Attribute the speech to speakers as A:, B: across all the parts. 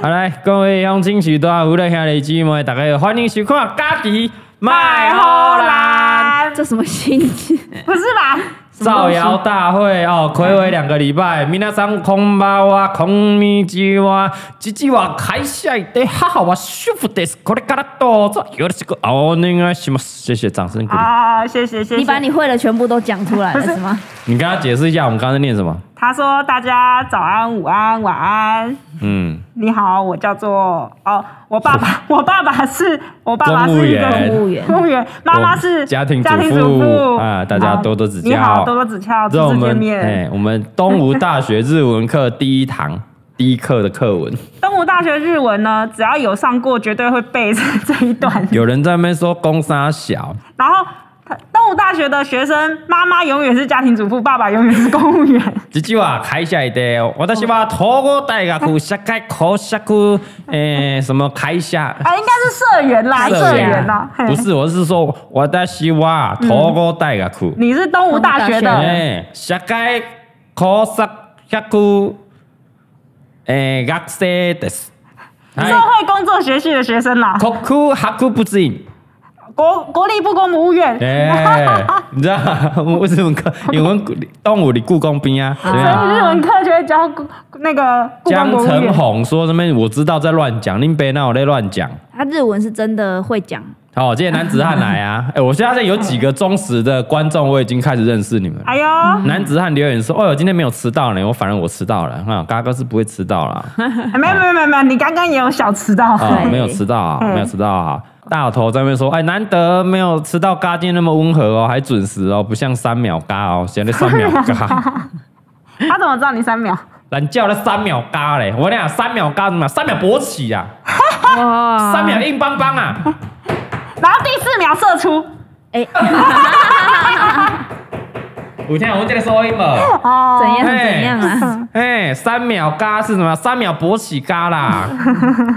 A: 好来，各位乡亲许多啊有咧兄弟姊妹，大家好欢迎收看《家己卖好啦》
B: 这什么心情？
C: 不是吧？
A: 造谣大会哦，暌违两个礼拜，明天上空巴哇，空咪鸡哇，这句话开下得哈好哇，舒服的，これからどうぞよろしくお願いします。谢谢，掌声鼓励。
C: 啊，谢谢谢
B: 你把
C: 谢。
B: 你会的全部都讲出来了
C: 不是
B: 是吗？
A: 你跟他解释一下，我们刚才念什么？
C: 他说大家早安、午安、晚安。
A: 嗯，
C: 你好，我叫做哦，我爸爸，我爸爸是我爸爸
A: 公务
C: 是一
A: 员
C: 个
B: 公务员
C: 公务员，妈妈是
A: 我家庭主妇
C: 妇
A: 啊大家
C: 好
A: 多多指教
C: 你好，多多指教，
A: 这我
C: 初次见
A: 们
C: 面。
A: 哎，我们东吴大学日文课第一堂第一课的课文。
C: 东吴大学日文呢，只要有上过，绝对会背这这一段。
A: 有人在那边说公沙小，
C: 然后他东吴大学的学生，妈妈永远是家庭主妇，爸爸永远是公务员。
A: 这句话开下来的，私は統合大学社会科学诶什么开下。
C: 啊，应该是社员啦，社员啦，嘿
A: 不是，我是说我的西哇，头哥带个苦，
C: 你是东吴大
B: 东
C: 学
B: 吴大
C: 的
B: 学
A: 哎，社会科学学诶学生です。はい
C: 社会工作学系的学生啦，
A: 国库学库不止，
C: 国国立部公务院。
A: 哎，你知道为什么？因为我们动物的故宫边啊，对
C: 所
A: 啊
C: 以日文课就会教那个故宫
A: 江
C: 博物
A: 成
C: 院。
A: 红说什么？我知道在乱讲，林北那我在乱讲。
B: 他日文是真的会讲，
A: 好，今天男子汉来啊！哎、我现在有几个忠实的观众，我已经开始认识你们了。
C: 哎呦，
A: 男子汉留言说：“哦哟，今天没有迟到呢，我反正我迟到了。啊哈，嘎哥是不会迟到啦，
C: 没有没有没有没有，你刚刚也有小迟到。
A: 啊，
B: 对
A: 没有迟到啊，
C: 嗯
A: 没有迟到啊。”大头在那边说：“哎，难得没有迟到，嘎今天那么温和哦，还准时哦，不像三秒嘎哦，现在三秒嘎，
C: 他怎么知道你三秒？
A: 懒叫了三秒嘎嘞，我俩三秒嘎什么？三秒勃起啊，
B: 哇
A: 三秒硬邦邦啊！
C: 然后第四秒射出。
B: 哎，
A: 有听我这个收音无？”
C: 哦，
B: 怎样
A: 嘿
B: 怎样啊？
A: 哎，三秒嘎是什么？三秒勃起嘎 啦，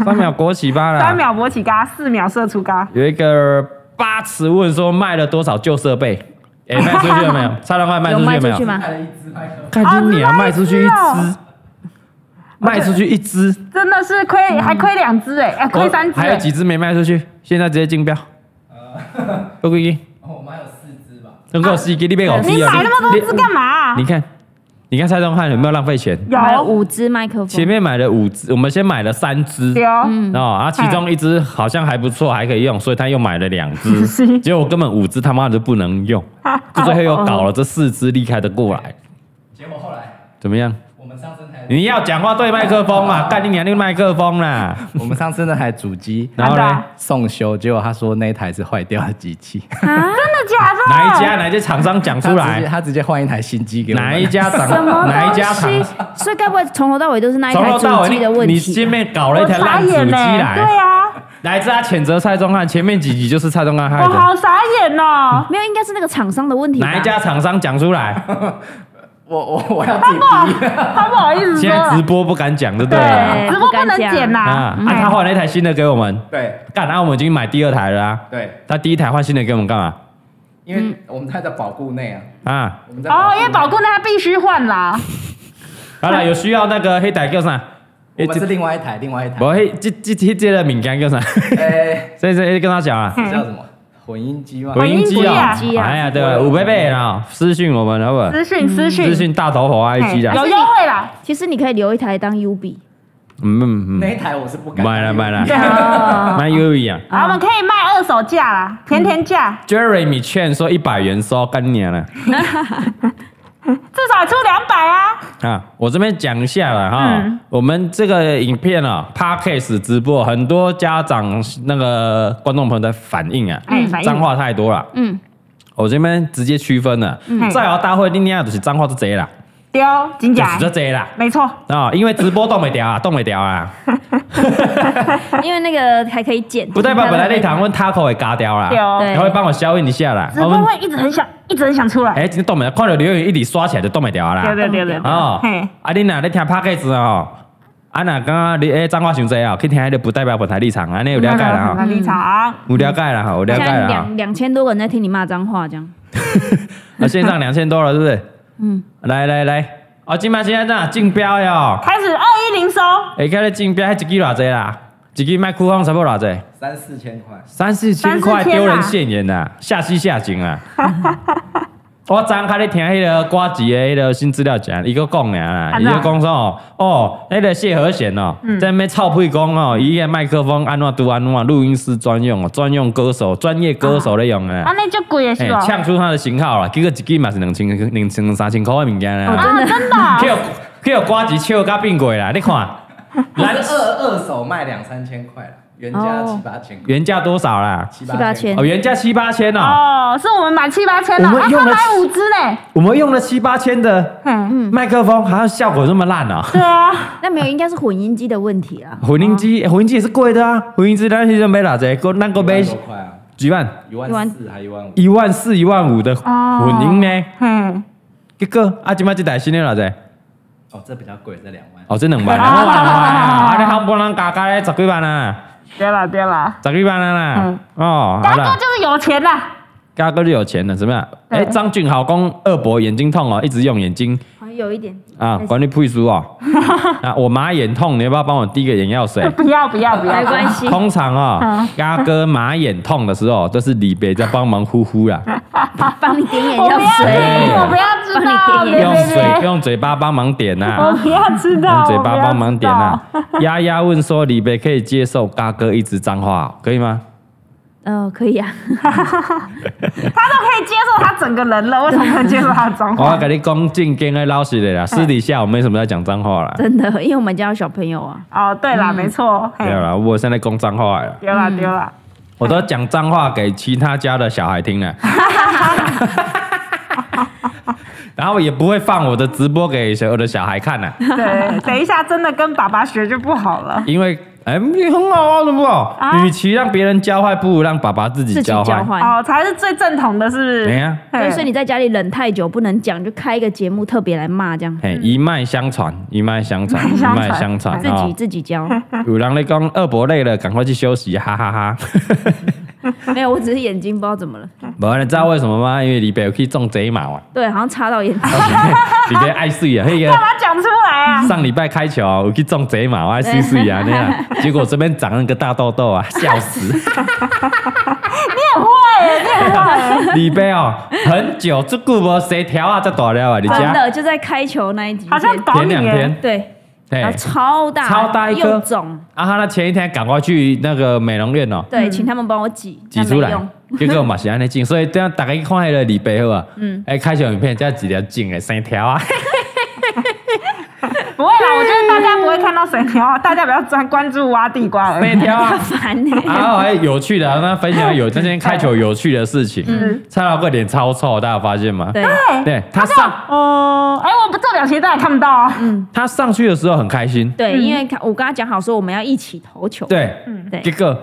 A: 三秒勃起吧啦。
C: 三秒勃起嘎，四秒射出嘎。
A: 有一个八尺问说卖了多少旧设备？哎、卖出去了没 有？蔡老板卖
B: 有
A: 出去
B: 卖
A: 了没
B: 出去
A: 有？
B: 吗？
A: 看今年
C: 哦
A: 卖出去一
C: 卖
A: 只，卖出
C: 出去
A: 去一只，哦
C: 真的是亏，还亏两只哎，哎亏三只
A: 还有
C: 哎。
A: 几只没卖出去，现在直接竞 标。不归一，
D: 哦我买有四只吧，
A: 能给我四啊给你别搞
C: 你买那么多只干嘛
A: 你？看，你看蔡东汉有没有浪费钱？
B: 买了
C: 有
B: 五支麦克
A: 前
B: 风，
A: 面买了五只，我们先买了三只，
C: 丢，
A: 哦，啊，其中一只好像还不错，还可以用，所以他又买了两只，
C: 是
A: 结果根本五只他妈的不能用，最后又搞了这四只厉害的过来，
D: 结果后来
A: 怎么样？
D: 我们上身台，
A: 你要讲话对麦克风嘛，干你娘那个麦克风啦！
D: 我们上身那台主机，
A: 然后
C: 真的
A: 呢
C: 啊，
D: 送修，结果他说那一台是坏掉的机器，
C: 真的假的？
A: 哪一家哪一家厂商讲出
D: 他直
A: 来？
D: 接他直接换一台新机给我们
A: 哪一？家厂
B: 什么
A: 哪一家
B: 东
A: 厂？
B: 西？哦所以该不会从头到尾都是那一
A: 从
B: 台
A: 头到
B: 主
A: 尾
B: 机的
A: 你
B: 问
A: 你
B: 题啊
A: 前
B: 吧？
A: 面搞了一
C: 我
A: 台
C: 傻
A: 烂主机
C: 眼呢、对
A: 来，
C: 啊，
A: 来自他谴责蔡宗汉，前面几集就是蔡宗汉害
C: 我
A: 的，
C: 好傻眼哦、
B: 没有，应该是那个厂商的问题吧。
A: 哪一家厂商讲出来？
D: 我我我要 自己 逼，
C: 他不好意思
A: 现
C: 说
A: 在直
C: 了，
A: 播不敢讲，就对了。
B: 对
C: 直播不能剪呐、
A: 啊，
C: 嗯
A: 啊，他换了一台新的给我们，
D: 对
A: 干，啊然后我们已经买第二台了啊，
D: 对，
A: 他第一台换新的给我们干嘛？
D: 因为我们他在保固内啊，
A: 啊，
D: 我们在
C: 哦，因为
D: 内
C: 保固那他必须换啦，
A: 好了，有需要那个黑台叫啥？
D: 我们是另外一台，另外一台，
A: 我黑这这这这的敏感叫啥？
D: 哎，
A: 所以这跟他讲啊，
D: 这叫什么混音机吗？
A: 混音机
C: 混
A: 啊
B: 音机，啊
A: 哎呀，对吧？五贝贝啊，私信我们好不好？
C: 私讯私
A: 嗯
C: 讯
A: 私信大头啊猴 IG
C: 嗯嘿
A: 的，
C: 有优惠 啦，
B: 其实你可以留一台当 U B，
A: 嗯嗯
D: 那
A: 嗯，
D: 一台我是不敢
A: 买了买了，
C: 对啊，
A: 买 U 一啊。
C: 啊我们可以卖二手价啦，
A: 嗯
C: 甜甜价，
A: Jeremy 劝说一百元收干你娘了
C: 至少出两百啊，
A: 啊！我这边讲一下了哈，
C: 嗯
A: 我们这个影片啊 p a d k a s 直播，很多家长那个观众朋友在反映啊，
C: 哎、反
A: 脏
C: 应
A: 话太多了。
B: 嗯，
A: 我这边直接区分啊了，
C: 嗯
A: 造谣大会另外就是脏话就这啦，
C: 丢金
A: 就
C: 甲
A: 是，就这啦
C: 没错，
A: 啊、因为直播动不掉啊，动不掉啊，
B: 因为那个还可以剪。
A: 不代表本来那堂问 Taco 会嘎掉啦，
C: 对哦
B: 对
A: 他会帮我消音一下啦。
C: 直播会一直很想，一直很想出来，
A: 哎、今天动不了，看到留言一直刷起来就动不掉啊啦。
C: 对对对对，对
A: 哦
C: 嘿，，
A: 啊你若咧听 p o d c a s 哦，啊若刚刚你诶脏话伤济哦，去听迄个不代表本台立场，安尼有了解啊嗯啦吼，
C: 立场，
A: 有了解啦吼，有了
B: 现
A: 解啊啦
B: 在
A: 吼
B: 两两千多个人在听你骂脏话，这样。
A: 啊，线上两千多了，是不是？
B: 嗯，
A: 来来来，哦，今麦现在哪竞标哟？
C: 开始二一零收，
A: 哎，今日竞标，迄一支偌济啦？一支麦克风差不多偌济？
D: 三四千块，
A: 三四千块丢人现眼呐，下西下井 啊！我昨昏开咧听迄个瓜子的迄个新资料讲，伊个讲尔啦，
C: 安
A: 伊
C: 怎嗯
A: 个讲说哦，哦，迄个谢和弦哦，在那边臭屁讲哦，伊个麦克风安怎拄安怎，录音师专用哦，专用歌手、专业歌手咧用
C: 啊
A: 啊，，
C: 那就贵的是
A: 哎
C: 吧？，
A: 呛出他的型号啦，结果一支嘛是两千、两千、三千块的物件啦，
C: 啊，真的 啊
A: 去有去有瓜子笑甲变鬼啦，你看，
D: 我
A: 咱
D: 是二二手卖两三千块了，原价
B: 哦
D: 七八千块，
A: 原价多少啦？
D: 七
B: 七八千
A: 哦，原价七八千哦。
C: 哦，是我们买七八千的，
A: 我们
C: 啊，
A: 用
C: 他
A: 了
C: 买五支呢，
A: 我们用了七八千的
C: 嗯，
A: 麦克风，好像效果这么烂啊！
C: 对啊，
B: 那没有，应该是混音机的问题啦。
A: 混音机，混音机也是贵的啊！混音机当时就没哪只，够那个买
D: 一万多块啊，
A: 几万、
D: 一万四还一万五，
A: 一万四、一万五的
C: 哦
A: 混音呢？
C: 嗯，
A: 结果啊，今麦这台新的哪只？
D: 哦，这比较贵，这两万，
A: 哦，这两万啦，两万块啊！啊，你好不能加加咧十几万啊，
C: 对了对了，
A: 十几万啊啦！哦，
C: 大
A: 好
C: 哥
A: 了，
C: 就是有钱啦，
A: 嘉哥就有钱了，怎么样？
C: 对
A: 哎，张俊豪公二伯眼睛痛哦，一直用眼睛
B: 好像有一点
A: 啊，管你屁事哦！啊，我麻眼痛，你要不要帮我滴个眼药水？
C: 不要不要不 要，
B: 没关 系，
A: 通常哦
C: 嗯，
A: 嘎哥马眼痛的时候，都是李北在帮忙呼呼 啦，
B: 帮你点眼
C: 我不
B: 药
C: 要
B: 水。
C: 听，我不要知道，
B: 帮你
C: 别
B: 点
A: 用
C: 别
A: 水
C: 别，
A: 用嘴巴帮忙点
C: 我
A: 呐，
C: 不要知道，
A: 用
C: 我
A: 啊嘴
C: 不
A: 巴
C: 要
A: 帮忙点啊呐
C: 知道。
A: 丫丫问说，李北可以接受嘎哥一直脏话哦，可以 吗？
B: 嗯，可以啊。
C: 他都可以接受他整个人了，为什么不能接受他的脏
A: 我
C: 话？
A: 跟你讲，进跟的老实的 啦，私底下我没什么在讲脏话啦，
B: 真的，因为我们家有小朋友啊，
C: 哦，对啦，没错，嘿
A: 没有啦，我现在讲脏话 了，
C: 丢啦
B: 嗯
C: 丢啦，
A: 我都讲脏话给其他家的小孩听啊 了。 然后也不会放我的直播给所有的小孩看啊呢、
C: 对，等一下真的跟爸爸学就不好了。
A: 因为哎，你很好啊，怎么好？
C: 啊
A: 与其让别人教坏，不如让爸爸自己
B: 自己
A: 教
B: 交
A: 坏。
B: 换。
C: 哦，才是最正统的，是不是？
A: 哎呀
C: 嘿
B: 对，所以你在家里忍太久不能讲，就开一个节目特别来骂这样，
A: 嘿，一脉相传，一脉相传，
C: 一脉
A: 一
C: 相传
A: 脉相传
B: 自
A: 啊
B: 己！自己教。
A: 有人在讲二伯累了，赶快去休息，哈哈哈
B: 没有，我只是眼睛不知道怎么了，
A: 无，你知道为什么吗？因为李北有去种贼毛啊，
B: 对，好像插到眼睛。
A: 李北爱睡啊，那
C: 干
A: 个
C: 嘛讲出来啊？
A: 上礼拜开球有去种贼毛，爱睡睡啊，那样，结果这边长了个大痘痘啊，笑死！
C: 你很坏耶，你很坏耶。
A: 李北哦，很久这久无谁条啊，这大了啊，你
B: 真
A: 家
B: 的就在开球那一集，
C: 好像搞
A: 前
C: 你
A: 两
C: 耶。
A: 天，
B: 对，然
A: 嘿
B: 后。超大
A: 超大一颗
B: 又肿，
A: 啊，他那前一天赶快去那个美容院哦，
B: 对，请他们帮我挤，
A: 挤出
B: 但没
A: 来
B: 用，
A: 结果嘛是安尼进，所以这样大家看迄个李白好啊，嗯，哎，开小影片这样几条进诶，三条啊，
C: 不会啦，我觉得大家不会看到神条，大家比较专关注挖地瓜而已。
A: 三条
B: 麻
A: 啊。
B: 烦呢。
A: 然后还有趣的啊，那分享有那天开球有趣的事情，蔡老贵脸超臭，大家有发现吗？
B: 对，
A: 对他上
C: 哦，哎，我不做表情，大家也看不到啊。
B: 嗯
A: 他上去的时候很开心，
B: 对，因为我跟他讲好说我们要一起投球，
A: 对，
B: 嗯对
A: 结果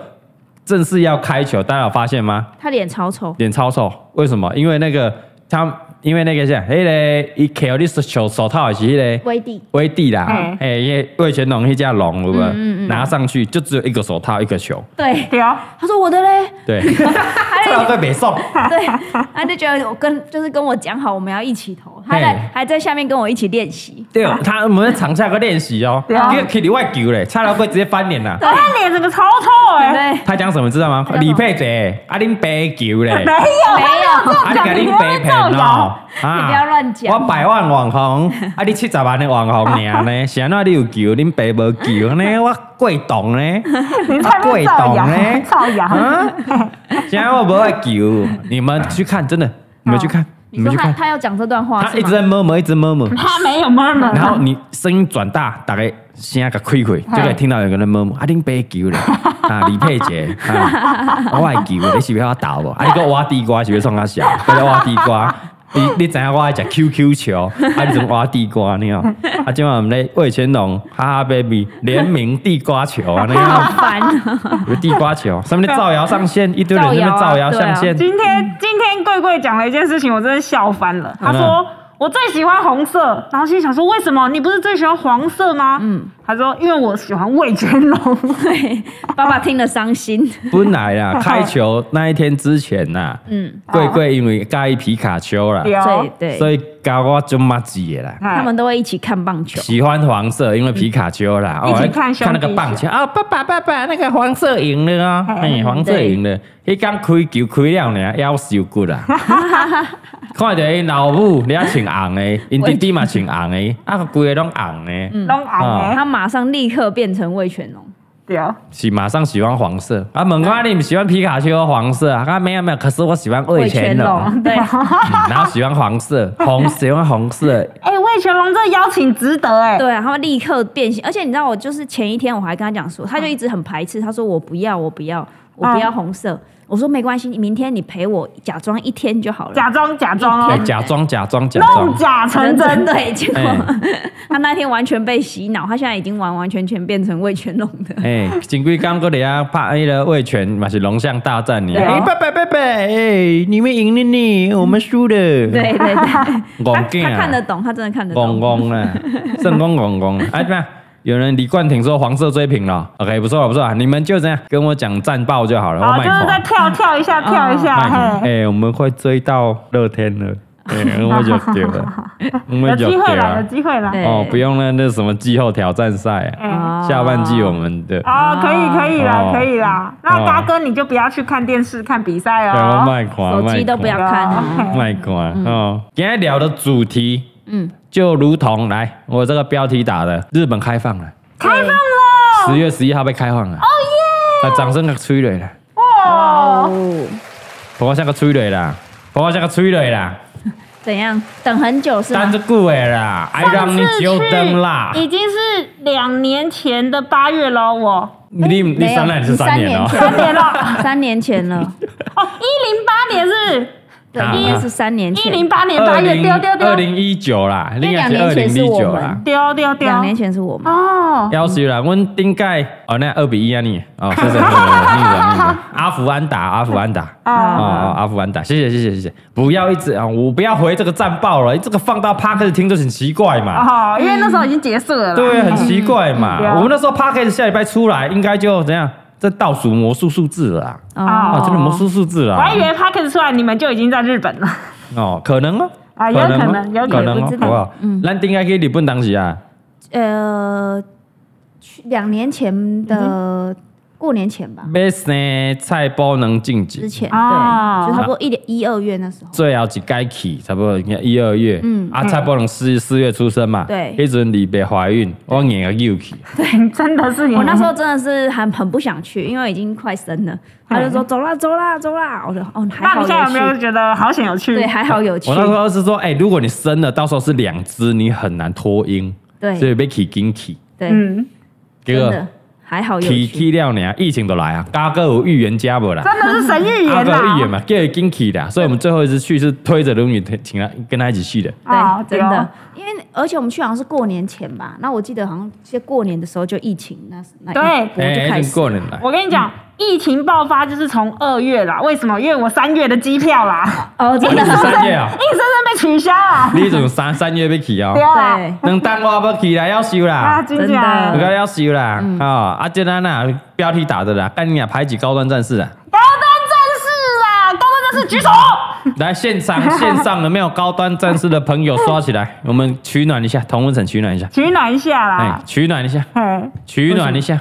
A: 正式要开球，大家有发现吗？
B: 他脸超丑，
A: 脸超臭，为什么？因为那个他，因为那个是迄个伊扣你手手套的是迄个。
B: 威地，
A: 威地啦
C: 嗯，
A: 哎、因为魏全龙那架龙，对不对？
B: 嗯嗯嗯
A: 拿上去就只有一个手套，一个球，
B: 对，
C: 对哦，
B: 他说我的 嘞，
A: 对，这老对北宋，
B: 对，他就觉得我跟就是跟我讲好我们要一起投，他
A: 嘿
B: 在还在下面跟我一起练习，
A: 对，他我们在场下个练习哦，
C: 对啊
A: 因为 k i 外球嘞，蔡老贵直接翻脸啦。
C: 他脸整个超臭哎。
B: 对，
A: 他讲什么知道吗
B: 他？讲什么
A: 李佩姐，阿林白球啊嘞
C: 没，有，
B: 没有，
A: 阿林给
C: 你
A: 林
C: 不要
A: 白
C: 再
A: 骗
C: 造
A: 哦
C: 谣，
A: 啊
B: 你不要乱讲
A: 我百万网 红，啊你七十万的网红娘呢？是安怎你有球，恁白无球 呢？我贵懂呢？
C: 你才不
A: 贵
C: 造
A: 懂
C: 谣
A: 呢，？
C: 造谣。
A: 啊！现在我不会球，你们去看，真的，你们去看，你
B: 你
A: 们去
B: 说他
A: 看，
B: 他要讲这段话
A: 他
B: 是
A: 一直
B: 吗？
A: 在摸摸，一直摸 摸，
C: 他没有啊 murmur，
A: 然后你声音转大，大概声个开 开，就可以听到有个人摸摸，啊，恁白球 嘞，啊，李佩杰，啊，我爱球，你是不是要打我？啊，你个挖地瓜是不是创啊小？我在挖地瓜。 你你知影我爱食 QQ 球，啊你怎么挖地瓜呢？ 啊，今晚我们咧魏全龙哈哈 baby 联名地瓜球啊，那样
B: 好烦啊，
A: 有地瓜球，上面的造谣上线，一堆人在那边 造谣啊上线，
C: 今天今天贵贵讲了一件事情，我真的笑翻了。他
A: 嗯
C: 说我最喜欢红色，然后心里想说为什么你不是最喜欢黄色吗？嗯，他说因为我喜欢魏全 龙，
B: 对，爸爸听了伤心。
A: 本来啦，开球那一天之前呐，
B: 嗯，
A: 贵贵因为介意皮卡丘啦，
C: 对哦啊
B: 所以对，
A: 所以搞我就骂几啦。
C: 哎
B: 他们都会一起看棒球。
A: 喜欢黄色，因为皮卡丘啦，
C: 嗯
A: 哦
C: 一起看兄弟
A: 那个棒球啊，爸爸爸爸，那个黄色赢了哦，
C: 嘿
A: 哎，黄色
B: 对
A: 赢了，迄刚开球开了呢，腰受骨啦，看到因老母，你也穿红的，因弟弟嘛穿红的，啊，规个拢红的，
C: 拢红
B: 他
C: 的，
B: 马上立刻变成魏全龙，
C: 哎对，哦
A: 是马上喜欢黄色啊，问我你们喜欢皮卡丘黄色啊？啊，没有没有，可是我喜欢魏全龙，嗯
B: 对，
A: 然后喜欢黄色，红喜欢红色，
C: 哎，魏全龙这邀请值得哎，
B: 对啊，他们立刻变形。而且你知道，我就是前一天我还跟他讲说，
C: 嗯
B: 他就一直很排斥，他说我不要，我不要，我不要红色。我说没关系，你明天你陪我假装一天就好了。
C: 假装假装哦
A: 哎，假装假装假
C: 弄
A: 装，
C: 假成真，
B: 对，结果、
A: 哎
B: 他那天完全被洗脑，他现在已经完完全全变成魏全龙的。
A: 哎，金龟刚过来啊，拍那个魏全嘛是龙象大战呢。
B: 对啊
A: 哎，拜拜拜拜，哎，你们赢了呢，我们输了。对，
B: 对对对，
A: 戆
B: 他
A: 囝
B: 他看得
A: 啊，
B: 懂，他真的看得
A: 戆
B: 懂。
A: 戆啊，正戆戆戆啊。哎，怎么样？有人李冠廷说黄色追平了，OK，不错了不错了，你们就这样跟我讲战报就好了，我
C: 好，
A: 卖
C: 啊就是
A: 萌
C: 再跳跳一下，跳一下，
A: 卖萌。
C: 嘿，
A: 哎，我们会追到乐天了，哎，我就丢了，我
C: 有
A: 们就
C: 机
A: 丢
C: 会了，有
A: 了。
C: 机会了，
B: 对
A: 哦，不用了，那什么季后挑战赛啊，
C: 哎，
B: 哎哦
A: 下半季我们的。
C: 哦，可以可以
A: 哦
C: 啦，可以啦，那嘎哥你就不要去看电视看比赛
A: 对，我
C: 哦，
A: 卖瓜，
B: 手机都不要看啊。
A: 卖瓜哦。今天聊的主题
B: 嗯，
A: 就如同来我这个标题打的，日本开放了，
C: 开放
B: 哦
C: 了，
A: 十月十一号被开放了。哦耶！啊，掌声给催泪了，
C: 哇，
B: 哦，
A: 不过像个催泪啦，不过像个催泪啦，
B: 怎样？等很久是
A: 但
B: 吗？
A: 是久的啦，爱让你久等啦。
C: 已经是两年前的八月喽， 我
A: 你你
B: 没有
A: 三年是三年哦，
B: 三 年了，三年前了，
C: 哦，一零八年是
B: 对
A: 啊，
B: 应该是三年
C: 一
B: 前，
C: 零八年八
A: 二
C: 月，
A: 零
C: 丢丢
A: 二
C: 丢
A: 零一九啦，应该
B: 两
A: 是二
B: 年
A: 零
B: 前是
A: 一
B: 我
A: 九啦
B: 们。
C: 丢丢丢
B: 两，年前是我们。
C: 哦，
A: 要死啦！阮顶届哦，那二比一啊你哦，是是 是，是是逆转逆转，阿福安达，阿福安达。哦
C: 啊，
A: 哦，阿福安达，谢谢谢谢谢谢，不要一直啊，我不要回这个战报了，这个放到 p a r k 听就很奇怪嘛，
C: 哦，因为那时候已经结束了啦，
A: 对，很奇怪嘛。
C: 对啊
A: 我们那时候 p a r k 下礼拜出来，应该就怎样，这倒数魔术数字了啊，
B: 哦
A: 啊，真的魔术数字了
C: 我
A: 啊
C: 还以，为 p a c k e t 出来，你们就已经在日本了。
A: 哦，可能哦，
C: 啊有
A: 哦
C: 可能有
A: 可
C: 可
A: 能
C: 能
A: 哦
C: 不知，
A: 好
C: 道嗯
A: 不好？咱顶该去日本当时啊，
B: 呃，去两年前
C: 嗯
B: 的过年前吧，
A: 要生菜包能进
B: 之
A: 前，
B: 前
C: 哦
B: 对，就差不多一点一二月那时候。
A: 最后一该去差不多应该一二月，嗯
B: 嗯，
A: 啊，菜包能四四月出生嘛，
B: 对
A: 迄阵离别怀孕，我硬个又去。
C: 对，真的是你。
B: 我那时候真的是很很不想去，因为已经快生了，他就说走啦走啦走啦，我说哦还
C: 嗯那
B: 好
C: 你现在有没有
B: 有去，
C: 觉得好险有去？
B: 对，还好有去
A: 我，那时候是说，哎、如果你生了，到时候是两只，你很难脱音，
B: 对
A: 所以被起惊起，
B: 对，
C: 嗯，
A: 结
B: 真
A: 果
B: 的还好有
A: 起
B: 去，
A: 起了呢，疫情都来啊，嘎哥有预言家不啦？
C: 真的是神预
B: 啊
A: 阿
C: 言
A: 哥啊有预言
C: 呐！
A: 嘛，叫他惊起的，所以我们最后一次去是推着轮椅推请他跟他一起去的。
C: 啊
B: 对，真
C: 对
B: 的
C: 哦，
B: 因为而且我们去好像是过年前吧，那我记得好像是过年的时候就疫情那那一
C: 对
B: 波就开
A: 已
B: 始
A: 经，哎过年来，
C: 我跟你讲，疫情爆发就是从二月啦，为什么？因为我三月的机票
A: 哎
C: 啦，
B: 哦真
A: 你
B: 的
A: 是三月 啊，
C: 硬生生被取消啊啦。
A: 你从三三月被起啊
C: 对，啊，
B: 对，
A: 能等我不起来要休
C: 啊，
A: 啦。
C: 真
B: 真
C: 假
A: 我
B: 的？
A: 该要休啦！
B: 嗯
A: 啊啊，简单啦，标题打的啦，干你俩排挤高端战 士啊！
C: 高端战士啦，高端战士举手。
A: 来现场线上有没有高端战士的朋友刷起 来？我们取暖一下，同温层取暖一下，
C: 取暖一下
A: 哎
C: 啦，，
A: 取暖一下，
C: 嘿，
A: 取暖一下，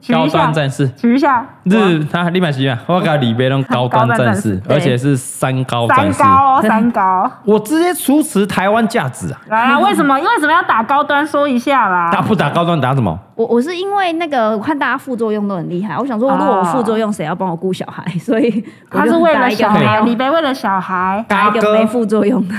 C: 取
A: 高
C: 一
A: 端
C: 下，
A: 战士。
C: 取一下。
A: 日他立马喜欢，我搞里边弄高端战士，
B: 对
A: 而且是三高战
C: 三
A: 士，
C: 高 哦，三高。
A: 我直接除斥台湾价值啊！
C: 来啦，为什么？为什么要打高端？说一下啦。
A: 打不打高端打什么？
B: 我我是因为那个我看大家副作用都很厉害，我想说如果我副作用谁要帮我顾小孩，所以我
C: 啊他
B: 就是
C: 为了
B: 打一个
C: 小
B: 没
C: 孩，
B: 有
C: 李贝为了小孩，
B: 打
A: 嘎
B: 一个没
A: 哥，
B: 副作用的，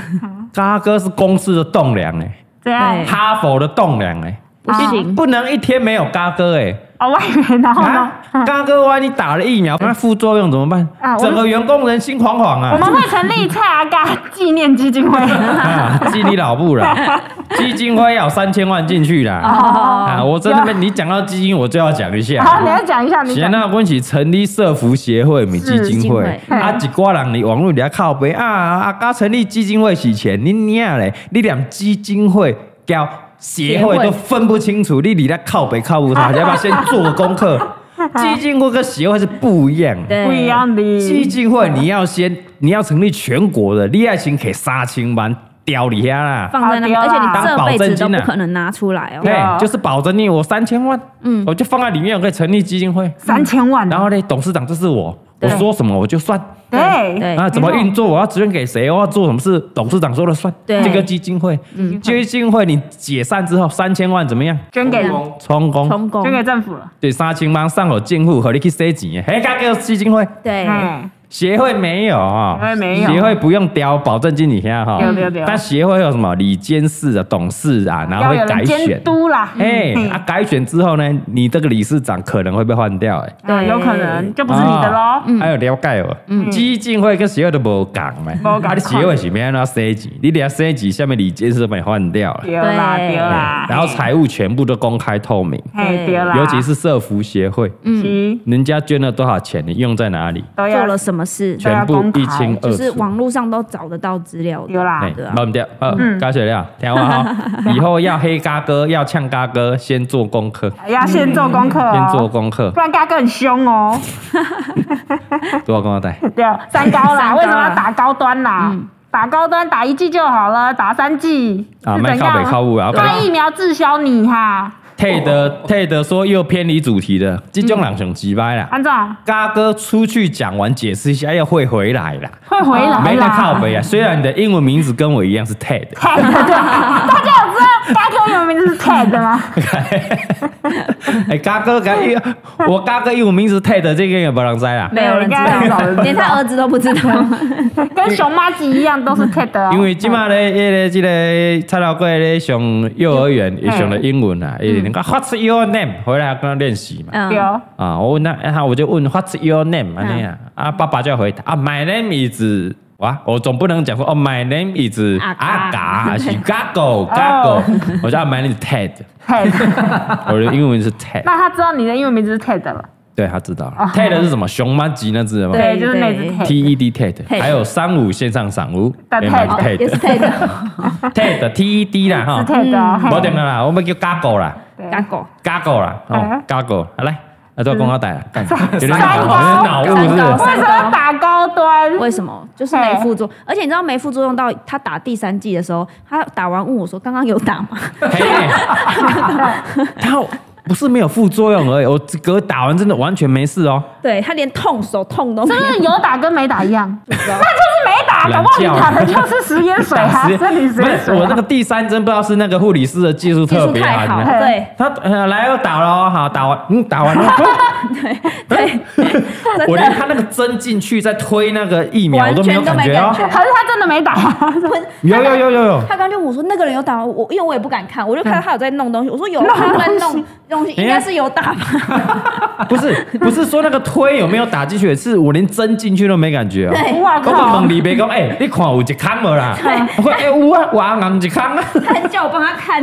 A: 嘎哥是公司的栋梁哎，
C: 这样
B: 对
A: 哈佛的栋梁哎，
B: 不行。
A: 不能一天没有嘎哥哎。
C: 哦，我以为然后呢？
A: 啊，嘎哥，万一打了疫苗，那副作用怎么办
C: 啊？我
A: 整个员工人心惶惶啊！
C: 我们会成立蔡阿嘎纪念 基金会。
A: 啊，基你老布 啦，基金会要三千万进去啦。
C: 哦，
A: 啊，我在那边你讲到基金，我就要讲一
C: 好，你
A: 下。
C: 要讲一下，你
A: 行，
C: 讲。
A: 那阮是成立社福协会，咪基金会
B: 是基金
C: 会
A: 啊，一挂人你网络底下靠背啊啊啊，刚成立基金会洗钱，你娘嘞，你连基金会交协会都分不清楚，你你在靠北靠 北，大家要不要先做个功课？基金会跟协会是不一样的。
B: 对，
C: 不一样
A: 基
C: 的。
A: 金会你要先你要成立全国的，你爱情给杀青班屌你下啦。
B: 放在那里，
C: 啊
B: 而且
C: 对啦
B: 你
A: 当保
B: 这辈子
A: 证金
B: 都
A: 啊
B: 不可能拿出来哦。
A: 对
C: 啊，
A: 就是保证你我三千万，嗯，我就放在里面，我可以成立基金会。
C: 三千万，
A: 然后呢，董事长就是我，我
B: 对
A: 说什么我就算。
C: 对
B: 对
A: 啊，怎么运作？我要支援给谁？我要做什么事？董事长说了算。
B: 对
A: 这个基金会，基金会你解散之后，三千万怎么样？
C: 捐给
D: 公公
A: 充公
B: 充公
C: 捐，给政府了？
A: 对三千万上有进户和你去塞钱的，嘿，那个基金会
B: 对，
C: 哎，
A: 协会没有啊，
C: 协会没有
A: 协会不用雕保证金你下哈
C: 对对对，
A: 但协会有什么理监事啊、董事啊，然后
C: 要
A: 会
C: 有
A: 改
C: 人
A: 选
C: 监。督啦。
A: 哎、
C: 嗯
A: 啊，改选之后呢，你这个理事长可能会被换掉、哎，
C: 对，有可能就不是你的
A: 啊
C: 嗯喽。
A: 还有了解哦，
C: 嗯
A: 基金会跟协会都无共咩，
C: 同
A: 啊，你协会是咩要升级，你俩升级下面理监事都把你换掉了，
C: 丢啦
B: 对
C: 丢啦，
A: 然后财务全部都公开透明，
C: 哎丢啦，
A: 尤其是社福协会，
C: 嗯
A: 人家捐了多少钱，你用在哪里，
C: 都
B: 做
C: 要
B: 了什么事，
C: 对
A: 全
C: 啊
A: 部
C: 公开
A: 一清二
B: 就
A: 楚。
B: 是网络上都找得到资料的。
C: 丢啦
A: 哎，
B: 对啊
A: 忘掉，呃，
C: 嗯
A: 加水 料，听我哈，以后要黑嘎哥，要呛嘎哥，先做功课，
C: 要先做功课
A: 嗯先做
C: 哦，
A: 功课
C: 不，然嘎哥很凶哦。
A: 多少公仔？
C: 对，三高
B: 三高
C: 啦，
B: 啦啊嗯
C: 为什么要打高端啦？打高端打一剂就好了，打三剂
A: 啊，
C: 是
A: 卖
C: 怎
A: 靠北靠
C: 样？
A: 物啊，不
C: 打
A: 然
C: 疫苗滞销你哈，
A: 退的退的说又偏离主题的，这种人上鸡掰啦。
C: 安总
A: 嘎哥出去讲完解释一下，又会回来啦，
C: 会回哦来啦。
A: 没那靠北啊。虽然你的英文名字跟我一样是 Ted，
C: Ted，对大家有知道嘎哥有名字是 Ted 吗？
A: 哎，嘎哥嘎，我嘎哥英文名字 Ted 这个也不能摘啦，
B: 没有人知
C: 对应该很少人知
B: 道，
C: 道
B: 连他儿子都不知道。
C: 跟熊妈吉一样都是 Ted 哦。
A: 因为即马咧，迄个即个蔡老贵咧上幼儿园，
C: 嗯
A: 伊上的英文啊，伊能够 What's your name 回来要跟他练习嘛。
B: 嗯
C: 对哦，
A: 啊，我问他，然后我就问 What's your name 安尼啊，啊，爸爸就要回答啊，My name is 哇，我总不能讲说哦，My name is
B: 阿嘎
A: 阿嘎，是 Gago Gago，我叫 My name is Ted，
C: ，Ted。
A: 我的英文是 Ted，
C: 那他知道你的英文名字是 Ted 了，
A: 对他知道了，Ted 是什么？熊猫级那字吗
B: 对
C: 对，就是那只
A: ？T
B: 对
C: Ted。
A: E D Ted，还有三五线上赏屋，
C: 但
A: 也蛮
C: Ted
B: 哦也是
A: Ted
B: t 的
A: Ted T E D 啦哈
C: 是。Ted 哦
A: 无
C: 嘿
A: 定啦，我们叫 Gago 啦
C: 对
B: 打狗，
A: ，Gago 啦，哦
C: 嗯
A: ，Gago，好来，那做广告带了，干有点
C: 三
A: 脑，有
C: 高
A: 点脑雾是不是？
B: 三高
C: 为什么要打高端？
B: 为什么？就是没副 作，而且你知道没副作用到他打第三季的时候，他打完问我说：“刚刚有打吗
A: 嘿，他不是没有副作用而已，我隔打完真的完全没事哦，？”
B: 对他连痛手痛都没
C: 真
B: 有。
C: 的有打跟没打一样， 那就是没打，搞不好你打的就是食盐水
B: 哎
C: 啊，
A: 实
C: 生理食
A: 不
C: 盐
A: 是
C: 水
A: 我那
C: 啊。
A: 个第三针不知道是那个护理师的技术
B: 技
A: 特
B: 术
A: 别
B: 太好，
A: 还是怎么样
C: 特别好
B: 对
A: 他呃来又打了，好打完，嗯，打完了，
B: 对， 真
A: 我连
B: 的
A: 他那个针进去在推那个疫苗我都没有
B: 完全
A: 感
B: 都没
A: 觉哦
B: 感，觉
C: 还是他真的没 打，
A: 有有有有有，
B: 他刚就问我说那个人有打吗？我因为我也不敢看，我就看到他有在弄东西，我 说有，他有在弄 东西，应该是有打吧？
A: 不是不是说那个推有没有打进去，是我连针进去都没感觉哦。
B: 对，
C: 哇
A: 我就
C: 靠
A: 问！李白讲，哎、你看有一空无啦？我说，哎、有啊，我红红一空啊。
B: 他还叫我帮他看，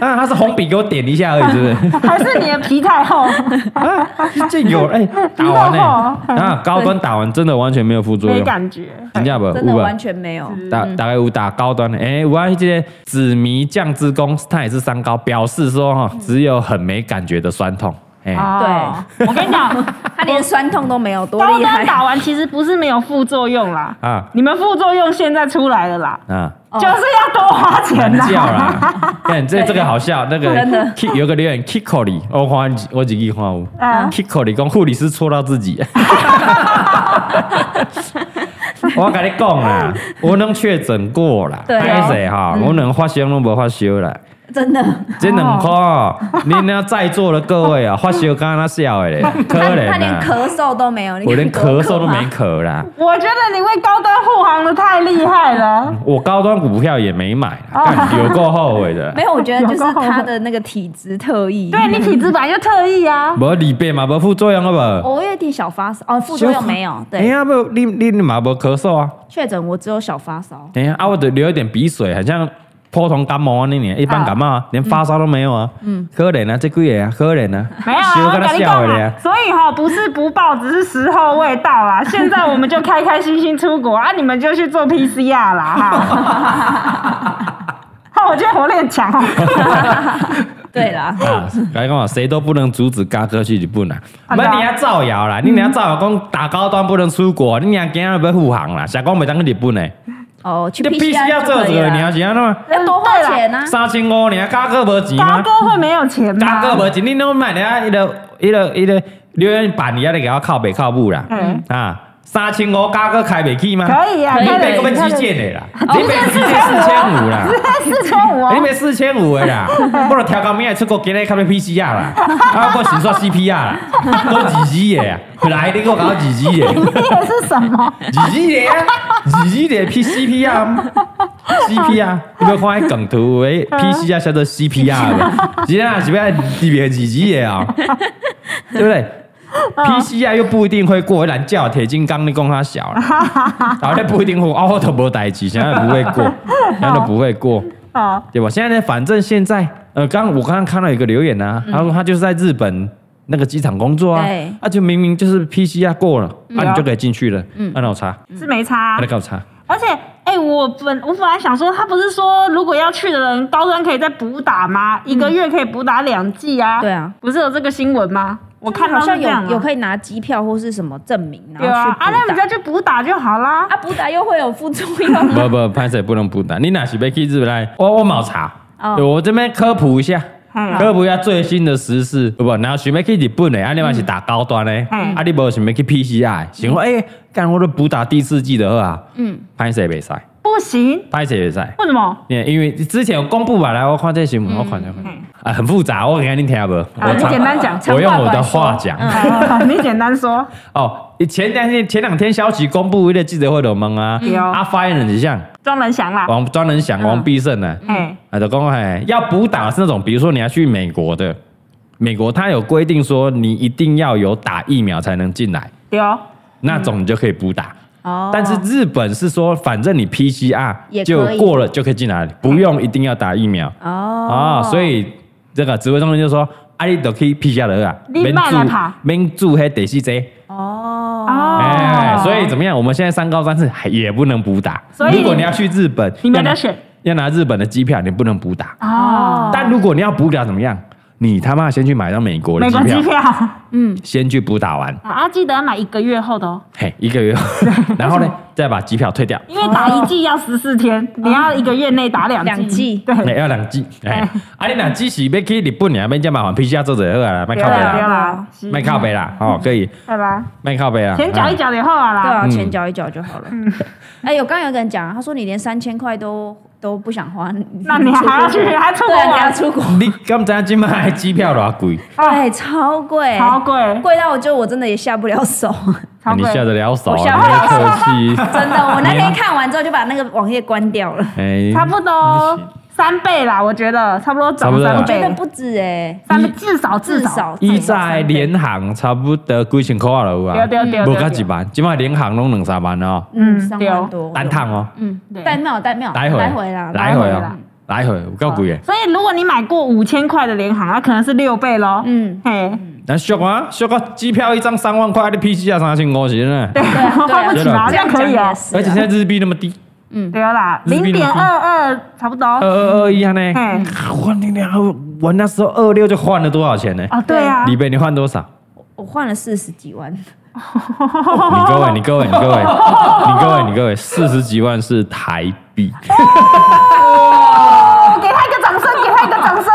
A: 啊，他是红笔给我点一下而已，是不是？
C: 还是你的皮 太厚，
A: 啊，这有哎、打完呢、 啊，高端打完真的完全没有副作
C: 没
A: 用，
C: 感觉。
A: 真的不？
B: 真的
A: 有吧
B: 完全嗯没有。
A: 打大概有打高端的，哎、我还记得紫迷酱之功，它也是三高，表示说
B: 嗯
A: 哈、只有很没感觉的酸痛，哎、
B: 啊
C: 哦，我跟你讲，
B: 他连酸痛都没有，多
C: 高
B: 厉害
C: 端！打完其实不是没有副作用啦，
A: 啊
C: 你们副作用现在出来了啦，
A: 啊，
B: 哦
C: 就是要多花钱啊
A: 难叫
C: 啦。
A: 啦，看这这个好笑，那个
B: 真的
A: Ki- 有个留言 Kiko 里，我看我几句话我。
B: 啊
C: 嗯，
A: Kiko 你讲护理师戳到自 己，我跟你讲啦，我能确诊过啦，
B: 对哦
A: 谁哈，我能发烧拢无发烧啦，
B: 真的，
A: 这两颗哦，你那在座的各位 啊，发烧刚刚那笑的嘞，可
B: 他
A: 怜
B: 他连
A: 啦，
B: 咳嗽都没有，你看
A: 我连
B: 多
A: 咳嗽都
B: 可怕
A: 没咳啦，
C: 我觉得你为高端护航的太厉害了。
A: 我高端股票也没买
B: 哦
A: 啦，干有够后悔 的
B: 没。有，我觉得就是他的那个体质特异。
C: 对你体质本来就特异啊，
A: 无理背嘛，无副作用了无。
B: 我有点小发烧，哦，副作用没 有。
A: 哎
B: 对，
A: 呀，不，你你嘛无咳嗽啊？
B: 确诊我只有小发烧。
A: 等一下啊，我得流一点鼻水，好像普通感冒啊那年，一般感冒啊，连发烧都没有啊。嗯，可怜啊，这几个啊，可怜啊，
C: 没有
A: 烧
C: 啊，
A: 跟
C: 我
A: 他
C: 跟你
A: 笑
C: 讲
A: 的
C: 啊
A: 啊，。
C: 所以哈、不是不报，只是时候未到啦。现在我们就开 开心心出国啊，你们就去做 PCR 啦哈。好我觉得活力很强哦。
B: 对 啦，
A: 啊，来讲啊，谁都不能阻止嘎哥去日本啦。
C: 啊
A: 不
C: 对啊
A: 然你要造谣啦，你你要造谣讲打高端不能出国，你娘今日要护航啦，想讲没当去日本呢？
B: 哦，去
A: 你必须
B: PCR
A: 要
B: 就
A: 做
B: 可
A: 这
B: 以
A: 个，你要
B: 了，
A: 怎样嘛？
B: 要多花钱啊。
A: 三千五，你啊，嘎哥无钱
C: 嘎
A: 吗？
C: 哥会没有钱吗？
A: 嘎哥无钱，你拢买人家一个一个一个留言板，你还得给他靠北靠母啦。
C: 嗯
A: 啊，三千五嘎哥开不起吗？
C: 可以啊，
B: 可以
A: 你
B: 可以
A: 被
C: 以
A: 我们
C: 可
A: 击
C: 以
A: 剑的啦，你被击剑四千五啦。
C: 四千五
A: 哎你
C: 哦，
A: 买四千五的 啦，不如调高明仔出国今日看要 PCR 啦，啊，我先刷 CPR 啦，我二级的啊，来你给我搞二级的，
C: 你也是什么？
A: 二级的啊，二级的 P 啊 CPR，CPR，你啊要看那梗图，诶，PCR 啊叫做 CPR 的，今天啊是不是里面二级的啊，对不对？PCR 又不一定会过，懒觉铁金刚你讲他小了，然后那不一定会，啊，我都没代志，现在不会过，现在都不会过。
C: 哦，
A: 对吧？现在呢，反正现在，呃，刚我刚刚看到一个留言啊，他说他就是在日本那个机场工作啊
B: 对，
A: 啊，就明明就是 PCR 过了，啊，你就可以进去了，
B: 嗯
A: 啊，那我查，
C: 是没差啊、
A: 啊，来给我查，
C: 而且，哎、我本我本来想说，他不是说如果要去的人高端可以再补打吗？一个月可以补打两剂嗯啊？
B: 对啊，
C: 不是有这个新闻吗？我看
B: 好像
C: 有
B: 有有
C: 以
B: 可以拿机票或是什么证明，然
C: 啊对啊
B: 后去，
C: 啊，那
B: 补
C: 你再
B: 打。
C: 去补打就好啦。
B: 啊，补打又会有副作用 啊。
A: 不不，拍摄不能不打，你哪是被去日本来？我我冇查，
B: 哦
A: 对我这边科普一下。
C: 哎、
A: 科普一下最新的时事，对不？然后想要去日本的，啊，你嘛是打高端的，
C: 嗯
A: 啊，你无想要去 PCR，的想说，哎，干我都补打第四季的好啊，
B: 嗯，
A: 拍摄袂使，
C: 不行，
A: 拍摄袂使。
C: 为什么？
A: 因为因为之前有公布嘛，来我看这新闻，我看这看啊，很复杂，我给你听不？我
C: 嗯啊你
A: 常
C: 简单讲
A: 我用我的话讲
C: 哎你简单说，
A: 哦。前两天前两天消息公布，一个记者会就问啊
C: 对，哦
A: 啊发言人是像
C: 庄仁祥啦。
A: 王专人祥、
C: 嗯
A: 王必胜呢，
C: 哎、
A: 啊就讲哎，要补打是那种，比如说你要去美国的，美国它有规定说你一定要有打疫苗才能进来，
C: 对哦，
A: 那种你就可以补打。
B: 哦
A: 但是日本是说，反正你 PCR
B: 也可
A: 就
B: 以
A: 过了就可以进来，不用一定要打疫苗。
B: 哦
A: 啊、所以这个指挥中心就说，啊，你都可以批下了啊，
C: 你
A: 免
C: 慢了
A: 住
C: 怕
A: 免住黑得是这，
B: 哦，
C: 哦，
A: 哎，所以怎么样？我们现在三高三次还也不能补打。
C: 所以
A: 如果你要去日本，
C: 你没
A: 要
C: 得
A: 拿
C: 选
A: 要拿日本的机票，你不能补打。
C: 哦，
A: 但如果你要补打怎么样？你他妈先去买到美国的
C: 美
A: 机
C: 国
A: 票，
C: 机票啊，
A: 先去补打完，
C: 啊记得要买一个月后的哦，
A: 嘿，一个月，然后呢，再把机票退掉，
C: 因为打一剂要十四天，你要一个月内打哦两
B: 两剂
C: 对，
A: 哎，要两季，哎，啊，你两季是要去日本，你还没这麻烦，批下做者好啊，卖
C: 不
A: 靠
C: 要
A: 背
C: 啦，不要
A: 啦，
C: 啦，
A: 卖靠背啦，哦，可以，
C: 拜拜。
A: 卖靠背啦，
C: 钱缴一
A: 嗯
C: 缴就好啊
B: 对
C: 啦。
B: 啊，钱缴一缴就好了。
C: 嗯
B: 哎，有刚刚有个人讲，他说你连三千块都都不想花，
C: 那你还要去，还出
B: 对
C: 国
B: 啊，你还要
C: 玩，
B: 出国，
A: 你敢知影即卖机票偌贵？
C: 哎
B: 哎，超贵，
C: 超贵，
B: 贵到我就我真的也下不了手。
C: 超
A: 你
C: 贵。
A: 下得了手
B: 我
A: 啊？
B: 下
A: 你太客气。
B: 真的，我那天看完之后就把那个网页关掉了，
A: 哎，
C: 差不多三倍啦，我觉得差不多
A: 差不
C: 涨
A: 多啦
C: 三
B: 真的
C: 倍，
B: 不止哎，
C: 三倍至少
B: 至
C: 至少，
B: 少
A: 伊在联行差不多几千块了有
C: 对
A: 啊，
C: 对对
A: 无加
C: 对
A: 一
C: 对，
A: 万，即卖联行拢两三万哦，
B: 嗯
C: 嗯
B: 三
C: 对
B: 万
C: 哦。
B: 多
A: 单趟哦，
B: 嗯，
C: 对
B: 带庙带庙
A: 来回
B: 来回啦，
A: 来
C: 回
A: 回哦，
C: 啦
A: 来回有够贵诶。
C: 所以如果你买过五千块的联行，那可能是六倍喽。
B: 嗯，
C: 嘿，
A: 咱俗啊，俗啊，机票一张三万块，你 P C 啊三千五是呢。
C: 对，啊花不起嘛，
B: 啊这
C: 这
B: 样
C: 样可
B: 讲
C: 以
B: 也
C: 哦。
B: 是啊，
A: 而且现在日币那么低，
C: 对啦，
A: 日
C: 零
A: 币
C: 点
A: 那么低
C: 二二差不多。
A: 二二二一啊呢
C: 嗯，
A: 换你俩，我那时候二六就换了多少钱呢？
C: 哦，对啊，
A: 李贝，你换多少？
B: 我换了四十几万，
C: 哦
B: 啊
A: 你各位，你各位，你各位， 你各位，你各位，四十几万是台币，
C: 哦给他一个掌声，给他一个掌声。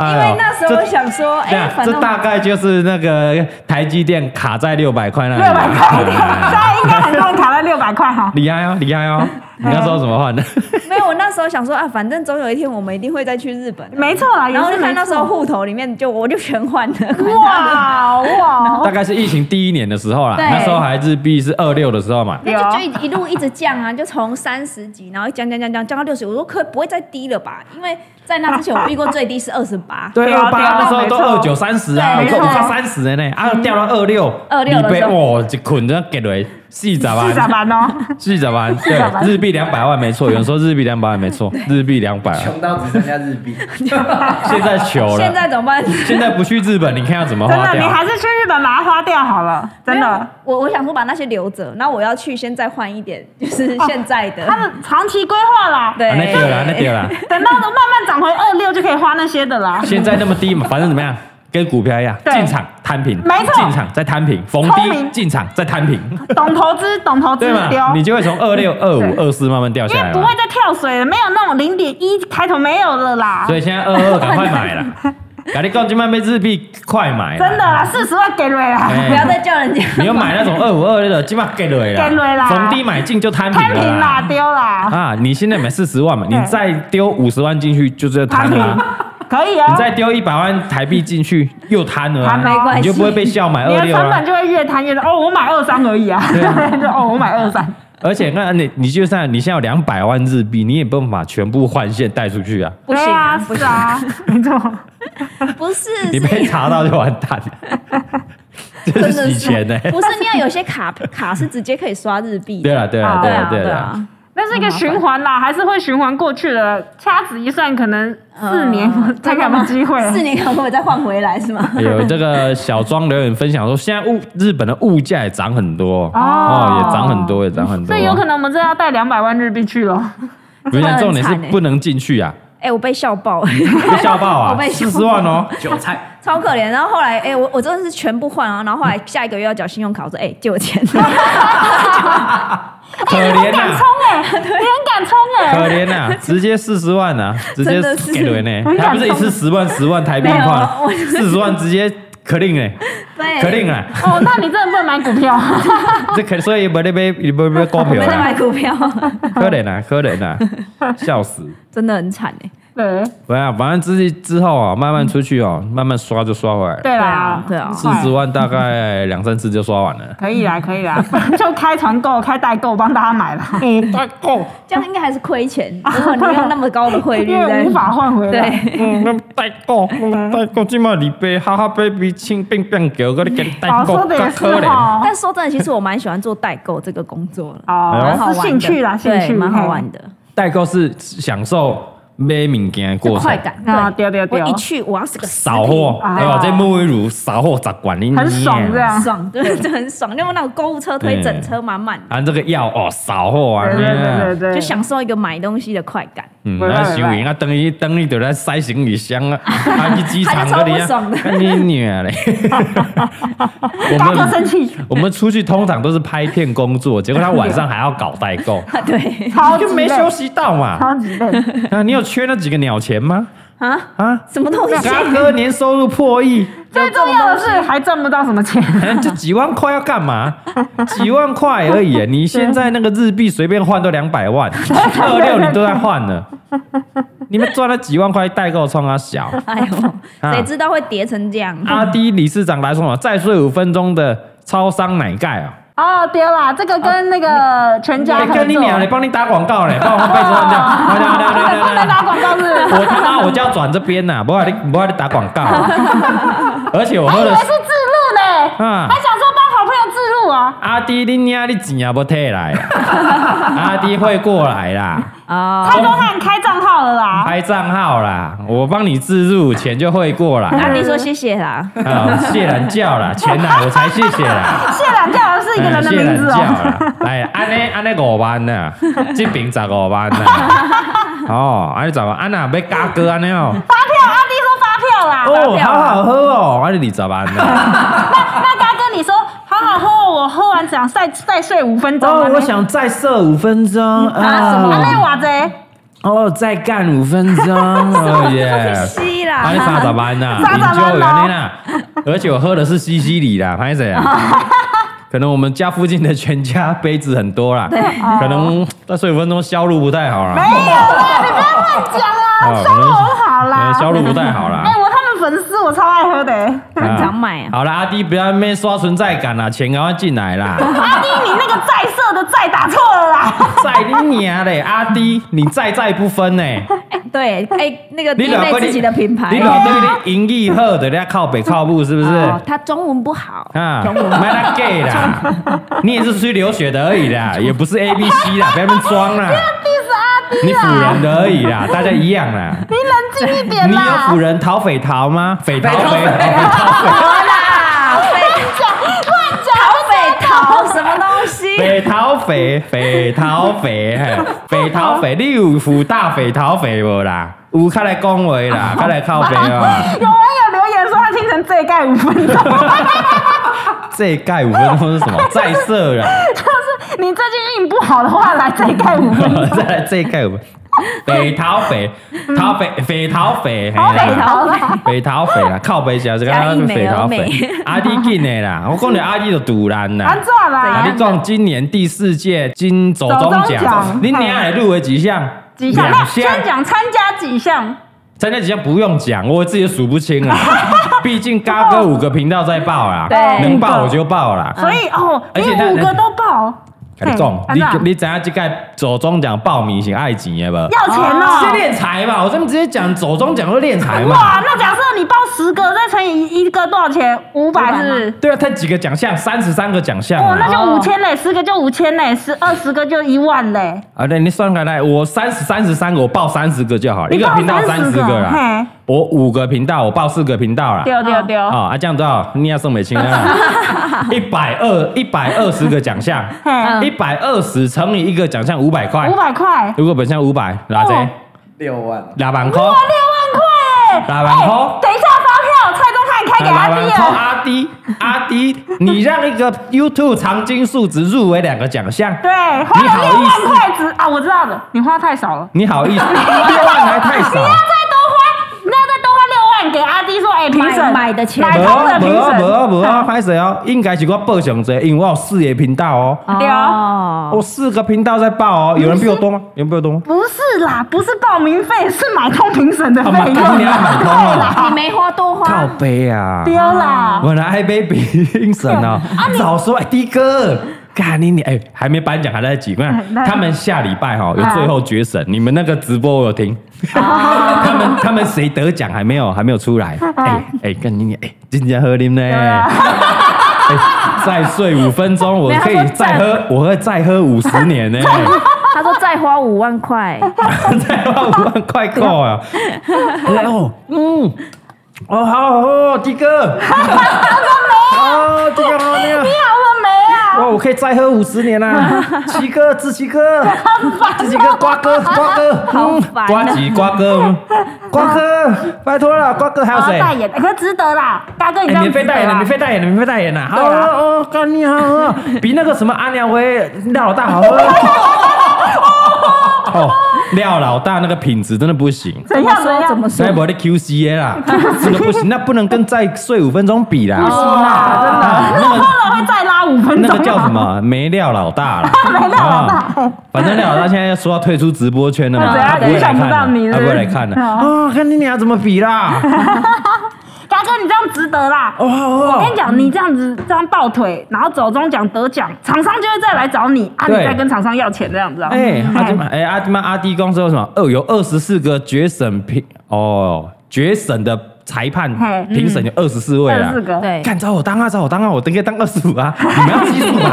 A: 因
B: 因为那时候我想说，哎，反
A: 哎这
B: 正
A: 大概就是那个台积电卡在六百块那里，啊
C: 六百块，现
A: 哎
C: 在应该很多人卡在六百块哈。
A: 厉害哦，厉害哦！你那时候怎么换的？
B: 没有，我那时候想说啊，反正总有一天我们一定会再去日本，
C: 没错啦，也
B: 然后
C: 是
B: 就看
C: 啊没
B: 那时
C: 错
B: 候。户头里面就我就全换了，
C: 哇哇，
A: 大概是疫情第一年的时候啦，
B: 对
A: 那时候还日币是二六的时候嘛。
B: 那就就一一路一直降啊，就从三十几，然后降降降降降到六十，我说可不会再低了吧？因为在那之前我遇过最低是二十八，
A: 对
C: 对啊
A: 二
C: 对
A: 八
C: 啊
A: 那时候
C: 没
A: 都
C: 错
A: 二九三十啊，我
B: 对没
A: 靠
B: 错
A: 我靠三十的呢，
C: 嗯
A: 啊掉到二六，哦
B: 26的时候
A: 哇，一捆就给了四十
C: 四
A: 万
C: 十，万哦，
A: 四十万，
C: 十万
A: 对，日币两百万没错，有人说日币两两百没错，日币两百、啊。
D: 穷到只剩下日币，
A: 现在糗
B: 现
A: 了，
B: 在怎 么办？
A: 现在不去日本，你看要怎么
C: 真
A: 花
C: 的，你
A: 掉？
C: 还是去日本把它花掉好了，真
B: 没有
C: 的。，
B: 我我想说把那些留着，那我要去现在换一点，就是
A: 哦
B: 现在的。
C: 他们长期规划啦，
B: 对，
A: 啊那掉了，那掉 了。
C: 等到慢慢涨回二六就可以花那些的 啦。
A: 现在那么低嘛，反正怎么样，跟股票一样，
C: 对
A: 进场摊平，
C: 没错
A: 进场再摊平，逢
C: 聪
A: 低
C: 明
A: 进场再摊平，
C: 懂投资，懂投资
A: 对
C: 丢，
A: 嘛？你就会从二六、二五、
C: 对
A: 二四慢慢掉
C: 哦因
A: 下来
C: 为不
A: 嘛。
C: 会再跳水了，没有那种零点一开头没有了啦。
A: 所以啊现在二二赶快买 了，赶紧告今晚被日币快买啦，
C: 真的啊啦，四十万给瑞啦，
A: 哎
B: 不要再叫人家。
A: 你要买那种二五二六的，今晚给了啦，
C: 给了啦
A: 逢低买进就摊平
C: 摊
A: 了
C: 平啦，
A: 啦。
C: 丢啦，
A: 啊，你现在买四十万嘛，你
C: 对
A: 再丢五十万进去就是摊
C: 摊
A: 了
C: 平
A: 啊，
C: 可以啊
A: 你。再丢一百万台币进去又摊了啊，
C: 摊没
B: 关
A: 你
B: 系
A: 就不会被笑买
C: 你
A: 二
C: 的
A: 六
C: 成
A: 啊
C: 本。就会越摊越多。哦，我买二三而已啊，
A: 对啊
C: 就哦，我买二三，
A: 而且那你你就算你现在有两百万日币，你也没办法全部换现带出去啊，
B: 不行
C: 对啊，
B: 不
C: 是啊，没错，
B: 不是，
A: 你
B: 是
A: 被查到就完蛋， 这
B: 真
A: 是
B: 的
A: 洗钱呢、
B: 不是，你要有些卡卡是直接可以刷日币的。
A: 对了对了
C: 啊
A: 对
B: 对
A: 了
B: 啊，
A: 对
B: 对
A: 了，
B: 啊，
C: 那是一个循环啦，还是会循环过去的。掐指一算，可能四年
B: 嗯
C: 才有没有机
A: 啊
C: 会。
B: 四年可能会再换回来是吗？
A: 有这个小庄留言分享说，现在物日本的物价也涨很多哦
C: 哦
A: 也涨很多，也涨很多。啊
C: 所以有可能我们真的要带两百万日币去了。
A: 不是，
B: 真的很
A: 重点是
B: 惨欸
A: 不能进 去啊，
B: 哎，我被笑爆，
A: 被笑爆啊
B: 我，被笑
A: 四
B: 爆
A: 十万哦。
D: 韭菜。
B: 超可怜。然后后来，哎，我我真的是全部换啊，然后后来下一个月要缴信用卡，我说，哎，借我钱。
A: 可怜
C: 敢
A: 呐
C: 冲、
B: 欸
C: 哎、你很敢冲哎、
A: 可怜 呐、直接四十万呐、直接
B: 真的是
A: 给了呢
C: 我，很
A: 还
C: 感
A: 不
C: 动
A: 是一次十万十万台币
B: 没有
A: 换
B: 我，哎
A: 四十万直接可令呢，
B: 对，
A: 可令啊，
C: 哦，那你真的不能买股 票，
A: 这可所以不得被不得被股
B: 没
A: 票
B: 在
A: 啊，
B: 买股 票，
A: 可怜啊，可怜 啊，笑死！
B: 真的很惨
C: 欸
B: 哎。
C: 对
A: 不要，反正之之后啊，慢慢出去哦，慢慢刷就刷回来了。
C: 对啦，
B: 对啊
A: 四十万大概两三次就刷完 了。
C: 可以啦，可以啦， 就开团购、开代购，帮大 家买啦，
B: 哎
A: 嗯，代购，
B: 这样应该还是亏钱。如 果你用那么高的汇率，
C: 因啊为无法啊换回
B: 对，
C: 来。
A: 嗯，那代购，代购，嗯今麦里贝哈哈 baby 亲变变狗，我咧给你代
C: 哦，
A: 购，
C: 说的也是哦。
B: 但说真的，其实我蛮喜欢做代购这个工作的，
A: 哎
C: 哦
A: 呦，
B: 好玩
C: 是
B: 的
C: 兴趣啦，兴
B: 对
C: 趣
B: 蛮好玩的，
A: 代购是享受买物件的
B: 就
A: 过
B: 快
A: 程，
B: 感。
C: 嘿啊，对对
B: 我
C: 对，
B: 一去，我要是个实体
A: 扫货，
C: 哎
A: 对
C: 呦
A: 吧？这沐浴乳扫货咋管你？
C: 很爽这样。
B: 爽，对，就很爽。要不那种购物车推整车满满的，
A: 啊，这个药哦，扫货啊，
C: 对对对对对，
B: 就享受一个买东西的快感。
A: 嗯，
C: 袂歹
A: 那行李啊，等于等于就来塞行李箱 啊，啊去机场
B: 他就
A: 那
B: 超
A: 里
B: 不
A: 啊
B: 爽的，
A: 看你娘嘞！我
C: 大哥
A: 们
C: 生气，
A: 我们出去通常都是拍片工作，结果他晚上还要搞代购，
B: 对
C: 超级
A: 就没
C: 累
A: 休息到嘛。
C: 超级 累，
A: 啊，你有缺那几个鸟钱吗？
B: 啊，
A: 啊，
B: 什么东 西？
A: 嘎哥年收入破亿，
C: 最重要的是还赚不到什么钱，
A: 哎这几万块要干嘛？几万块而 已，你现在那个日币随便换都两百万，二六你都在换了，你们赚了几万块代购冲啊小。
B: 哎
A: 啊
B: 呦，谁知道会叠成这样？
A: 阿迪理事长来说嘛，再睡五分钟的超商奶盖啊、
C: 哦，对啦，这个跟那个全家
A: 哎
C: 合作，
A: 啊跟你俩嘞， 帮你打广告嘞，帮我换被子换掉，换掉，换掉，换掉
C: 不
A: 换掉
C: 能。打广告是不是，
A: 我他妈我就要转这边呐、不要你不要你打广告、而且我
C: 还
A: 喝
C: 以为
A: 了
C: 哎是自录呢，
A: 啊
C: 还想说帮好朋友自录啊，
A: 阿迪，你娘你钱也不退来，啊阿迪会过来啦，
B: 啊，
C: 蔡宗汉开账号了啦，
A: 开账号啦，我帮你自入，钱就会过来
B: 阿
A: 啦。
B: 弟啊
C: 嗯
B: 说谢谢啦，
A: 啊，谢懒觉啦，钱啦，我才谢谢啦。
C: 谢懒觉好像是一个人的
A: 啊哎 谢
C: 名字
A: 懒觉
C: 哦，
A: 啦，来，安尼安尼五万 呐，这边十五万呐，哦，安尼十万，安那要加哥安尼哦，
C: 发票，阿弟啊说发票啦，
A: 哦，好好喝哦，安尼二十万 呐，
C: 那大哥你说好好喝，我喝完想再再睡五分钟，啊
A: 哦
C: 安，尼
A: 我想再射五分钟
B: 啊什么
C: 安内
A: 啊，
C: 瓦贼。
A: 哦，再干五分 钟，哦耶
B: 可。惜
A: 安尼啊三十
B: 啦。
A: 万啊呐，
C: 三十万
A: 研究
C: 咯
A: 安尼啦，而且我喝的是西西里啦，拍 谁啊？可能我们家附近的全家杯子很多啦，可能嗯再睡五分钟销路不太好啦。
C: 没有啦，你不要乱讲
A: 哦
C: 啦，烧肉很好啦
A: 呃，销路不太好
C: 哎、
A: 啦。
C: 我他们粉丝我超爱 喝的、欸，
B: 很常买啊
A: 好啦，阿弟不要没刷存在感啦，钱赶快进来 啦！
C: 阿弟你那个在色的在打错了啦，
A: 在你娘嘞，阿弟，你在在不分呢、
B: 哎， 对，哎，那个
A: 你
B: 弟妹自己的品牌
A: 你，老对你盈利后的要靠北靠步是不是？
B: 哦，他中文不 好，
A: 啊，买他 gay 啦！你也是出去留学的而已啦，也不是 A B C 啦，不要那么装啦。
C: 弟是阿弟
A: 你唬人的而已啦，大家一样啦。
C: 你冷静一点
A: 你有唬
C: 啦！
A: 人讨匪逃吗？匪逃
D: 匪逃
A: 匪
D: 匪
A: 逃。
B: 啦，匪逃什么东 西？
A: 匪逃匪，匪逃匪，嘿匪逃匪，你有辅大匪逃匪无啦？有较来恭维 啦，较来靠北啊！
C: 有网友留言说他听成这盖五分 钟，
A: 这盖五分钟是什么？再射啦！
C: 就是你最近运不好的话来这盖五 分 钟。
A: 再来这盖五分，匪逃匪，逃匪匪逃匪，嘿啦
C: 北
B: 逃
C: 啦
A: 北逃匪啦，靠北小是刚刚北逃
B: 嘉
A: 匪
B: 义美而美，
A: 阿弟进的啦，我讲你阿弟就堵然啦
C: 安。怎
A: 啊！
C: 啦
A: 你？讲今年第四届金走中
C: 走中
A: 奖
C: 奖，
A: 你娘也入围几项？
C: 几项？
A: 两
C: 那先讲参加几项。
A: 参加几项不用讲，我自己数不清 了。毕竟嘎哥五个频道在报啦，
B: 对
A: 哎能报我就报啦。
C: 嗯所以哦，
A: 而
C: 你
A: 且他
C: 五个都报，
A: 跟你讲，
C: 嘿安怎
A: 你你怎样这个走中奖报名是爱情的吧？
C: 要钱
A: 是
C: 哦。
A: 练财嘛？我这么直接讲，走中奖就练财
C: 哇，
A: 嘛。
C: 那假设你报十个，再乘以一个多少钱？五百是不是？
A: 对啊，他几个奖项，三十三个奖项
C: 哦，那
A: 啊。
C: 就五千嘞，十个就五千嘞，十二十个就一万嘞。
A: 啊，对，你算开来，我三十三十三个，我报三十个就好了，一
C: 你
A: 个
C: 报
A: 频道三十个
C: 30
A: 啦
C: 嘿。
A: 我五个频道，我报四个频道啦。
C: 对对对，
A: 哦，啊，这样多少？你要送美清 啊？一百二一百二十个奖项，
C: 嘿，
A: 一百二十乘以一个奖项五百块
C: 嗯五，百块，
A: 如果本项五百，哪
C: 哦
A: 谁？
D: 六万，
A: 拉板扣，
C: 六万块。哎
A: 拉板扣，
C: 等一下发票，蔡宗汉开给
A: 啊拉
C: 阿
A: 板
C: 弟啊
A: 扣，
C: 了。
A: 阿迪，阿迪，你让一个 YouTube 常青树只入围两个奖项，
C: 对，花
A: 你好
C: 了六
A: 意思
C: 万块只啊，我知道了，你花太少了。
A: 你好意思？六万还太 少，
C: 再多花，那再多花六万给阿弟说，哎，评审
B: 买买得起
C: 买
A: 无
C: 通的评
A: 无
C: 审。
A: 无无啊，拍谁哦？应该是我报上多，因为我有四个频道哦，我
B: 哦，
A: 四个频道在报哦，有人比我多吗？有人比我多吗？
C: 不是啦，不是报名费，是买通评审的费
A: 啊买
C: 用
A: 通你要买通哦
C: 对啦
B: 你没花多
A: 靠
B: 花，
A: 背啊！
C: 丢啦，
A: 我来 baby 精神 哦，
B: 啊
A: 早说哎，的哥。干你你哎，还没颁奖，还在挤。我
C: 哎
A: 想
C: 那
A: 他们下礼拜哈有
B: 啊
A: 最后决审，你们那个直播我有听。
B: 啊
A: 他们他们谁得奖还没有还没有出来？哎哎，干你你哎，今天喝啉呢？
B: 啊
A: 哎，再睡五分钟，我
B: 没有
A: 可以
B: 他说
A: 再喝，我会再喝五十年 呢，
B: 他说再花五万块，
A: 再花五万块够啊！哦，嗯，哦，好好喝，的哥。哦，的哥好料。
C: 你好了没啊？
A: 哇，我可以再喝五十年啦！七哥，志奇哥，志奇哥，瓜哥，瓜哥，
B: 好烦啊
A: 瓜吉，瓜哥，瓜哥，拜托了，瓜哥还有
C: 我
A: 谁？
C: 要代言，哎可是值得啦，大哥你这
A: 哎
C: 样
A: 免费
C: 值得啊
A: 代言了，
C: 啦
A: 免费代言了，免费代言了，好
C: 对啊
A: 啊哦，干你好啊，比那个什么阿廖维廖老大好喝。 哦，廖老大那个品质真的不行，
C: 怎
B: 怎
C: 样
B: 么
C: 怎
B: 说怎么
C: 样？
B: 说
A: 该？不的 QCA 啦， 真的不行，那不能跟再睡五分钟比啦，不
B: 行啦
A: 啊真 的，那个
C: 后来会再拉五分钟。啊
A: 那个叫什？哦么？没料老大了， 没料老大。反正廖老大现在说要退出直播圈了嘛，
C: 对啊
A: 他不会来
C: 影响
A: 看
C: 不到你
A: 的，
C: 是
A: 他
C: 不
A: 不
C: 是
A: 会来看的。
C: 哦
A: 啊，看你俩怎么比啦？
C: 大哥你这样值得啦。
A: 哦哦，
C: 我
A: 哦
C: 跟你讲，你这样子这样抱腿，然后走中奖得奖，厂商就会再来找你啊，你
A: 对
C: 再跟厂商要钱这样子啊。
A: 哎，
B: 嗯
A: 阿弟
C: 哎
A: 妈，哎阿弟妈，阿弟公司有什么？哦，有二十四个决审评哦，决审的裁判
C: 嘿嗯
A: 评审有二十四位
C: 二
A: 啦
C: 十。个，
B: 对，
A: 干找我当啊，找我当啊，我等可以当二十五啊！你们要激素 吧？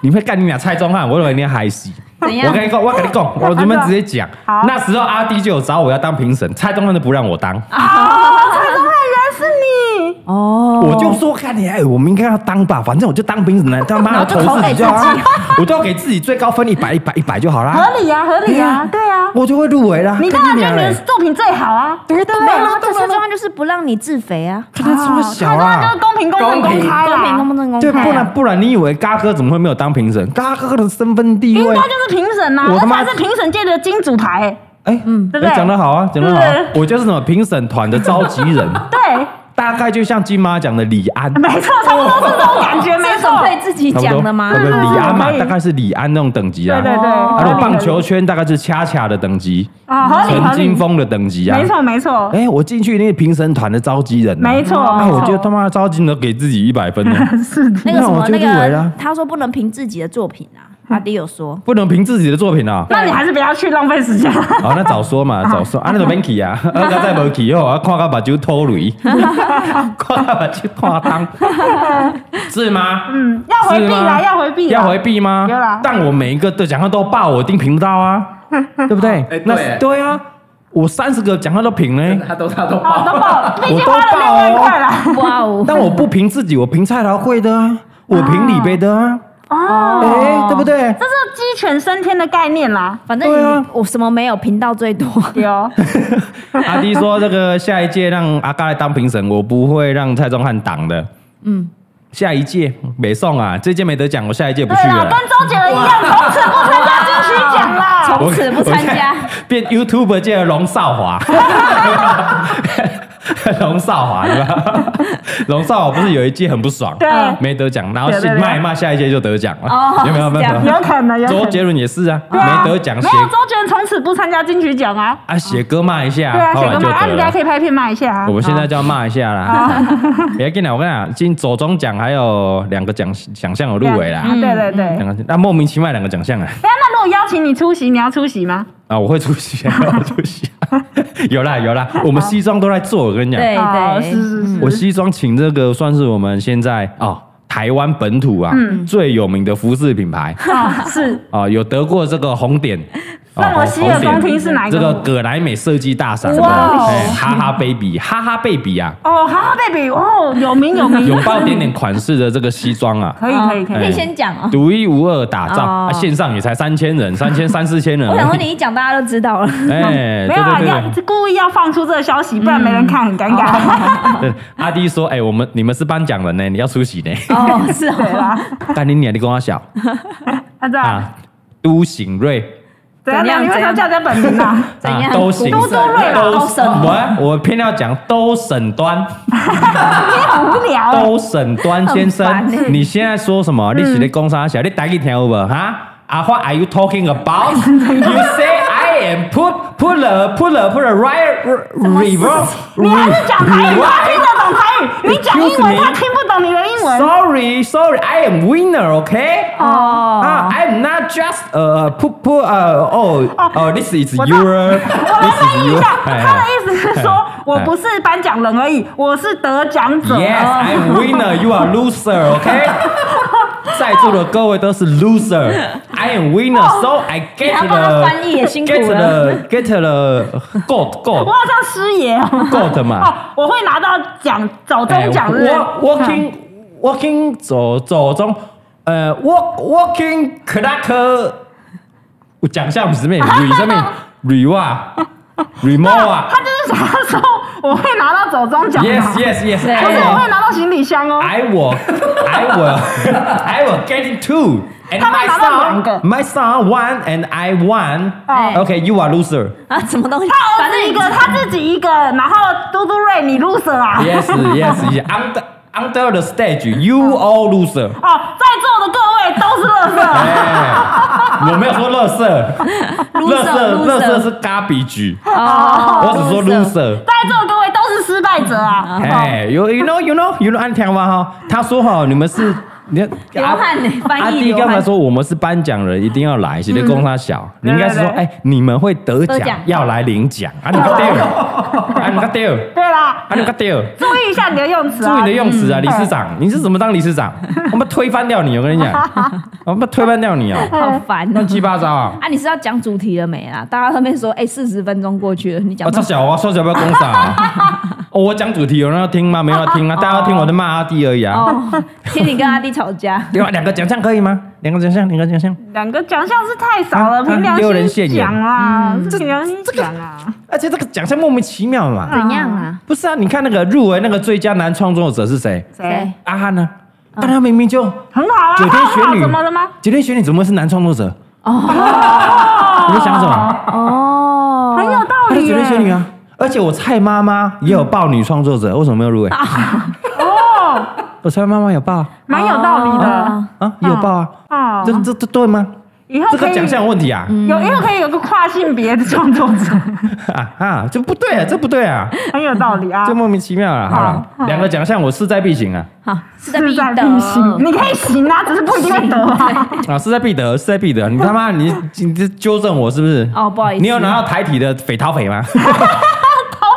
A: 你们干你俩蔡宗汉，我以为你害死。
B: 怎样
A: 我跟你讲，我跟你 讲，我你们直接讲。
C: 好
A: 那时候阿弟就有找我要当评审，蔡宗汉都不让我当，
C: 哦，蔡宗翰原来是你，
B: 哦，
A: 我就说干你，哎，我们应该要当吧，反正我就当评审了，他妈
B: 然后
A: 的
B: 就
A: 投
B: 投
A: 自
B: 给
A: 己
B: 自己
A: 就好了，我就给自己最高分一百一百一百就好啦，
C: 合理呀，合理哎呀，对呀，
A: 我就会入围啦。
C: 你当然觉
A: 干娘
C: 得你的
A: 嘞
C: 作品最好啊，对对
B: 没有啊，这最重要就是不让你自肥啊，
A: 看他这么小
C: 蔡宗翰就
A: 啊
C: 是。公平、公正、
D: 公平
C: 公开啊啦，
B: 公平公正公
A: 对，
B: 开
A: 不然
B: 啊，
A: 不然，你以为嘎哥怎么会没有当评审？嘎哥的身份地
C: 应
A: 位
C: 该，就是评审呐，
A: 我
C: 而
A: 他
C: 且
A: 妈
C: 还是评审界的金主牌、欸
A: 哎，嗯，
C: 对不对
A: 讲得好啊，讲得好啊
C: 对不，
A: 我就是什么评审团的召集 人，
C: 对，
A: 大概就像金妈讲的李安，哦
C: 没错，差不多是这种感觉，没
B: 这
C: 错
B: 种。可以自己
A: 差不多
B: 讲的吗
A: 对？不对？
C: 对对
A: 李安嘛
C: 嗯可，以
A: 大概是李安那种等级啊
C: 对。对对，
B: 哦
A: 而
C: 合
A: 且
C: 理
A: 棒球圈大概是恰恰的等级，
C: 啊，合理合
A: 陈
C: 理
A: 金，峰的等级啊。
C: 没。错没错
A: 哎，我进去那个评审团的召集人啊，
C: 没错
A: 啊，
C: 没
A: 我
C: 错
A: 就他妈召集人都给自己一百 分了，
C: 是的，
B: 那个什么
A: 那我就
B: 那
A: 入围了嗯
B: 个，他说不能凭自己的作品啊，阿迪有说，
A: 不能凭自己的作品啊。
C: 那你还是不要去浪费时间。
A: 好，哦那早说嘛，早说啊，那都免 去啊，啊，再无去哦，啊，看到目睭脱泪， 看到目睭看汤，是吗？
C: 嗯，要回避
A: 是吗
C: 啦，要回避啦，
A: 要回避吗？
C: 有啦
A: 但我每一个的奖项都报，我一定评不到啊。对不对
D: 哎？
A: 那
D: 对
A: 对啊，我三十个奖项都评
D: 真
A: 嘞
D: 的，他都他都
C: 啊，
D: 报，
C: 都报，毕
A: 我
C: 竟
A: 都
C: 花了六
A: 报
C: 万
A: 哦
C: 块啦。
B: 哇哦，
A: 但我不评自己，我评蔡桃慧的啊，我评李贝的啊，
C: 哦，
A: 哎，对不对？
C: 这是鸡犬升天的概念啦。
B: 反正
A: 对
B: 你
A: 啊
B: 我什么没有，频道最多。
C: 有，
A: 阿迪说：“这个下一届让阿嘎来当评审，我不会让蔡宗翰挡的。”
B: 嗯，
A: 下一届没送啊，这届没得奖，我下一届不
C: 对啊
A: 去
C: 啦，
A: 了。
C: 跟周杰伦一样，从此不参加金曲奖啦。
B: 从此不参加
A: 我我变 YouTube 界的龙少 华，龙少华对吧？龙少华不是有一届很不爽，
C: 对，
A: 没得奖，然后
C: 对对对
A: 骂一骂，下一届就得奖
B: 哦
A: 了，有没有？有没
B: 这样
A: 有
C: 有可能，有可
A: 周
C: 能。
A: 杰伦也是啊，
C: 对啊
A: 没得奖写
C: 没有周杰伦从此不参加金曲奖啊。
A: 啊写歌骂一
C: 对
A: 下，
C: 啊，
A: 后
C: 写
A: 来
C: 个
A: 就
C: 嘛，啊，
A: 得
C: 你大家
A: 了
C: 可。以拍片卖一下啊。
A: 我们现在就要骂一下啦！ 别跟了，我跟你讲，今左中奖还有两个奖奖项有入围
C: 啊
A: 啦，嗯
C: 对对对。
A: 两个那莫名其妙两个奖项啊！
C: 哎，那如果邀请你出席，你要出席吗？
A: 啊，我会出 席，我会出席， 有啦有啦，我们西装都在做，我跟你讲，
B: 对
C: 哦
B: 对，
C: 是是是。
A: 我西装请这个算是我们现在哦台湾本土啊、
C: 嗯
A: 最有名的服饰品 牌
C: 啊， 是。
A: 啊、有得过这个红点。
C: 那我
A: 哦
C: 洗耳恭听是哪一
A: 这
C: 个
A: 个葛莱美设计大赏的，
C: 哇哦
A: 哎哈哈 baby，哈哈 baby 啊，
C: 哦，哈哈 baby，哦，有名有名。
A: 拥抱点点款式的这个西装啊，
C: 可以可以可
A: 哎
C: 以。
B: 可以先讲哦。
A: 独一无二打造，
B: 哦
A: 啊、线上也才三千人，三千三四千人而
B: 我
A: 已。
B: 想说你一讲大家都知道 了，
A: 哎，
C: 没
A: 对
C: 有啊，
A: 对对
C: 要故意要放出这个消息，不然没人看，很尴尬。
A: 对，阿弟说，哎、我们你们是颁奖人呢，你要出席呢。
B: 哦，是
C: 对啊
B: 哦，
C: 啦，
A: 干你娘，你跟我小
C: 那这样，
A: 啊，都醒瑞。
C: 怎样？
B: 怎样
C: 啊你为什么叫人家本名啊？
B: 怎样
A: 啊、都行，
C: 都都瑞啦
B: 都省
A: 我我偏要讲都省端，
C: 好无聊哦。
A: 都省端先生
B: 很烦欸，
A: 你现在说什么？你是在工商小？你打给听有无哈？啊，What are you talking about? You say I am put put a put a put a right reverse.
C: 你还是讲台语，他
A: reverse-
C: 听得懂台语。你讲英
A: Excuse
C: 文，
A: me
C: 他听不懂你的英文。
A: Sorry, sorry, I am winner, okay?
B: 哦
A: 啊，I'm not just 呃 put put 呃哦哦，this is
C: 我知道
A: your，
C: 我
A: this
C: 来翻
A: is
C: 译一
A: your，
C: 下，
A: 哎
C: 他的意思是说
A: 哎，
C: 我不是颁奖人而已，我是得奖者。
A: Yes, I'm winner. You are loser. OK. 在座的各位都是 loser. I am winner, so I
B: 你
A: get
B: 还帮他
A: the
B: 翻译也辛苦
A: get
B: 了。
A: the get the gold
C: 我
A: gold
C: 好像师 爷哦。
A: gold 嘛。
C: 哦，我会拿到奖，走中奖日。嗯
A: 我 walking walking 走走中呃 walk walking crack 有奖项不是咩？瑞什么瑞 哇 remote 啊
C: 他就是想要说我会拿到走中奖
A: ？Yes
C: 嘛，
A: yes yes.
B: 对
C: 可
A: I
C: 是我
A: am
C: 会拿到行李箱哦。
A: 哎 I will, I will, I will get it too. And
C: 他们
A: my
C: 拿到两个
A: son, my son won, and I won.
C: 哦
B: 哎
A: Okay, you are loser.
B: 啊，什么东西？
C: 他儿
B: 反
C: 子
B: 正
C: 一个，他自己一个，然后嘟嘟瑞你 loser 啊。
A: Yes, yes, yes. Under under the stage, you all loser.
C: 哦，在座的各位都是乐色。啊
A: 哎，我没有说乐色，乐
B: Loser，
A: 色，
B: loser
A: 乐色是 garbage，
B: 哦，
A: 我只说 loser。
C: 在座的各位都是失败者啊！
A: 哎，you you know you know you know，按听完哈，他说哈，你们是你看
B: 流
A: 阿
B: 汗呢
A: 阿
B: 翻译
A: 弟
B: 流
A: 刚才
B: 汗。嗯
A: 说我们是颁奖人，一定要来，是的，供他小，你应该是说，
C: 对对对
A: 哎，你们会得
B: 得奖哦
A: 奖，要来领奖啊！你个丢，啊你个丢，
C: 对啦，
A: 啊你个 丢，
C: 注意一下你的用词
A: 注意
C: 啊
A: 你的！用词啊，理事
B: 嗯
A: 长，你是怎么当理事 长？我们推翻掉你，我跟你讲，我们推翻掉你哦，
B: 好烦
A: 乱
B: 哦！
A: 七八糟 啊！
B: 啊，你是要讲主题了没啦？啊大家上面说，哎，四十分钟过去了，你讲
A: 我操小啊，说小不要攻赏 啊！哦，我讲主题有人要听吗？没人要听啊，大家要听我在骂阿弟而已啊。，
B: 哦，听你跟阿弟吵架
C: 哦
A: 对吧？两个奖项可以吗？两个奖项，两个奖项。
C: 两个奖项是太少
A: 啊
C: 了，凭
A: 啊六人
C: 良
A: 现
C: 心
A: 眼嗯
C: 讲啦，凭良心讲啊！
A: 而且这个奖项莫名其妙嘛。
B: 怎样啊？
A: 不是啊，你看那个入围那个最佳男创作者是谁？
B: 谁？
A: 阿汉呢？但他明明就
C: 很好啊，
A: 九天
C: 很好
A: 玄女，
C: 怎么了吗？？
A: 九天玄女怎么会是男创作者？ 哦，你在想什么？
B: 哦，
C: 很有道
A: 她是
C: 理
A: 九天玄女
C: 耶！
A: 啊！而且我蔡妈妈也有报女创作者，为什么没有入围？
C: 哦，
A: 我蔡妈妈有报啊
C: 蛮有道理的
B: 哦
A: 啊，也有报啊，
C: 哦。
A: 这这这对吗？
C: 以嗯后
A: 这
C: 可
A: 个
C: 以
A: 奖项有问题啊！
C: 有，以后可以有个跨性别的创作者，
A: 啊啊，这不对啊，这不对啊，
C: 很有道理啊
A: 这！莫名其妙啊！好
C: 好
A: 了，两个奖项我势在必行啊！
B: 好，势在
C: 志
B: 必
C: 在必行，
B: 得。
C: 你可以行啊，只是不一定会得 啊。
A: 啊，势在必得，势在必得！你他妈，你你这纠正我是不是？
B: 哦不好意思
A: 你有拿到台体的匪逃匪吗？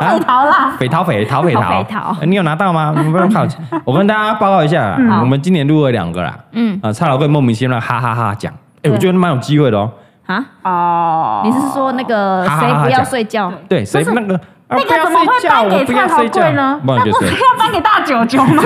A: 啊
C: 逃匪逃啦，
A: 匪逃 匪逃匪逃
B: 逃匪逃
A: 呃你有拿到吗？你不用好奇，我跟大家报告一下
C: 嗯
A: 啦，我们今年入了两个啦，呃
B: 嗯
A: 啊，蔡老贵莫名其妙哈哈哈奖，哎，我觉得蛮有机会的哦。
B: 啊？
C: 哦，
B: 你是说那个
A: 好好
B: 谁
A: 好
B: 不要
A: 讲
B: 睡觉？
A: 对，谁那个啊
C: 那
A: 不
C: 个
A: 要
C: 怎么
A: 睡
C: 会
A: 觉，
C: 颁
A: 我
C: 给
A: 不
C: 蔡
A: 要
C: 桃
A: 睡觉
C: 贵呢？，
A: 不然
C: 那
A: 就
C: 不
A: 睡
C: 是。要颁给大九九吗？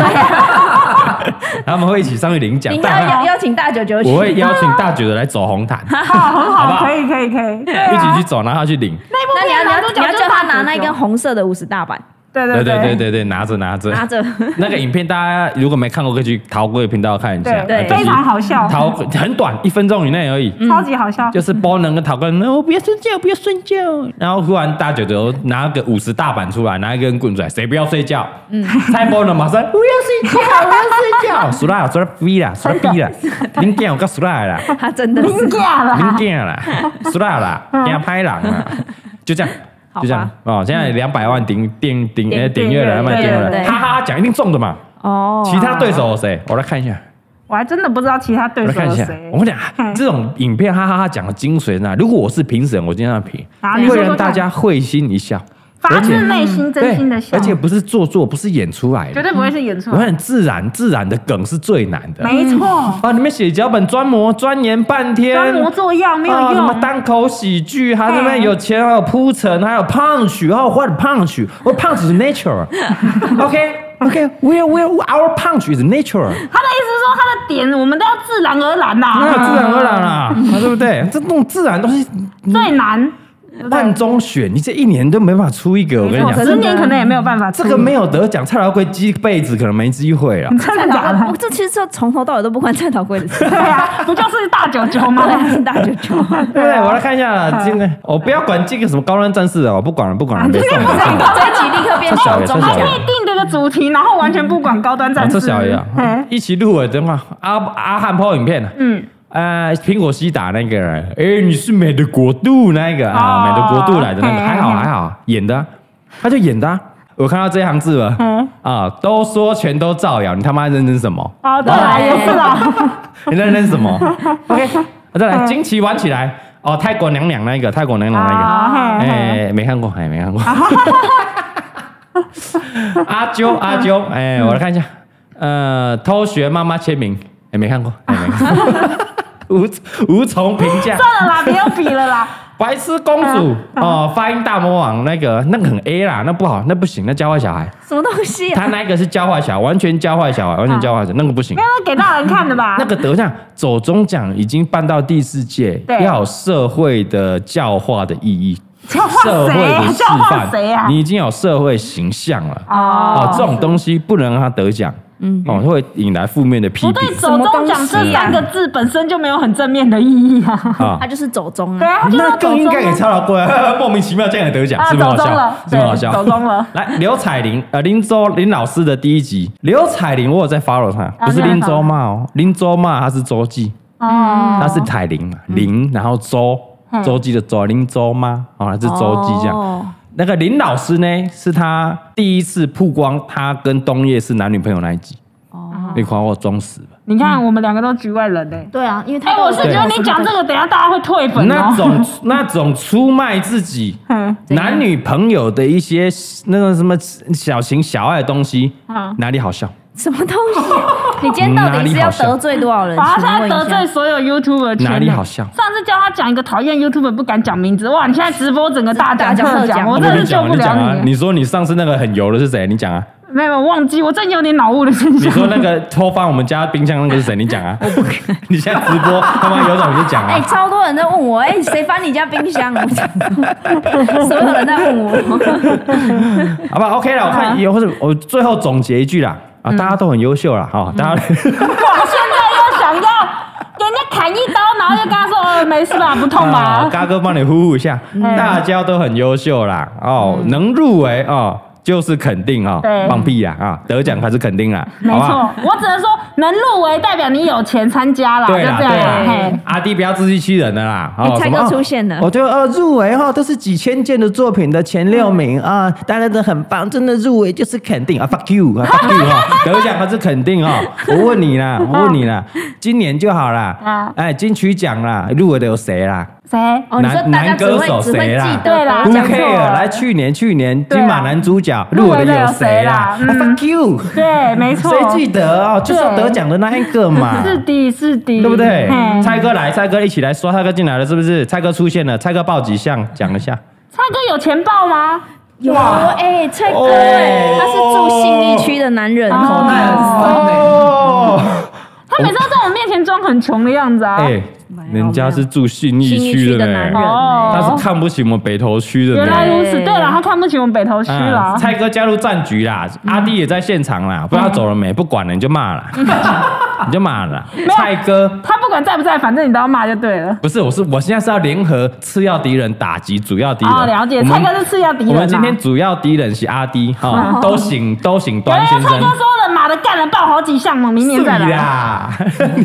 A: 他们会一起上去领奖
B: 你，要
A: 但
B: 邀邀请大九九去？
A: 我会邀请大九的来走红 毯，
C: 好，很
A: 好不好
C: 好，可以，可以，可以。对
A: 一
C: 啊
A: 起去，走，然后他去领。
C: 那部
B: 那你
C: 片
B: 要你
C: 男主
B: 要
C: 角
B: 你要
C: 就是
B: 叫
C: 大
B: 他
C: 九
B: 拿那
C: 九
B: 根，红色的五十大板，
C: 对
A: 对对对
C: 对
A: 对对，拿着拿着
B: 拿着。
A: 那个影片，大家如果没看过，可以去陶贵频道看一下。
B: 对
A: 啊就是
C: 非常好笑，
A: 陶很短，一分钟以内而已。
C: 超级 好笑。
A: 就是包能跟陶哥，那我哦不要睡觉，不要睡觉。然后忽然大九九哦拿个五十大板出来，拿一根棍出来，谁不要睡觉？嗯，蔡包能马上不要睡觉，不要睡 觉。输啦，输啦，逼啦，输啦逼啦，恁囝有够输啦 啦，
B: 他真的
C: 零
B: 是
C: 假
A: 恁
C: 啦，
A: 囝啦，输啦啦，惊拍人 啦，就这样。
B: 嗯好吧
A: 就这样哦，现在两百万顶顶顶
B: 顶
A: 呃顶阅了，
C: 对
A: 慢慢顶阅
B: 对
A: 了，
B: 对
A: 哈哈，讲一定中的嘛。
B: 哦。
A: 其他对手有谁？我来看一下，
C: 我还真的不知道其他对
A: 我来
C: 手
A: 看一
C: 有
A: 下。
C: 谁
A: 我。们俩 这种影片，哈哈哈讲的精髓呢？如果我是评审，我今天要评，
C: 啊
B: 你
A: 会
B: 说
A: 让
C: 说
A: 大
C: 看
A: 家会心一笑，
C: 发
A: 而且
C: 自内心、真
A: 对
C: 心的，笑，
A: 而且不是做作，不是演出来
C: 绝
A: 的，
C: 对不会是演出
A: 我
C: 来的，
A: 很自然，自然的梗是最难的。
C: 没错，
A: 啊，你们写脚本专模钻研半天，
C: 装模作样没有
A: 啊，什么
C: 用。
A: 单口喜剧，还有那边有钱，还有铺陈，还有 punch，还有 what punch，我 punch is nature。OK OK，where where our punch is nature。
C: 他的意思是说，他的点我们都要自然而然啊 呐、
A: 那自然而然啦、 啊，对不对？这种自然东西
C: 最难。对不对
A: 暗中选，你这一年都没办法出一个。我跟你
C: 没错
A: 讲，
C: 十年可能也没有办法出。
A: 这个没有得奖，蔡老贵鸡辈子可能没机会 了。
C: 真
B: 蔡
C: 的假
B: 桃贵，
C: 的？
B: 我这其实这从头到尾都不关蔡桃贵 的事，
C: 对啊，不就是大九九 吗？
B: 对，是大九九。
A: 对不对？我来看一下，今 天我不要管这个什么高端战士啊，我不管了，不啊管了，别送了。送了
B: 这一集立刻变
A: 这小
B: 小
A: 的
B: 中
A: 这小
C: 还
A: 的
B: 奖
C: 可，以定这个主题，然后完全不管高端
A: 啊
C: 战
A: 这
C: 士。
A: 小一啊
C: 嘿，
A: 一起入围的话，阿阿汉抛影片了。
C: 嗯，
A: 呃，苹果西打那个人，哎，你是美的国度那个啊，
C: 哦
A: 美的国度来的那个，
C: 嘿
A: 还好
C: 嘿
A: 还好，演的啊，他就演的啊。我看到这一行字
C: 嗯
A: 了，啊，都说全都造谣，你他妈认真什 么？
C: 哦，对啊，
B: 对
C: 也是啦，
A: 你认真什 么？OK，再啊来，惊奇玩起来哦，泰国娘娘那个，泰国娘娘那个，
C: 啊，嘿嘿
A: 哎，没看过，哎，没看过。阿啾阿啾，哎，我来看一下，呃，偷学妈妈签名，哎，没看过，哎，没看过，无无从评 价。
C: 算了啦，不要比了啦。
A: 白痴公主哦，发音大魔王那个那个很 A 啦，那不好，那不行，那教坏小孩。
B: 什么东西
A: 他
B: 啊？
A: 那个是教坏小孩，完全教坏小孩，完全教坏小孩，那个不行
C: 没。有给大人看的吧？
A: 那个得奖走中奖已经办到第四届，
C: 对
A: 要有社会的教化的意义，
C: 教化
A: 社会
C: 谁啊
A: 的示
C: 教化
A: 范，
C: 谁啊
A: 你已经有社会形象了。哦
C: 哦，
A: 这种东西不能让他得奖，嗯，哦，会引来负面的批
C: 不
A: 评
C: 对，走中奖这三个字本身就没有很正面的意义啊。
A: 啊
B: 他。就是走中
C: 对
B: 啊，
C: 啊，他就
A: 那
C: 说走
A: 更应
C: 中
A: 该给
C: 啊
A: 超老贵， 莫名其妙这样也得奖，
C: 啊
A: 是不是好
C: 走中
A: 笑
C: 了？
A: 是不是好
C: 对
A: 笑？
C: 走中了。
A: 来，刘彩玲，呃，林州林老师的第一集，刘彩玲我有在 follow 她，不是
C: 啊你有
A: 林州骂哦，林州骂她是周记，
C: 哦，嗯
A: 她是彩玲嘛，林，然后周，周记的周，林周妈，哦，她是周记这样。
B: 哦
A: 那个林老师呢，是他第一次曝光他跟冬叶是男女朋友那一集，
B: 哦，
C: 嗯
A: 你夸我装死吧？
C: 你看我们两个都局外人嘞。
B: 对啊，因为他
C: 哎，我是
A: 对
C: 觉得你讲这个，等一下大家会退粉
A: 那
C: 哦。
A: 种那种出卖自己
C: 嗯
B: 怎样
A: 男女朋友的一些那个什么小情小爱的东西
C: 嗯，
A: 哪里好笑？
B: 什么东西？你今天到底是要得罪多
A: 哎
B: 少人？
C: 哇，他
B: 请
C: 现在
B: 问
C: 得
B: 一
C: 罪
B: 下，
C: 所有 YouTuber 圈
A: 哪
C: 了
A: 里好笑
C: 上次叫他讲一个讨厌 YouTuber 不敢讲名字，哇！你现在直播整个大讲
B: 大讲
C: 特
B: 特
C: 讲，
B: 讲
C: 我
A: 跟
C: 真
A: 你
C: 的救
A: 讲啊，
C: 不
A: 你讲啊
C: 了！你。
A: 你说你上次那个很油的是谁？你讲 啊！
C: 没有，我忘记，我真有点脑雾的现
A: 你
C: 象。
A: 说那个偷翻我们家冰箱那个是谁？你讲 啊！ 你现在直播，他妈有种你就讲
B: 哎，
A: 啊！
B: 超多人在问我，哎，谁翻你家冰箱？ 所有人在问我，
A: 好吧，OK 了，我
C: 啊
A: 看以后是，我最后总结一句啦，啊，
C: 嗯
A: 大家都很优秀啦，哈，大家。
C: 哇！现在又想要给人家砍一刀，然后又跟他说：“呃，没事吧，不痛
A: 啊
C: 吧
A: 嘎哥帮你呼呼一下，
C: 嗯
A: 大家都很优秀啦，哦，能入围哦，就是肯定哦
C: 对，
A: 放屁啦啊，得奖还是肯定啦，？”
C: 没
A: 好不
C: 错
A: 好？，
C: 我只能说能入围代表你有钱参加啦，就
A: 对啦，
C: 这
A: 对
C: 样啦。
A: 啦嗯
C: 嘿，
A: 阿弟不要自欺欺人的啦。哦，
B: 哎蔡哥
A: 什么
B: 出现了
A: 哦我觉得呃入围哈都是几千件的作品的前六名啊，大家都很棒，真的入围就是肯定啊，fuck you 啊，fuck you 哈，得奖还是肯定哦。我问你啦，我问你啦，今年就好啦
C: 啊，
A: 哎，金曲奖啦，入围的有谁啦？
C: 谁？
B: 哦，你说
A: 男
B: 大家
A: 男
B: 只
A: 歌
B: 会
A: 手
B: 只会
A: 谁啦
B: 记
C: 对
B: 得
C: 啦
B: 啦
A: Who
C: 讲错
A: care？
C: 了
A: 来，去年去年金马男主角
C: 入
A: 入
C: 围
A: 围
C: 的
A: 的
C: 有
A: 有
C: 谁
A: 谁
C: 啦
A: 啦
C: 嗯
A: 啊？Fuck you！
C: 对，没错，
A: 谁记得哦？就是要
C: 对
A: 得奖的那一个嘛，
C: 是的，是的，
A: 对不对
C: 嗯嘿？
A: 蔡哥来，蔡哥一起来说，蔡哥进来了是不是？蔡哥出现了，蔡哥报几项？讲一下。
C: 蔡哥有钱报吗？
B: 有
A: 哇
B: 哎，蔡哥哎，
A: 哦
B: 他是住信义区的男人，
C: 哦
B: 口袋很深
D: 欸
A: 哦，
C: 他每次都在我面前装很穷的样子啊。
A: 哎，人家是住信义区的
B: 信义区的男
A: 呢
B: 人，哎
C: 哦，
A: 他是看不起我们北投区的
C: 原来
A: 呢。
C: 如此，对了，他看不起我们北投区啦嗯
A: 啊。蔡哥加入战局啦，阿弟也在现场啦，不知道走了没，不管了，你就骂 了，你就骂了。蔡哥
C: 他不管在不在，反正你都要骂就对了。
A: 不是，我是我现在是要联合次要敌人打击主要敌人。
C: 哦，了解，
A: 我
C: 蔡
A: 们
C: 哥是次要敌人啊。
A: 我们今天主要敌人是阿迪哈，都行都行，
C: 有
A: 端
C: 人
A: 先
C: 蔡
A: 生
C: 哥。哎说了，妈的干了爆好几项嘛，明年再
A: 对
C: 来。
A: 啦，啊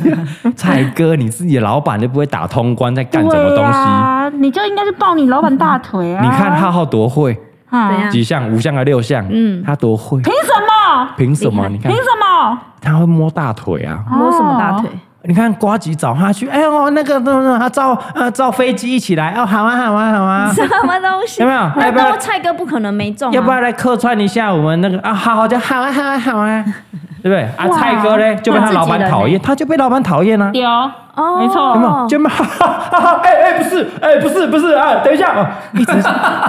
A: 蔡哥，你自己的老板都不会打通关，在干什么
C: 对
A: 东西？
C: 啊，你就应该是抱你老板大腿啊！
A: 你看浩浩多会，
C: 啊，
B: 怎样
A: 几项五项还六项，嗯，他多会，
C: 凭什么？
A: 凭什么？
B: 厉害
A: 你看
C: 凭什么？
A: 他会摸大腿啊。
B: 摸什么大腿？
A: 你看瓜吉找他去，哎呦，那个，那个，他照呃照飞机一起来，哦，好啊，好啊，好啊，
B: 什么东西？
A: 有没有
B: 那
A: 要不要
B: 都蔡哥不可能没中啊，
A: 要不要来客串一下我们那个啊？好好的，好啊，好啊，好啊，对不对？啊，
C: 哇
A: 蔡哥呢就被他老板讨厌，他就被老板讨厌啊。
C: 丢，
B: 哦
C: 没错
A: 有没有？就骂， 哈哈哈哎哎，不是，哎不是不是啊，等一下，啊一 直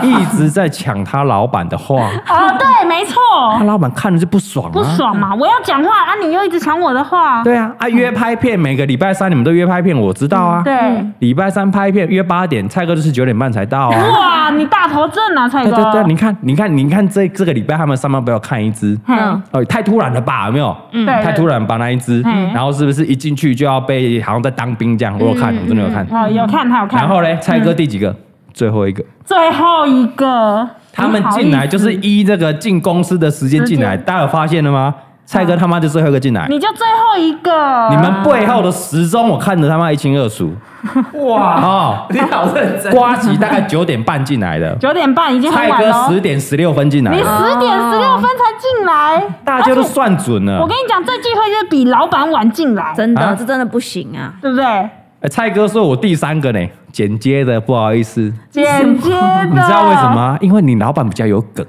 A: 一直在抢他老板的话，
C: 哦，对，没错，
A: 他老板看了就不爽啊，
C: 不。爽嘛！我要讲话啊，你又一直抢我的话。
A: 对啊，啊约拍片，每个礼拜三你们都约拍片，我知道啊。
B: 嗯
C: 对，
A: 礼拜三拍片约八点，蔡哥就是九点半才到 啊。
C: 哇，你大头症啊，蔡
A: 对
C: 哥。
A: 对对，你看，你看，你看这这个礼拜他们上班不要看一支，
C: 嗯
B: 嗯，
A: 哦，太突然了吧？有没有？嗯
C: 对
A: 太突然吧那一只
C: 嗯，
A: 然后是不是一进去就要被好像在当兵这样？我有看，我真的有看。
C: 哦，有看，他有看。
A: 然后嘞，蔡哥第几个？最后一个。
C: 最后一个，
A: 他们
C: 不好意思
A: 进来就是依这个进公司的时间进
C: 时
A: 来，
C: 间
A: 大家有发现了吗？蔡哥他妈就最后一个进来，
C: 啊你就最后一个，，
A: 你们背后的时钟我看得他妈一清二楚。哇哦，
D: 你好认真，
A: 瓜吉大概九点半进来的
C: 九点半已经很
A: 蔡
C: 晚
A: 哥
C: 了哦
A: 十，点十六分进来
C: 你
A: 的，
C: 十点十六分才进来，
A: 大家都
C: 而且
A: 算准了
C: 我跟。你讲，最忌讳就是比老板晚进来，
B: 真的
A: 啊
B: 这真的不行啊。
C: 对不对？
A: 哎蔡哥说我第三个呢，剪接的，不好意思。
C: 剪接的，啊哦
A: 你知道为什么？吗？因为你老板比较有梗，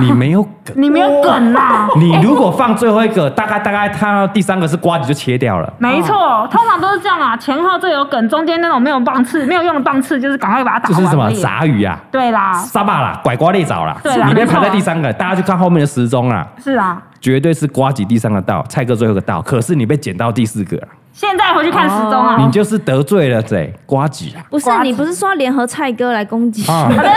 A: 你没有 梗。
C: 你没有梗啊啦。
A: 你如果放最后一个，大概大概他第三个是瓜吉就切 掉了。
C: 没错，通常都是这样啊，前后最有梗，中间那种没有棒刺、没有用的棒刺，就是赶快把它打
A: 这
C: 完。
A: 是什么？杂鱼啊？
C: 对啦，
A: 沙巴啦，拐瓜裂枣啦
C: 对啦，
A: 你被
C: 没错
A: 排在第三个，大家去看后面的时钟啦，
C: 是啊。
A: 绝对是瓜吉第三个到，蔡哥最后一个到，可是你被捡到第四个啦，
C: 现在回去看时钟啊，
A: 哦你就是得罪了谁？瓜吉啊！
B: 不是
C: 瓜子
B: 你不是说要联合蔡哥来攻击？
A: 啊
B: 你干嘛？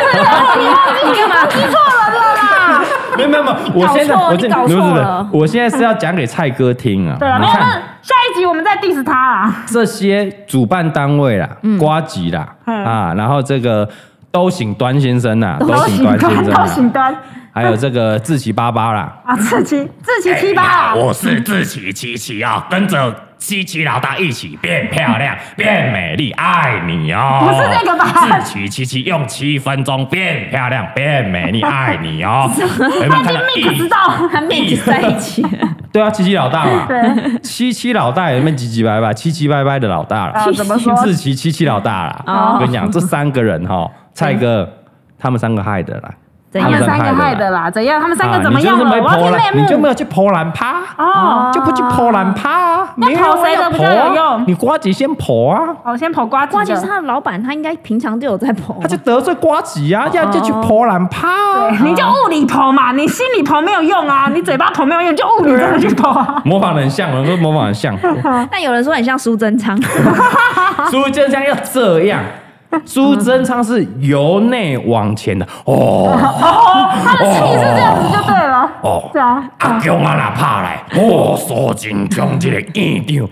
A: 没有没有没有，我
B: 搞
A: 现在
B: 错
A: 我
B: 你
A: 现
B: 搞
A: 不是
B: 错
A: 不是
B: 了
A: 我现在是要讲给蔡哥听啊。
C: 对了，
A: 你
C: 没有，那
A: 看
C: 下一集我们再 diss 他啊。
A: 这些主办单位啦，瓜吉啦
C: 嗯
A: 啊，然后这个都请端先生呐，都
C: 高
A: 请
C: 行
A: 端先
C: 端，
A: 生
C: 高行
A: 啦，
C: 端
A: 还有这个志奇巴巴啦，
C: 啊，自欺自欺
A: 哎
C: 欺吧。
E: 我是志奇七七啊，跟着七七老大一起变漂亮、变美丽，爱你哦！
C: 不是那个吧
E: 志奇七七用七分钟变漂亮、变美丽，爱你 哦！有没
C: 他
E: 有
C: 已
E: 看到一
C: 经 mix 到，
B: 他 们一起在一起，
A: 对啊，七七老大嘛，
C: 对，
A: 七七老大有没有唧唧歪歪、七七歪歪的老大
C: 啊
A: 了？
C: 怎么说
A: 志奇七七老大啦！
B: 哦
A: 我跟你讲，这三个人哈，蔡哥他们三个害的啦。
B: 怎
C: 他
B: 样
C: 们三个害的啦，怎样？他们三个怎么样了？
A: 啊你
C: 我
A: 就是没波
C: 要
A: 兰，
C: 听
A: 你
C: 内
A: 就没
C: 幕。
A: 有去波兰趴，
C: 哦，
A: 就不去波兰趴啊，
C: 那
A: 没有
C: 跑谁的
A: 要
C: 比
A: 跑
C: 较有
A: 啊
C: 用
A: 你瓜吉先跑啊，
C: 好，先跑瓜子
B: 瓜
C: 的。
B: 姐是他的老板，他应该平常就有在捧
A: 他。就得罪瓜吉啊，要就去波兰趴啊。
C: 哦对你就物理投嘛，你心理投没有用啊，你嘴巴投没有用，你就物理这么去投啊。
A: 模仿得很像，我说模仿得很 像，
B: 但有人说很像苏贞 昌，
A: 苏贞昌要这样。苏贞昌是由内往前的哦
C: 哦，他的心理是这样子就对了。
E: 哦
C: 是啊，
E: 阿强啊，若拍来，哦，苏真强这个院长，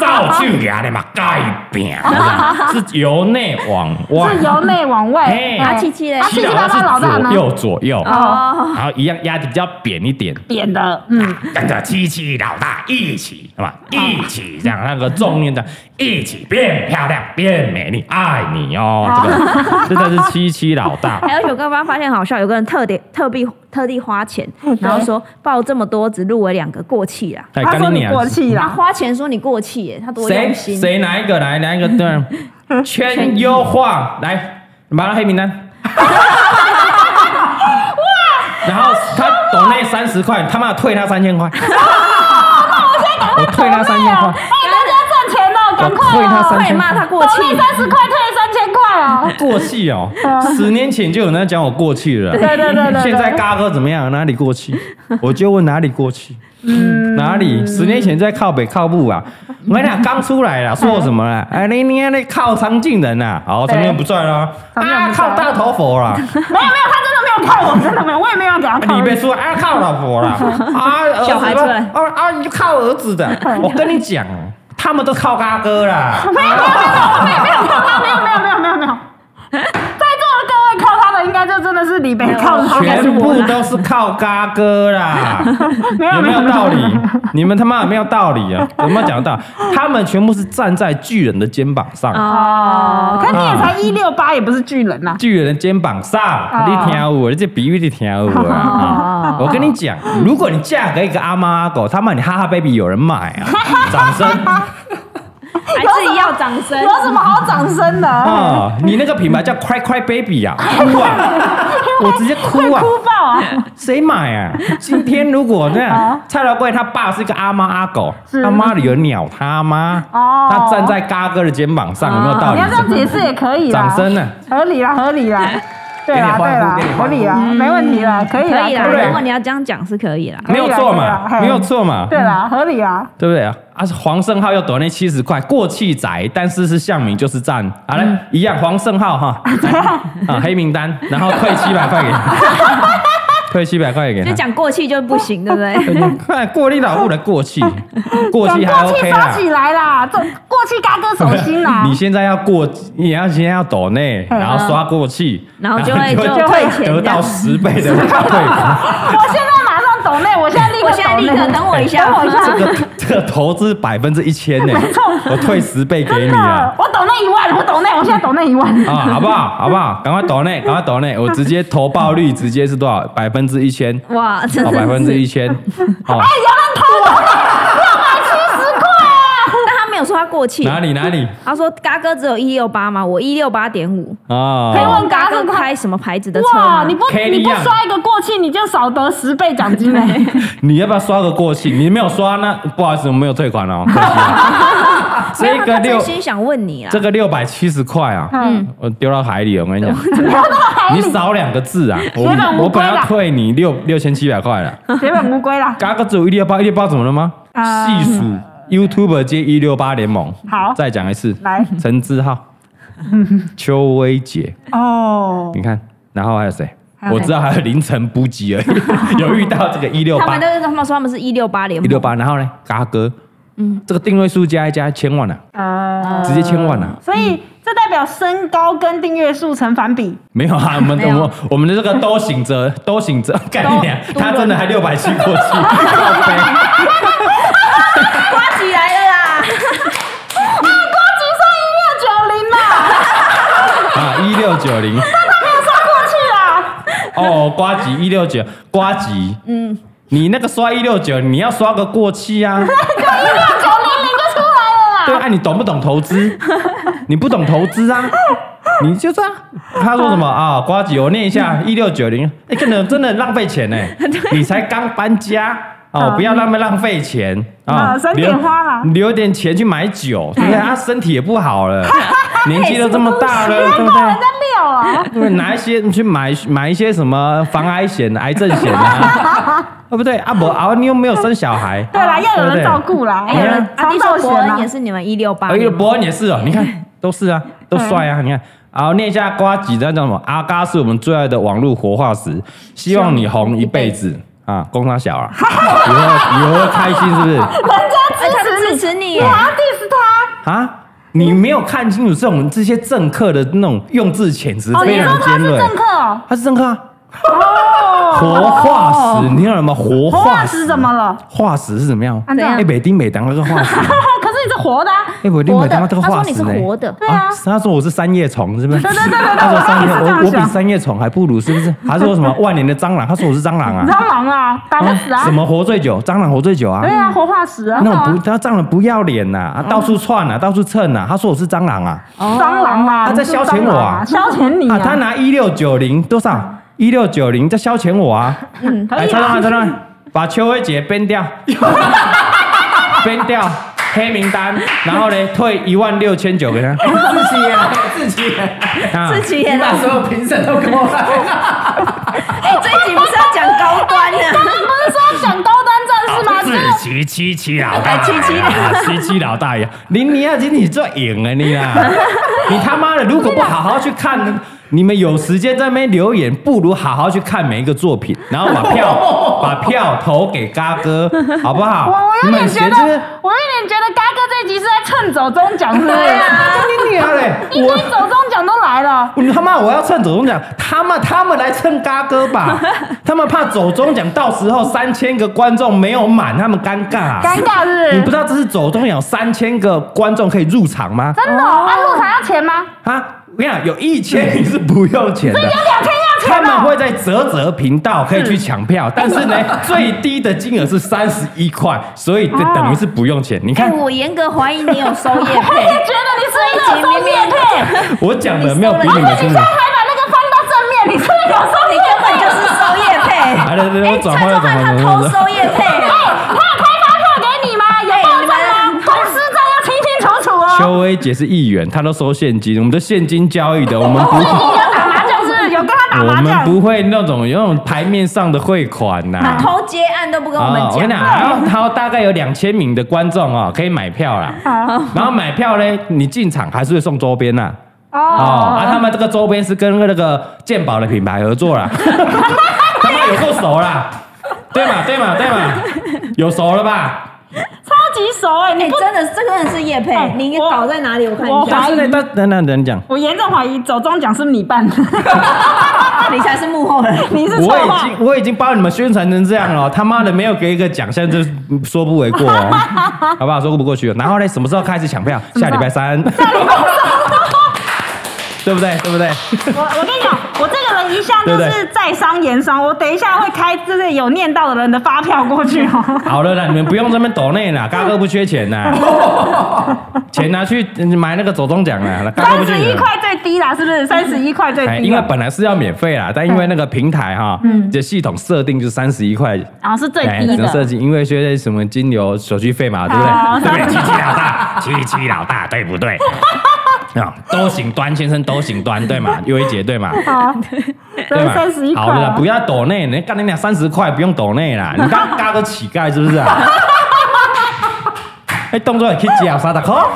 E: 扫帚牙的嘛改变，
A: 是由内往外，
C: 是由内往外。
A: 嘿
C: 哎
B: 阿七七嘞
C: 阿七七爸爸老大
A: 是
C: 呢
A: 左？右左右，
C: 哦，
A: 然后一样压的比较扁一点，
C: 扁的，嗯，
E: 跟着七七老大一起，是
C: 哦
E: 吧？一起这样，那个重念
C: 嗯
E: 的，一起变漂亮、变美丽，爱你哦！
A: 这个这才是七七老大。
B: 还有我刚刚发现很好笑，有个人特点特地特地花钱
C: 嗯，对
B: 然后说报这么多，只入围两个，过气啦。
A: 哎
C: 他说
A: 干
C: 你
A: 娘
C: 过气
B: 他
C: 啦，
B: 花钱说你过气耶，他多
A: 谁
B: 用心。
A: 谁哪一个来哪一个对？圈优化来，马上黑名单。然后他抖那三十块，他妈的退他三千块。我退他三千
B: 哦
A: 块，
C: 哎，大家赚钱了，赶
A: 我
C: 快
A: 退他
C: 哦！
A: 三
B: 快啊
A: 千
B: 骂他
A: 块。
B: 过气
C: 退！三十块，退三千块哦！
A: 过气哦，十年前就有人在讲我过气了啊。
C: 对对
B: 哦
C: 对对对，
A: 现在嘎哥怎么样？哪里过 气？我就问哪里过气？
C: 嗯
A: 哪里？十年前在靠北靠步啊，我跟你讲，刚出来 了，说什么啦？哎，你你那靠苍劲人呐，好，
C: 对
A: 苍劲不在啦，
C: 苍劲
A: 啊，
C: 不在
A: 靠大头佛啦，
C: 没有没有，他真的没有靠我，真的没有，我也没有给他 靠。
A: 你别说，啊，靠老婆 啦，啊，儿子
B: 小孩出来
A: 啊啊，你就靠儿子的，我跟你讲，他们都靠嘎哥啦，
C: 没有没有没有没有没有，在座的各位靠他的应该就真的是李北靠 他，应该是
A: 全
C: 我
A: 部
C: 啦，
A: 都是靠嘎哥啦。
C: 没有
A: 有
C: 没
A: 没
C: 有
A: 有道理？ 你们他妈有没有道理 啊？有没有讲到？他们全部是站在巨人的肩膀
B: 啊
A: 上，
C: 哦，
B: 哦，
C: 看你也才一六八，也不是巨人啊呐。
A: 巨人的肩膀上，你听我，你这比喻你听我啊！啊我跟你讲，如果你嫁给一个阿猫阿狗，他妈你哈哈 baby 有人买啊！掌声
B: 还是要掌声
C: 有。什么好掌声的？
A: 啊！你那个品牌叫 Cry Cry Baby 啊，哭啊！我直接哭啊！
C: 哭爆啊！
A: 谁买 啊？今天如果这样，蔡老贵他爸是一个阿猫阿狗，他妈的有人鸟他吗？
C: 哦啊
A: 他站在嘎哥的肩膀上，有没有道
C: 你
A: 理
C: 要？这样解释也可以啦。
A: 掌声啊呢？
C: 合理啦，合理啦，对啦，
D: 给
C: 对
D: 你欢呼
C: 啦
D: 给你，欢呼
C: 合理啦，没问题啦，嗯可以啦，
B: 可以啦，
A: 对
B: 如果你要这样讲是可以啦。
A: 没有错嘛
C: 可以啦可以，啦啊
A: 没有错嘛，
C: 对啦，合理啦，
A: 对不对啊？啊，黄胜浩又抖那七十块，过气仔，但是是向明就是赞，好
C: 嗯
A: 嘞，一样黄胜浩 哈，啊黑名单，然后退七百块给他，退七百块给
B: 就
A: 他。
B: 讲过气就不行，对 不对？
A: 快过力老物的过气，过
C: 转
A: 气还
C: 过
A: OK
C: 气
A: 啦，
C: 烧。起来啦，这过气嘎哥手心啦
A: 你现在要过，你要先要抖内，
C: 嗯
A: 然后刷过气，
B: 嗯然后就会
A: 你
B: 就
C: 就会
B: 退钱这
A: 得到
B: 样。
A: 十倍的退款。
C: 我现在马上抖内，我现在立刻
B: 我现在立刻
C: 抖内
B: 等我 一下，
C: 等我一下
A: 这个这个投资百分之一千 呢，我退十倍给
C: 真
A: 你啊
C: 的！，我抖那一万，我抖那，我现在抖那一万。
A: 啊，好不好？好不好？赶快抖内，赶快抖内，我直接投报率直接是多少？百分之一千，
B: 哇，真
A: 哦，百
B: 的
A: 分之
B: 是。
A: 一千，
B: 哎
A: 哦，
B: 但他没有说他过气，
A: 哪里哪里
B: 他说嘎哥只有一六八嘛，我一六八点五。
A: 啊？
C: 可以问
B: 嘎哥开什么牌子的车
C: 哇，
B: 吗
C: 你？不
A: Kelly
C: 你不
A: 样
C: 刷一个过气，你就少得十倍奖 金嘞！
A: 你要不要刷个过去？你没有刷，那不好意思，我没有退款哦。可惜啊
B: 没有
A: 这个
B: 他真
A: 六，
B: 心想问你啦
A: 这。个六百七十块啊，
C: 嗯，
A: 我丢到海里了，我跟你 讲，你少两个字啊，
C: 血本无
A: 我我
C: 归
A: 本来要
C: 啦
A: 退你六六千七百块了。
C: 血本无归啦。
A: 嘎哥只有一六八，一六八怎么了吗？
C: 啊
A: 细数 YouTuber 接一六八联盟。
C: 好
A: 再讲一次，
C: 来
A: 陈志浩、 邱薇姐，
C: 哦，
A: 你看，然后还有谁？
C: 还有
A: 我
C: 谁
A: 知道还有凌晨补给而 已，有遇到这个一六
B: 他
A: 八
B: 们都是他们说他们是一六八联
A: 一
B: 盟，
A: 六八，然后呢，嘎哥，嗯，这个定位数加一加千万啊，
C: 呃，
A: 直接千万啊，
C: 所以这代表身高跟订阅数成反比。
A: 没有啊，我们
B: 没有
A: 我们我们的这个都醒着， 都醒着，概念，
B: 都
A: 他真的还六百七 过去，靠背
B: 刮起来了
C: 啊
B: 啦！
C: 六九零啦，
A: 啊，一六九零。
C: 过去啊啦，
A: 哦，瓜吉一六九，瓜吉，嗯，你那个刷一六九，你要刷个过期 啊，
C: 九零零就出来了啦。
A: 对啊，你懂不懂投 资？你不懂投资啊，你就这样。他说什么啊？
C: 哦
A: 瓜吉，我念一
C: 嗯
A: 下一六九零，哎，真的真的很浪费 钱呢、你才刚搬家。哦，不要那么浪费钱啊
C: 嗯啊省点花啦嗯
A: 留留点钱去买酒，对不对？他身体也不好 了，
C: 哎
A: 年纪都这么大了，对不对？
C: 人家六啊，
A: 对，拿一些你去买买一些什么防癌险、癌症险啊， 对不对？啊不啊，你又没有生小孩，
C: 对啦，要有人照顾啦，
A: 对
B: 还有人，阿
C: 长啊
B: 弟
C: 寿
B: 说
C: 险
B: 伯
C: 啦
B: 恩也。哎啊是你们一六八，
A: 而且伯恩也是哦，你看都是啊，都帅
C: 嗯
A: 啊，你看。然后念一下瓜几张叫什么？阿嘎是我们最爱的网络活化石，希望你红一辈 子啊！公他小啊，以后以后会开心是 不是？
B: 哎他支持你耶，哦
C: 啊，diss 他
A: 啊，你没有看清楚这种这些政客的那种用字遣词
C: 哦，
A: 非
C: 你说
A: 常
C: 他
A: 尖
C: 是
A: 锐，
C: 政客哦，
A: 他是政客啊，活化石，你知道什么活
C: 哦活化
A: 化
C: 石
A: 石？
C: 怎么了？
A: 化石是怎么样？
C: 啊这样
A: 哎，北丁北当那个 化石，
C: 可是你是活的、啊，
A: 哎，北丁
B: 活
A: 北
B: 的，
A: 当那
B: 他
A: 个化
B: 说你
A: 石
B: 是
A: 呢？
B: 活的，
C: 对啊
A: 他说我是三叶虫，是不是？
C: 对对对对对
A: 他说三叶，
C: 我也是这样
A: 我我
C: 想
A: 比三叶虫还不如，是不是？他说什么万年的蟑螂？他说我是蟑螂啊，
C: 蟑螂啊，打不死啊，
A: 什么活最久？蟑螂活最久啊
C: 对？啊，活化石啊，
A: 那种不，他蟑螂不要脸呐，啊到处窜呐，到处蹭呐。他说我是蟑螂啊，
C: 蟑螂啊，
A: 他在消遣我啊
C: 你是蟑螂消遣你
A: 啊，他拿一六九零多少？一六九零在消遣我啊！
C: 嗯可
A: 来，
C: 以
A: 超
C: 啊
A: 浪，，超浪，把邱慧姐编掉，编掉黑名单，然后呢，退一万六千九给他。
D: 自己也来， 自己 也来，
A: 啊
B: 自己也
D: 你把
B: 来。
D: 所有评审都给我来。
B: 哎，这一集不是要讲高端 的？
C: 不是说讲高端战士吗？这
E: 自欺欺欺老大呀，
B: 哎欺欺
A: 啊，西七老大爷，你你啊要经你最赢了你 啦！你他妈的，如果不好好去看，你们有时间在那边留言，不如好好去看每一个作品，然后把 票把票投给嘎哥，好不好？
C: 我 我
A: 你
C: 有点
A: 们
C: 觉
A: 写
C: 得
A: 这个，
C: 我有点觉得嘎哥这集是在趁走中奖，是不
B: 对
C: 是？
B: 啊，
A: 你娘嘞！
C: 一
A: 我
C: 堆走中奖都来了，
A: 我他妈我要蹭走中奖，他们他们来蹭嘎哥 吧，他们怕走中奖，到时候三千个观众没有满，他们尴尬、啊
C: 尴尬
A: 你
C: 是
A: 不
C: 不
A: 知
C: 是？
A: 道这是走中奖三千个观众可以入场吗？
C: 真的哦，按入场要钱吗？
A: 啊，我跟你讲，有一千你是不用钱的，
C: 两千要
A: 他
C: 钱
A: 们
C: 哦。
A: 会在泽泽频道可以去抢票，但是 呢，最低的金额是三十一块，所以
C: 哦
A: 等于是不用钱。你
B: 啊哎，
A: 看
B: 我严格怀疑你有收叶配，
C: 觉得你是一
B: 这一集明
C: 种中
B: 明
C: 叶配，
A: 我讲的没有比你
C: 而
A: 们
C: 且你
A: 清
C: 现
A: 楚
C: 在。 还把那个放到正面，你是不是有时候
B: 你
C: 你
B: 根本就是收叶配。
A: 来来来，我，
B: 哎蔡
A: 转换
B: 宗
A: 了转
B: 翰
A: 换
B: 他
A: 了，
B: 偷
A: 转换
B: 收叶配，
C: 他有开发票给你吗？有报
A: 哎
C: 账吗？公司账要清清楚楚哦。
A: 邱薇姐是议员，她都收现金，我们都现金交 易的，我们不
C: 最近有打麻将是不是有跟他打
A: 我
C: 麻
A: 们
C: 将？
A: 不会那种有那种台面上的汇款呐、
B: 他偷接案都不跟我们
A: 啊我跟
B: 讲
A: 你。讲，然后然后大概有两千名的观众哦，可以买票啦。然后买票呢，你进场还是会送周边呐。哦，啊，他们这个周边是跟那个鉴宝的品牌合作啦，他们有够熟啦，对嘛对嘛对嘛，有熟了吧？
C: 超级熟哎，你
B: 哎，
C: 不
B: 真的，这真的是叶
C: 哎
B: 配，你应该
C: 我
B: 倒在哪里？我看
C: 我
B: 一下
A: 但，是呢，但等等等讲，
C: 我严重怀疑走中奖是你 办的，
B: 啊你才是幕后人。
C: 你是
A: 我
C: 策
A: 已
C: 划。
A: 经我已经帮你们宣传成这样了，他妈的没有给一个奖项，这说不为过 哦，好不好？说不过去哦。然后呢，什么时候开始抢票？下礼拜三， 对不对？对不 对？
C: 我我跟你讲，我这个人一向就
A: 对不
C: 是在商言商，我等一下会开就是有念到的人的发票过去哦。
A: 好了啦，你们不用这么抖内啦，嘎哥不缺钱 啦，钱拿去买那个走中奖啦，嘎哥
C: 三
A: 不缺
C: 十一
A: 钱。
C: 块最低啦，是不是？三十一块最
A: 哎，
C: 低
A: 因为
C: 啦，
A: 本来是要免费啦，但因为那个平台哈，这系统设定就是三十一块，
C: 然啊后是最
A: 哎，
C: 低
A: 只能设
C: 的。
A: 计，因为现在什么金流手续费嘛，对不对？
C: 好，
E: 对不对？
C: 三
E: 欺欺老大，欺欺老大，对不 对？
A: 啊，都行端先生都行端对嘛，优一姐对嘛，
C: 好，
A: 对
C: 对，
A: 嘛，
C: 三十一块
A: 好了啦，
C: 啊。
A: 不要抖内，你干你俩三十块不用抖内 啦，你当嘎个乞丐是不是啊？哎，动作也可以捡三十块，
C: 啊，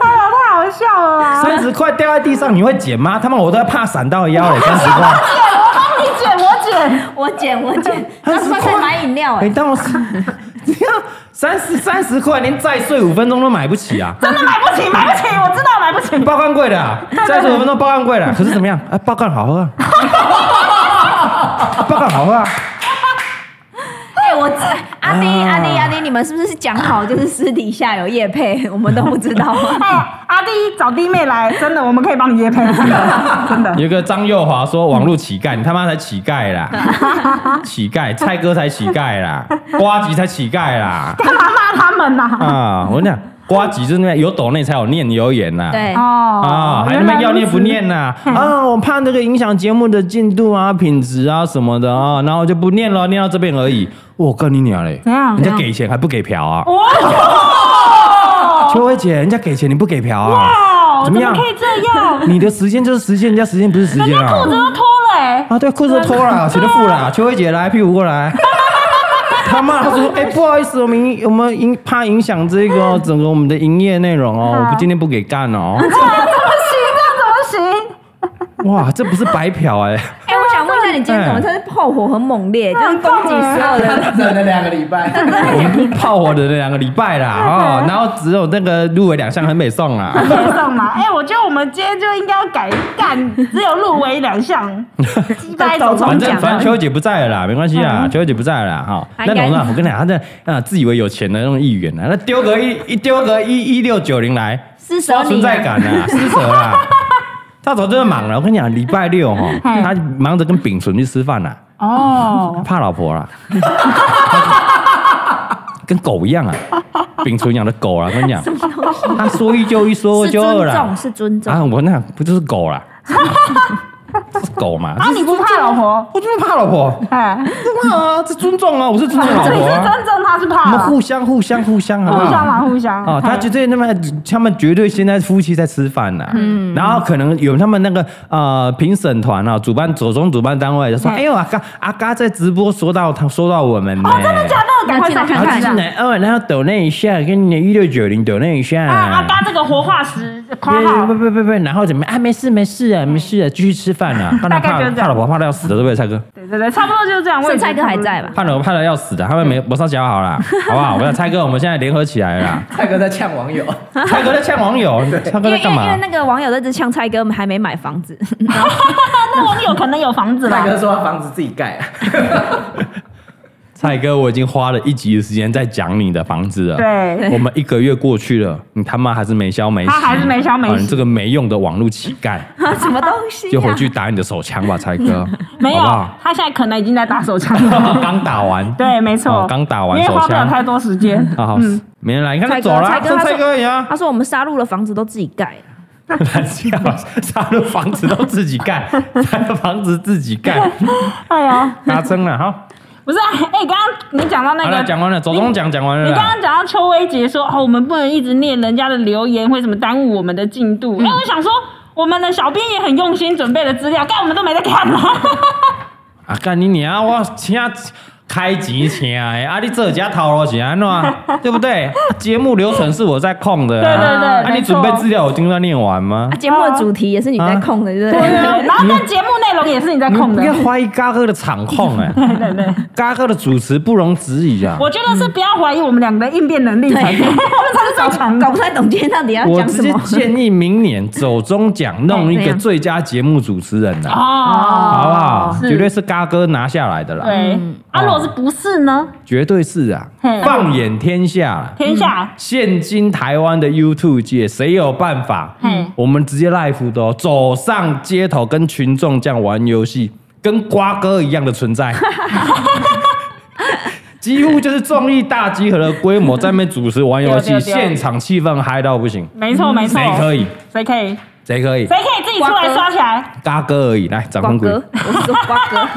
C: 太好笑了啊！
A: 三十块掉在地上你会捡吗？他妈我都要怕闪到腰了，三十 块，
C: 你剪我剪，
B: 我捡，我捡，
A: 他
B: 那
A: 是
B: 快
A: 快
B: 快买饮料
A: 哎，
B: 哎！
A: 当我是，你看三十三十块连再睡五分钟都买不起啊！
C: 真的买不起，买不起，我知道买不起。
A: 报干贵的、 啊，再说五分钟报干贵 的，可是怎么样？哎、爆报干好喝、 啊，报干好喝啊！
B: 哎，我知阿丁
A: 啊
B: 阿丁阿丁，你们是不是讲好就是私底下有叶配，我们都不 知道？
C: 哎，阿弟找弟妹来，真的，我们可以帮你夜配， 真的，真的。
A: 有一个张佑华说网络乞丐，你他妈才乞丐 啦！乞丐，蔡哥才乞丐啦，瓜吉才乞丐啦！
C: 干嘛骂他们呐？
A: 啊，我跟你讲，瓜吉就是那样有抖内才有念有言呐、
B: 对，
A: 啊，
C: 哦
A: 还他妈要念不念呐、
C: 嗯
A: 啊？我怕这个影响节目的进度啊、品质啊什么的啊，然后就不念了，念到这边而已。我跟你娘嘞，
C: 怎样
A: 人家给钱还不给嫖啊？
C: 哇
A: 秋薇姐，人家给钱你不给嫖啊？
C: 哇，
A: 怎
C: 怎
A: 么
C: 么
A: 样
C: 可以这样？
A: 你的时间就是时间，人家时间不是时间啊！
C: 裤子都脱了哎，
A: 啊，对，裤子都脱了，钱都付了，秋薇姐来，屁股过 来。他妈，他说，哎、不好意思，我们影我们影怕影响这个哦整个我们的营业内容哦，我不今天不给干哦。
C: 这不行，这样怎么行？
A: 哇，这不是白嫖哎、
B: 哎，我想问一看你今天怎么，
A: 哎
B: 他是炮火很猛烈，就是攻击所有的。
D: 他忍了两个礼拜，
A: 我们炮火的两个礼拜啦，哦，然后只有那个入围两项很美送啦。
C: 接送嘛。 哎、我觉得我们今天就应该要改干，只有入围 两项，击败走
A: 反
C: 重
A: 正
C: 奖
A: 反
C: 啊嗯
A: 正。秋姐不在了啦，没关系啦，秋姐不在了啦哈。
B: 啊
A: 那种
B: 应该
A: 啊，我跟你讲，他那啊自以为有钱的那种议员啊，那丢个一一丢个一一六九零来，
B: 施舍
A: 刷
B: 你
A: 存在 感啊，施舍啊。他早就是忙了，我跟你讲，礼拜六哈，
C: 嗯
A: 他忙着跟丙醇去吃饭啦，
C: 哦，
A: 怕老婆 啦，跟狗一样啊，丙醇养的狗啊，我跟你讲，他说一就一，说二
B: 是
A: 就二
B: 尊
A: 啦
B: 重，。是尊重。
A: 啊，我那不就是狗 啦？是狗嘛？
C: 啊，你不怕老婆？
A: 我就是怕老婆，
C: 哎，
A: 不怕啊，这尊重啊，我是尊重老
C: 这
A: 婆
C: 是
A: 啊，
C: 真正他是
A: 我
C: 怕
A: 们
C: 啦，
A: 互相互相互相，好不
C: 互相
A: 好？
C: 嘛，互相。
A: 哦，他
C: 哎
A: 绝对那么，他们绝对现在夫妻在吃饭呐、嗯，然后可能有他们那个呃评审团啊，主办左中主办单位就说，
C: 嗯
A: 哎呦阿嘎阿嘎在直播说到他说到我们呢、
C: 哦，真的假
B: 哎
C: 的？赶快上去
A: 然
B: 那进来
C: 看
A: 后
B: 看
A: 进
C: 看。
A: 来哦，然后抖那一下，跟你的一六九零抖那一下，
C: 啊，阿嘎这个活化石，夸
A: 对
C: 号
A: 不。不不不，然后怎么样啊？没事没事啊，没事啊，继续吃饭啊。当然
C: 大概
A: 怕
C: 就是这样
A: 怕老婆怕的要死的，对不对，蔡哥？
C: 对对对，差不多就是这样。我
B: 剩
C: 也觉
B: 菜
C: 得
B: 哥还在吧？
A: 怕老婆怕的要死的，他们没我上讲好啦，好不好？我们蔡哥，我们现在联合起来啦。
D: 蔡哥在呛网友，
A: 蔡哥在呛网友，蔡哥在
B: 因为因
A: 干
B: 为因
A: 嘛
B: 为？那个网友在这呛蔡哥，我们还没买 房子，
C: 那网友可能有房子
D: 蔡
C: 吧？
D: 哥说他房子自己盖，啊
A: 蔡哥，我已经花了一集的时间在讲你的房子了。
C: 对，
A: 我们一个月过去了，你他妈还是没消没息，
C: 他还是没消没息
A: 啊你这个没用的网络乞丐，
B: 什么东西、啊？
A: 就回去打你的手枪吧，蔡哥，
C: 没有
A: 好不好，
C: 他现在可能已经在打手枪了。
A: 刚打完，
C: 对，没错
A: 哦，刚打完
C: 因为
A: 手
C: 花不了
A: 枪，哦
C: 太多时 间。
A: 好好，没人来，你看他
B: 蔡哥
A: 走了，
B: 蔡哥
A: 说
B: 他说
A: 蔡哥呀，
B: 他说我们杀戮的房子都自己盖了，
A: 乱七八糟，杀了房子都自己盖， 杀了房子自己盖，
C: 哎呀，
A: 打针了哈。
C: 不是啊，哎，刚刚你讲到那
A: 好了，
C: 个
A: 讲啊完了，走中奖讲完了
C: 你刚
A: 啦。
C: 刚讲到邱威杰说，哦，我们不能一直念人家的留言，会什么耽误我们的进度？
A: 嗯
C: 哎、我想说，我们的小编也很用心准备的资料，但我们都没在看 啊。
A: 啊，干你娘！我请开钱请的，啊，你这家套路是安怎？ 对不对？节目流程是我在控的、
C: 对
A: 啊，
C: 对对，
A: 啊，你
C: 没错
A: 准备资料我听到念完吗
B: 啊，？节目的主题也是你在控的，对不
C: 对
B: 对？
C: 啊然后但节目内容也是你啊在
A: 你
C: 控
A: 不
C: 的。
A: 要怀疑嘎哥的场控哎、对对对，嘎哥的主持不容置疑啊。
C: 我觉得是不要怀疑我们两个的应变能力 才对，我们才是最 强
B: 搞
C: 的。
B: 不太懂今天到底要
A: 我
B: 讲
A: 直
B: 什
A: 接
B: 么。
A: 建议明年走中奖弄一个最佳节目主持人啊呐、
C: 哦，
A: 好不好？
C: 是
A: 绝对是嘎哥拿下来的啦，
C: 对。
A: 哦
C: 啊，如果是不是呢？
A: 绝对是啊
C: 嘿！
A: 放眼天下，
C: 天
A: 嗯
C: 下
A: 现今台湾的 YouTube 界，谁有办法
C: 嘿？
A: 我们直接 live 的、哦，走上街头跟群众这样玩游戏，跟瓜哥一样的存 在。几乎就是综艺大集合的规模，在那边主持玩游戏，
C: 对对啊对
A: 现场气氛嗨到不行。
C: 没错没错，
A: 谁可以？
C: 谁可以？
A: 谁可以？
C: 谁可以自己出来刷起来？
A: 嘎哥而已，来掌
B: 瓜
A: 声鼓励，
B: 哥， 我是说瓜 哥，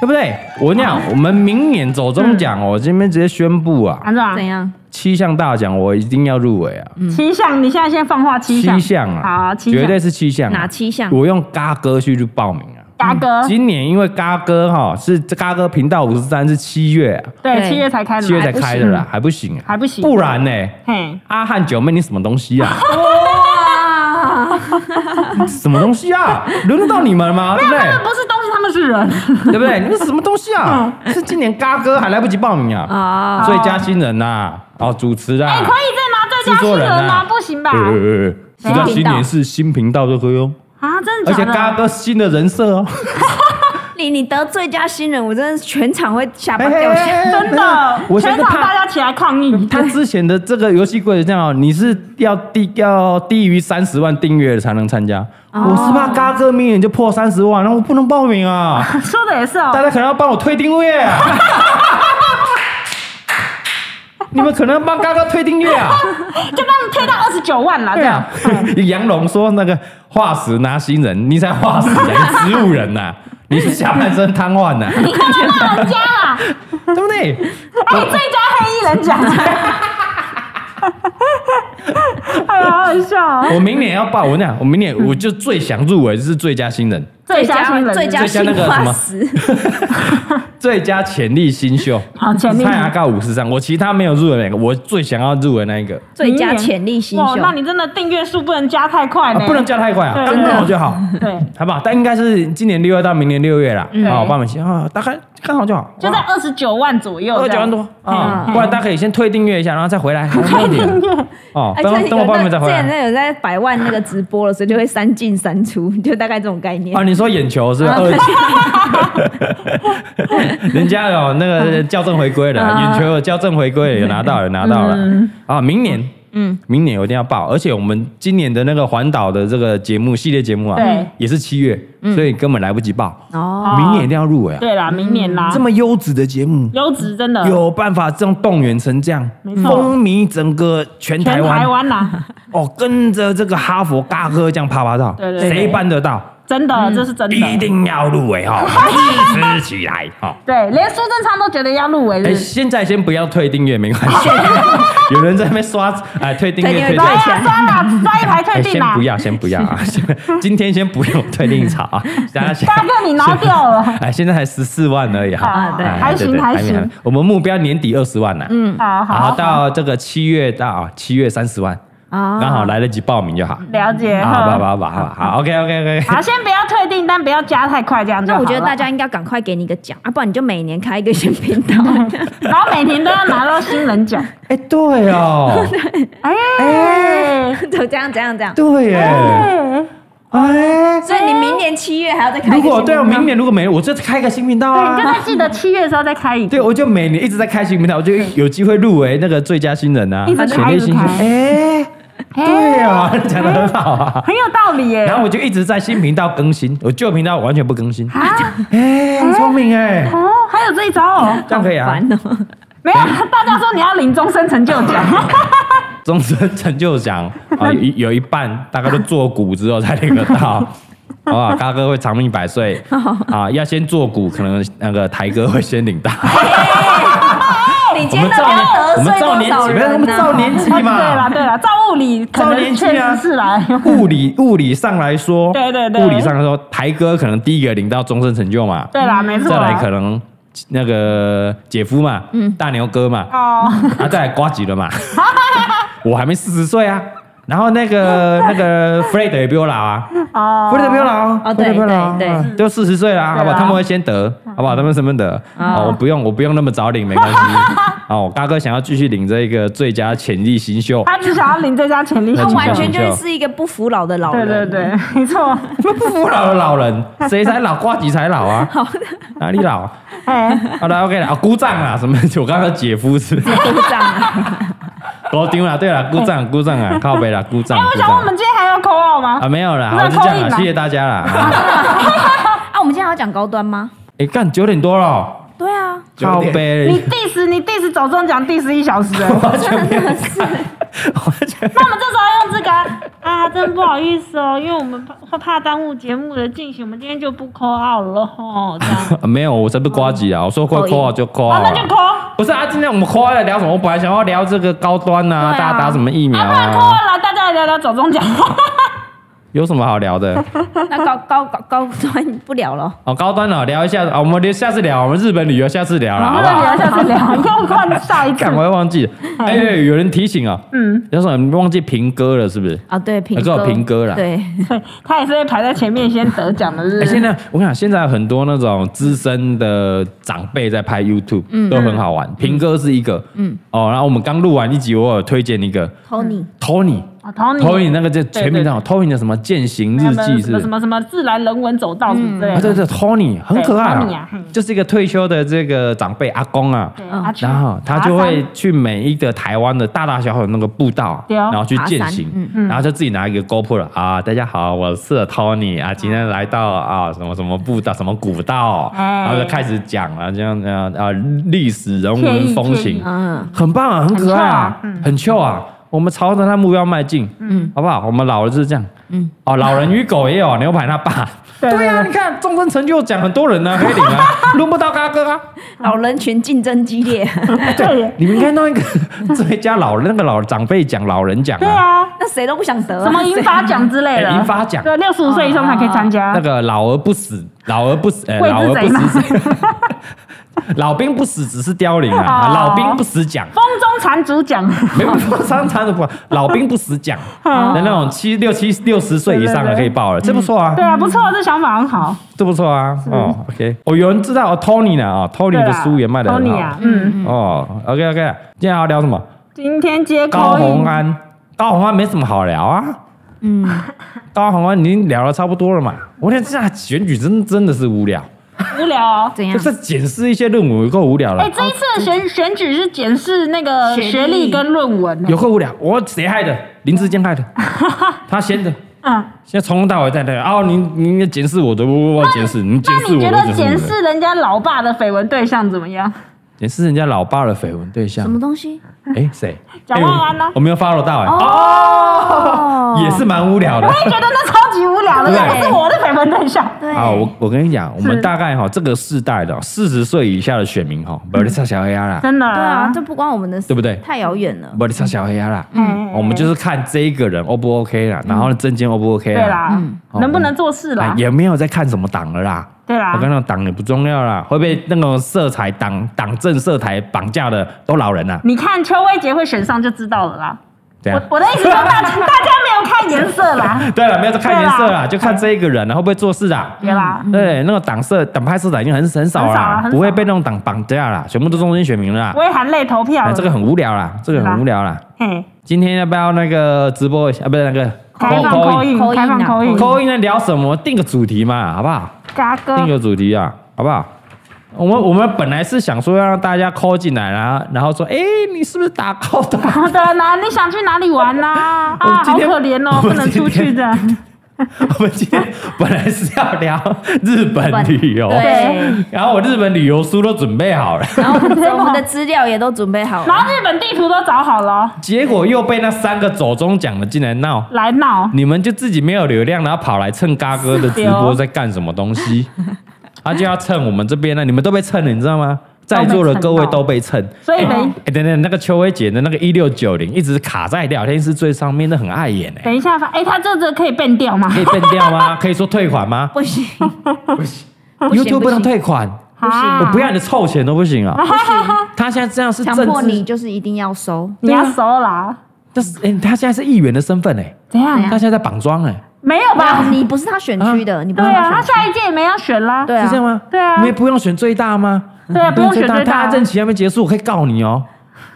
A: 对不对？我跟你讲，我们明年走中奖哦，我今天直接宣布啊，
C: 安总
B: 怎，样？
A: 七项大奖我一定要入围啊！
C: 七项，你现在先放话嗯七项，
A: 七项啊，
C: 好，七项
A: 绝对是七项啊、
B: 哪七项
A: 我用嘎哥去去报名啊。
C: 嘎哥，
A: 今年因为嘎哥哈是嘎哥频道五十三是七月啊，
C: 对，
B: 对
C: 七月才开始
A: 七月
C: 买，
A: 才开的啦，还不行啊，
C: 还不行哦
A: 不然呢、
C: 嘿，
A: 阿汉九妹你什么东西啊？
B: 哇，
A: 什么东西啊？轮得到你们了 吗？对不
C: 他们
A: 对？
C: 不是东西，他们是人。
A: 对不对？你们什么东西啊？
C: 哦
A: 是今年嘎哥还来不及报名啊？
B: 啊，
A: 最佳新人呐，哦，主持
C: 哎，
A: 啊
C: 可，以再拿最佳新人吗？不行吧？
A: 呃呃呃，
B: 谁
A: 最
B: 啊
A: 佳新年是新频道都可以哦，
C: 啊，真 的
A: 而且
C: 假
A: 嘎
C: 的？
A: 哥新的人设哦。
B: 你你得最佳新人，我真的是全场会下巴
A: 哎
B: 掉下
A: 哎哎
B: 来。
A: 哎
C: 真的，
A: 我现
C: 全
A: 在
C: 场大
A: 怕
C: 家起来抗议。
A: 他之前的这个游戏规则这样哦，你是要低要低于三十万订阅才能参加。
C: 哦
A: 我是怕嘎哥明年就破三十万，然后我不能报名 啊！
C: 说的也是哦
A: 大，家可能要帮我推订阅、啊， 你们可能要帮嘎哥推订阅 啊！
C: 就帮你推到二十九万了，这
A: 对
C: 样
A: 啊。，杨龙说那个化石拿新人，你才化石人，你植物人呐、你是下半身瘫痪呐、
C: 你干嘛骂人家啦？
A: 对不对？
C: 哎，最佳黑衣人奖。哎呀，好好笑哦！
A: 我明年要报，我那样我明
C: 嗯
A: 年我就最想入围就是最佳新人。
C: 最佳新人，
B: 最佳
A: 最佳
B: 新
A: 那个什
B: 化
A: 么
B: 石，
A: 最佳潜力新秀，
C: 好潜力
A: 蔡雅告五十三，我其他没有入围哪个，我最想要入围那一个，
B: 最佳潜力新
C: 哇
B: 秀，
C: 那你真的订阅数不能加太快
A: 啊
C: 呢，
A: 不能叫太快啊，
C: 对
A: 刚
C: 真的
A: 刚好就好，
C: 对，
A: 好不好？但应该是今年六月到明年六月啦，
B: 嗯
A: 啊，我帮你们写啊，大概刚好就好，
C: 就在嗯二十九万左右，
A: 啊二九万多啊，不然大家可以先退订阅一下，然后再回来，没问题 的
C: 哎
A: 哦。
B: 而且
A: 等
B: 有
A: 等我帮你们再
B: 那
A: 回
B: 哎之前
A: 来
B: 那有在百万那个直播的时候，就会三进三出，就大概这种概念
A: 啊。。你说眼球是吧二级， 人家有那个校正回归了，
B: 啊
A: 眼球有校正回归了，有拿到了，有拿到了啊，明年。嗯，明年我一定要报，而且我们今年的那个环岛的这个节目系列节目啊
C: 对，嗯
A: 也是七月，所以根本来不及报，
B: 哦，
C: 哦
A: 明年一定要入围啊！
C: 对啦，明年啦
A: 这，么优质的节目，
C: 优质真的
A: 有办法这样动员成这样，
C: 没错
A: 风靡整个全台
C: 全
A: 湾
C: 台湾啦，
A: 哦，跟着这个哈佛大哥这样啪啪照，
C: 对对对
A: 谁办得到？
C: 真的
A: 嗯
C: 这是真
E: 一
C: 的，
E: 定要入围哈，支持起来哈。
C: 对，连苏贞昌都觉得要入围
A: 哎，
C: 日，
A: 现在先不要退订阅，没关系。有人在那边刷，哎，退订
B: 退订
A: 阅，
B: 阅
A: 退订
B: 对
C: 哎
A: 阅
B: 对。
C: 呀，刷啦，刷一排退
A: 哎，
C: 订
A: 先
C: 啦
A: 不，要，先不要啊！先今天先不用退订潮啊，大家先。
C: 大哥你挠掉 了，
A: 哎，现在才十四万而已哈。
C: 啊对
A: 哎
C: 还行
A: 对对
C: 还
A: 没
C: 行
A: 没我们目标年底二十万呢。嗯，
C: 好
A: 然后
C: 好
A: 到这个七月到啊七月三十万，
B: 啊
A: 刚好来得及报名就好。
C: 了解
A: 啊好，
C: 哈
A: 好，好，好，好，好，OK，OK，OK。OK，OK，OK
C: 好，先不要退订，但不要加太快，这样就
B: 那
C: 好
B: 我
C: 了
B: 觉得大，家应该赶快给你一个奖啊，不然你就每年开一个新频道。
C: 然后每年都要拿到新人奖，
A: 哎，对哦，
C: 哎，
B: 怎么这样？怎样？怎样？
A: 对耶，哎，
B: 所以你明年七月还要再开
A: 如
B: 一个新频道。
A: 果对啊，明年如果没，我就开个新频道
C: 哦对，你就
A: 啊
C: 在。记得七月的时候再开一个
A: 对，，我就每年一直在开新频道，我就有机会入围那个最佳新人啊，
C: 一直开
A: 潜力
C: 一直
A: 新秀。
C: 开哎
A: 哎，对啊，讲的很好啊。
C: 很有道理耶
A: 然。后我就一直在新频道更新，我旧频道完全不更新。
C: 啊，
A: 哎，很聪明哎，
C: 哦，还有这一招哦，
A: 这样可以啊。
B: 烦哦。
C: 没有，大家说你要领终身成就奖，
A: 终身成就奖啊，有有一半大概都做股之后才领 得到。好不好？嘎哥会长命百岁啊！要先做股，可能那个台哥会先领到。
B: 你今
A: 我
B: 天
A: 们
B: 到
A: 照
B: 底
A: 年，
B: 要
A: 我们照年纪， 不是我
B: 得罪多少人啊
A: 们
B: 呢、
A: 照年纪
C: 对啦
A: 嘛。
C: 对啦，照物理可
A: 照
C: 能
A: 年纪
C: 确
A: 啊
C: 实是啦，
A: 物理物理上来说，
C: 对对对
A: 物理上来说，台哥可能第一个领到终身成就嘛，
C: 对啦，没错
A: 再
B: 啊
A: 来
C: 啦
A: 可，能那个姐夫嘛，
B: 嗯
A: 大牛哥嘛，
C: 哦，
A: 啊，再来瓜吉了嘛， 我还没四十岁啊。然后那个 那个 Fred 也比我老啊，
C: 哦
A: 不是不要老啊
B: 哦
A: 不
B: 对
A: 是不要老，
B: 对对
A: 嗯都四十岁啦，
C: 对啊
A: 好不好？他们会先得，好不好？他们身份得，哦，我不用，我不用那么早领，没关 系。哦，大哥想要继续领这个最佳潜力新秀，
C: 他只想要领最佳潜力
A: 那
B: 他
C: 奖，
A: 请
B: 完
A: 教
B: 全就
A: 请教
B: 是一个不服老的老
C: 对
B: 人。
C: 对对，没错，
A: 不服老的老 人，谁才老？瓜吉才老啊，哪里老？
C: 哎，
A: 好的，OK 了，啊，鼓掌啊，什么？ 我刚刚姐夫 是
B: 故障啊，
A: 搞丢了，对了，鼓掌鼓掌啊，靠背了，鼓掌
C: 哎，
A: 鼓
C: 我想问我
A: 掌
C: 们今天还要扣二吗
A: 啊，？没有啦，
C: 那
A: 好，就这样
C: call in
A: 啦，
C: 吧
A: 谢谢大家啦。 啊
B: 啊，我们今天还要讲高端吗？
A: 哎，干九点多了，
B: 对啊，
A: 靠
D: 九点
A: 背
C: 你 diss 你 diss 走中奖 diss 一小时，哎
B: 真的是
C: 那我们这时候用这个啊啊，真不好意思哦，因为我们怕会怕耽误节目的进行，我们今天就不扣二了哦，这样，
A: 啊 没有，我才不瓜吉啊，我说会
B: call in
A: 扣啊就扣
C: 啊，
A: 啊
C: 那。就扣，啊，
A: 不是啊，今天我们扣啊在聊什么？我本来想要聊这个高端啊，
B: 对啊
A: 大家打什么疫苗
C: 不然扣
A: 啊，
C: 二来，大家来聊聊走中奖。
A: 有什么好聊的？
B: 那高高高高端不了了。
A: 哦，高端哦，聊一下啊，我们聊下次聊，我们日本旅游下次聊啦，好不
C: 嗯那
A: 好？
C: 聊下次聊，又换下一次
A: 干，。我会忘记。哎，有人提醒啊，
C: 嗯，
A: 有什么你忘记平哥了是不是？
B: 啊，对，平
A: 啊这
B: 哥，
A: 种平哥啦
B: 对，
C: 他也是会排在前面先得奖的
A: 哎、
C: 日。
A: 现在我跟你讲，现在有很多那种资深的长辈在拍 YouTube，、都
C: 嗯
A: 很好玩。平哥是一个，嗯，哦，然后我们刚录完一集，我有推荐一个
B: Tony，
A: Tony，Tony、
C: 啊，Tony，
A: Tony 那个叫
C: 对
A: 全名叫 Tony 的什么践行日记
C: 什
A: 是不
C: 么
A: 是
C: 什？么什么自然人文走道什么之类
A: 啊，对
C: 的。
A: 对，Tony 很可爱、
C: Tony 啊
A: 啊
C: 嗯，
A: 就是一个退休的这个长辈阿公啊，
C: 对
B: 嗯
C: 啊去
A: 然后他就
C: 爬山
A: 会去每一个台湾的大大小小的那个步道，
C: 对哦
A: 然后去践行
B: 爬山，
A: 然后就自己拿一个 GoPro 了啊，大家好，我是 Tony 啊，今天来到啊什么什么步道什么古道，
C: 哎
A: 然后就开始讲了这样这样啊历史人
C: 惬
A: 文
C: 意
A: 风
C: 惬
A: 情
C: 意，
B: 嗯，
A: 很棒啊，很可爱啊，很 chill 啊。我们朝着他目标迈进，嗯，好不好？我们老了就是这样，嗯，哦，老人与狗也有牛排他爸，
C: 对对
A: 对啊，你看终身成就奖很多人呢，可以领啊，轮不到嘎哥啊，
B: 老人群竞争激烈，
A: 嗯
C: 对
A: 你们应该弄一个 最佳老人那个老长辈奖、老人奖
C: 对
A: 啊，
C: 啊，
B: 那谁都不想得啊。
C: 什么银发奖之类的，
A: 哎银发奖
C: 对，六啊十五岁以上才可以参加
A: 那。个老而不死，老而不死，呃，
C: 未
A: 老
C: 知
A: 而
C: 贼
A: 不
C: 嘛
A: 死谁， 老兵不死只是凋零啊，
C: 好
A: 老兵不死讲，
C: 风中残 烛奖，
A: 没有常常的 不，老兵不死讲
C: 啊
A: 的那种七六七六十岁以上的可以报了，这不错啊，
C: 对啊，不错，这想法很好。
A: 这不错啊，哦，OK，哦，有人知道哦，Tony 呢啊，Tony 的书也卖的很
C: Tony
A: 好
C: 啊，，嗯，
A: 哦，OK OK，今天要聊什么？
C: 今天接
A: 高
C: call
A: 红啊
C: in
A: 安，高红安没什么好聊啊。
B: 嗯，
A: 高红安已经聊的差不多了嘛。我觉得这样选举真真的是无聊，
C: 无聊哦。
B: 怎样
A: 就？是检视一些论文有够无聊了
C: 哎，，这一次
A: 哦
C: 的选选举是检视那个
B: 学历
C: 学历跟论文，欸
A: 有够无聊。我谁害的？林志坚害 的，他先的。
C: 嗯，
A: 现在从头到尾在那个哦，你你检视我的，我我检视你检
C: 那
A: 视
C: 你
A: 我
C: 觉
A: 的，
C: 得
A: 我我
C: 检
A: 的
C: 视人家老爸的绯闻对象怎么样？
A: 检视人家老爸的绯闻对
B: 什
A: 象
B: 么，东西？
A: 哎谁？
C: 蒋万安呢
A: 哎我我没有 follow 到哎，
B: 哦
A: 也是蛮无聊的
C: 我。哎也觉得那超级无聊的，
A: 对
C: 那不是我的绯闻对象。
B: 对，
A: 啊，我我跟你讲，我们大概哈这个世代的四十岁以下的选民
C: 嗯
A: 哈，不要唱小黑鸭啦，
C: 真的
B: 对啊，这不关我们的事，
A: 对不对
B: 太遥远了。
A: 不要唱小黑鸭啦，
C: 嗯
A: 我们就是看这一个人 O 不 OK 啦，然后呢证件 O 不 OK
C: 对
A: 啦，
C: 啦
B: 嗯，
C: 能不能做事
A: 哎
C: 啦？啊
A: 也没有在看什么党了啦。
C: 对啦
A: 我，跟你讲，党也不重要啦，会被那种色彩党党政色彩绑架的都老人啦。啊
C: 你看邱威杰会选上就知道了啦。
A: 这样
C: 我。我的 意思说，大大家没有看颜色啦，
A: 对了，没有在看颜色
C: 对
A: 啦，
C: 啦
A: 就看这一个人啊啦会不会做事啦。
C: 对啦，
A: 对，那个党色党派色彩已经很很少
C: 很少啊
A: 啦，
C: 很少
A: 不会被那种党绑架啦，全部都中间选民了啦。
C: 我也含泪投票
A: 哎，
C: 了。
A: 这个很无聊啦，这个很无聊啦。
C: 嘿，
A: 今天要不要那个直播一下？啊，不是那个
C: 开放
A: call- 啊
C: 扣
A: call in
C: 印
B: call in，
C: 开放
B: call
C: 扣
B: in
C: 印，
A: call in 来聊什么？定个主题嘛，好不好？
C: 嘎哥
A: 定个主题啊，好不好？我们我们本来是想说要让大家 call 进来啦，然后说，哎，你是不是打 call 打？
C: 好的呢，你想去哪里玩呐？
A: 我们
C: 啊，
A: 今
C: 好
A: 天哦
C: 可怜哦，
A: 我
C: 不
A: 们
C: 能
A: 今
C: 出去
A: 天
C: 的。
A: 我们今天本来是要聊日本旅游，
B: 对，
A: 然后我日本旅游书都准备好了，
B: 然后我们我们的资料也都准备好
C: 然
B: 了，
C: 后日本地图都找好了，
A: 结果又被那三个走中奖的进来闹。
C: 来闹。
A: 你们就自己没有流量，然后跑来蹭嘎哥的直播在干什么东 西？他就要蹭我们这边呢，你们都被蹭了，你知道吗？在座的各位都被蹭，
C: 所以
A: 哎
C: 等
A: 哎等等，那个邱薇姐的那个一六九零一直卡在聊天室最上面，那很碍眼 哎、
C: 等一下发，哎，他这这可以变掉吗？
A: 可以变掉吗？可以说退款吗
B: 不行，不行
A: ？YouTube 哦不能退款，
B: 不行
C: 啊
A: 我不要你的臭钱都不行啊！他现在这样是
B: 强
A: 政
B: 迫你
A: 治，
B: 就是一定要收，
C: 你要收啦。
A: 但是哎、他现在是议员的身份哎、
B: 怎
C: 怎样
B: 样？
A: 他现在在绑桩哎、
C: 没有
B: 没
C: 吧
B: 有，？你不是他选区的，你不
C: 对
B: 是他
C: 啊，他
B: 选区
C: 下一届也没要选啦。
B: 对啊
A: 是这样吗？
C: 对啊
A: 你也不用选最大吗？
C: 对啊，不用选最大
A: 他。任期还没结束，我可以告你哦。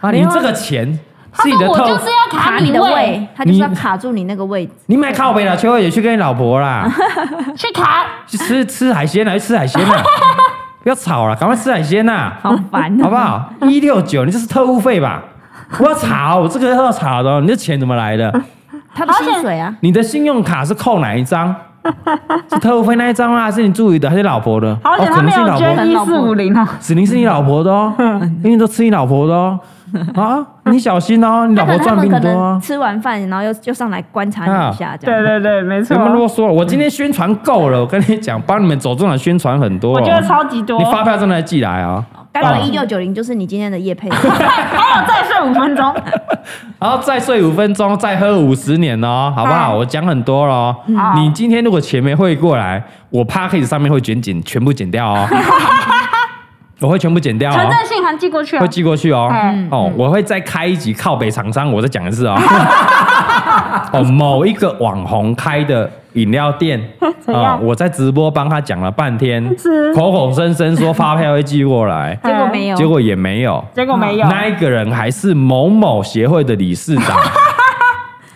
A: 啊，你这个钱
C: 他
A: 是你的
C: 啊说我
A: 透
C: 就，是要卡
B: 卡
C: 你
B: 你
C: 的
B: 的
C: 位，
B: 位，他就是要
A: 你
B: 卡住你那个位置。
A: 你买靠北了，邱慧姐去跟你老婆啦，
C: 去卡。
A: 去吃吃海鲜啦，去吃海鲜啦， 不要吵了，赶快吃海鲜 啦，
B: 好烦
A: 好不啊好？一六九，你这是特务费吧？我要吵，这个要吵的哦，你这钱怎么来的？
B: 他的薪 水啊，
A: 你的信用卡是扣哪一张？是特务费那一张啊，还是你助理的，还是老婆的？
C: 好
A: 哦
C: 险，
A: 可
C: 他
A: 能
C: 没
A: 是你
C: 有
A: 老婆
C: 捐一四五零哦。
A: 指定是你老婆的 哦，因为都吃你老婆的哦。啊，你小心 哦，你老婆
B: 那可能他
A: 赚比
B: 们
A: 你
B: 可
A: 多
B: 能
A: 哦。
B: 吃完饭，然后又又上来观察你一下，这
C: 对
B: 样。
C: 对对，没
A: 你
C: 错。
A: 们啰嗦了，我今天宣传够了，我跟你讲，帮你们走中场宣传很多、哦。
C: 我觉得超级多
A: 你。发票真的寄来啊、
B: 该不会一六九零就是你今天的夜配？，
C: 啊还有再睡五 分钟。
A: 哦然后再睡五分钟，再喝五十年哦，好不好？
C: 好
A: 我讲很多喽。
C: 好
A: 你今天如果钱没汇过来，我 p a c k a g e 上面会卷剪，全部剪掉哦。我会全部剪掉哦
C: 存，证信函寄过去啊
A: 会。寄过去哦。
C: 嗯
A: 哦，我会再开一集靠北厂商，我再讲一 次哦。哦，某一个网红开的饮料店 哦
C: 怎样
A: 我在直播帮他讲了半天，
C: 是
A: 口口声声说发票会寄过来
B: 结果没有，
A: 结果也没有。
C: 结果没有。
A: 嗯那一个人还是某某协会的理事 长，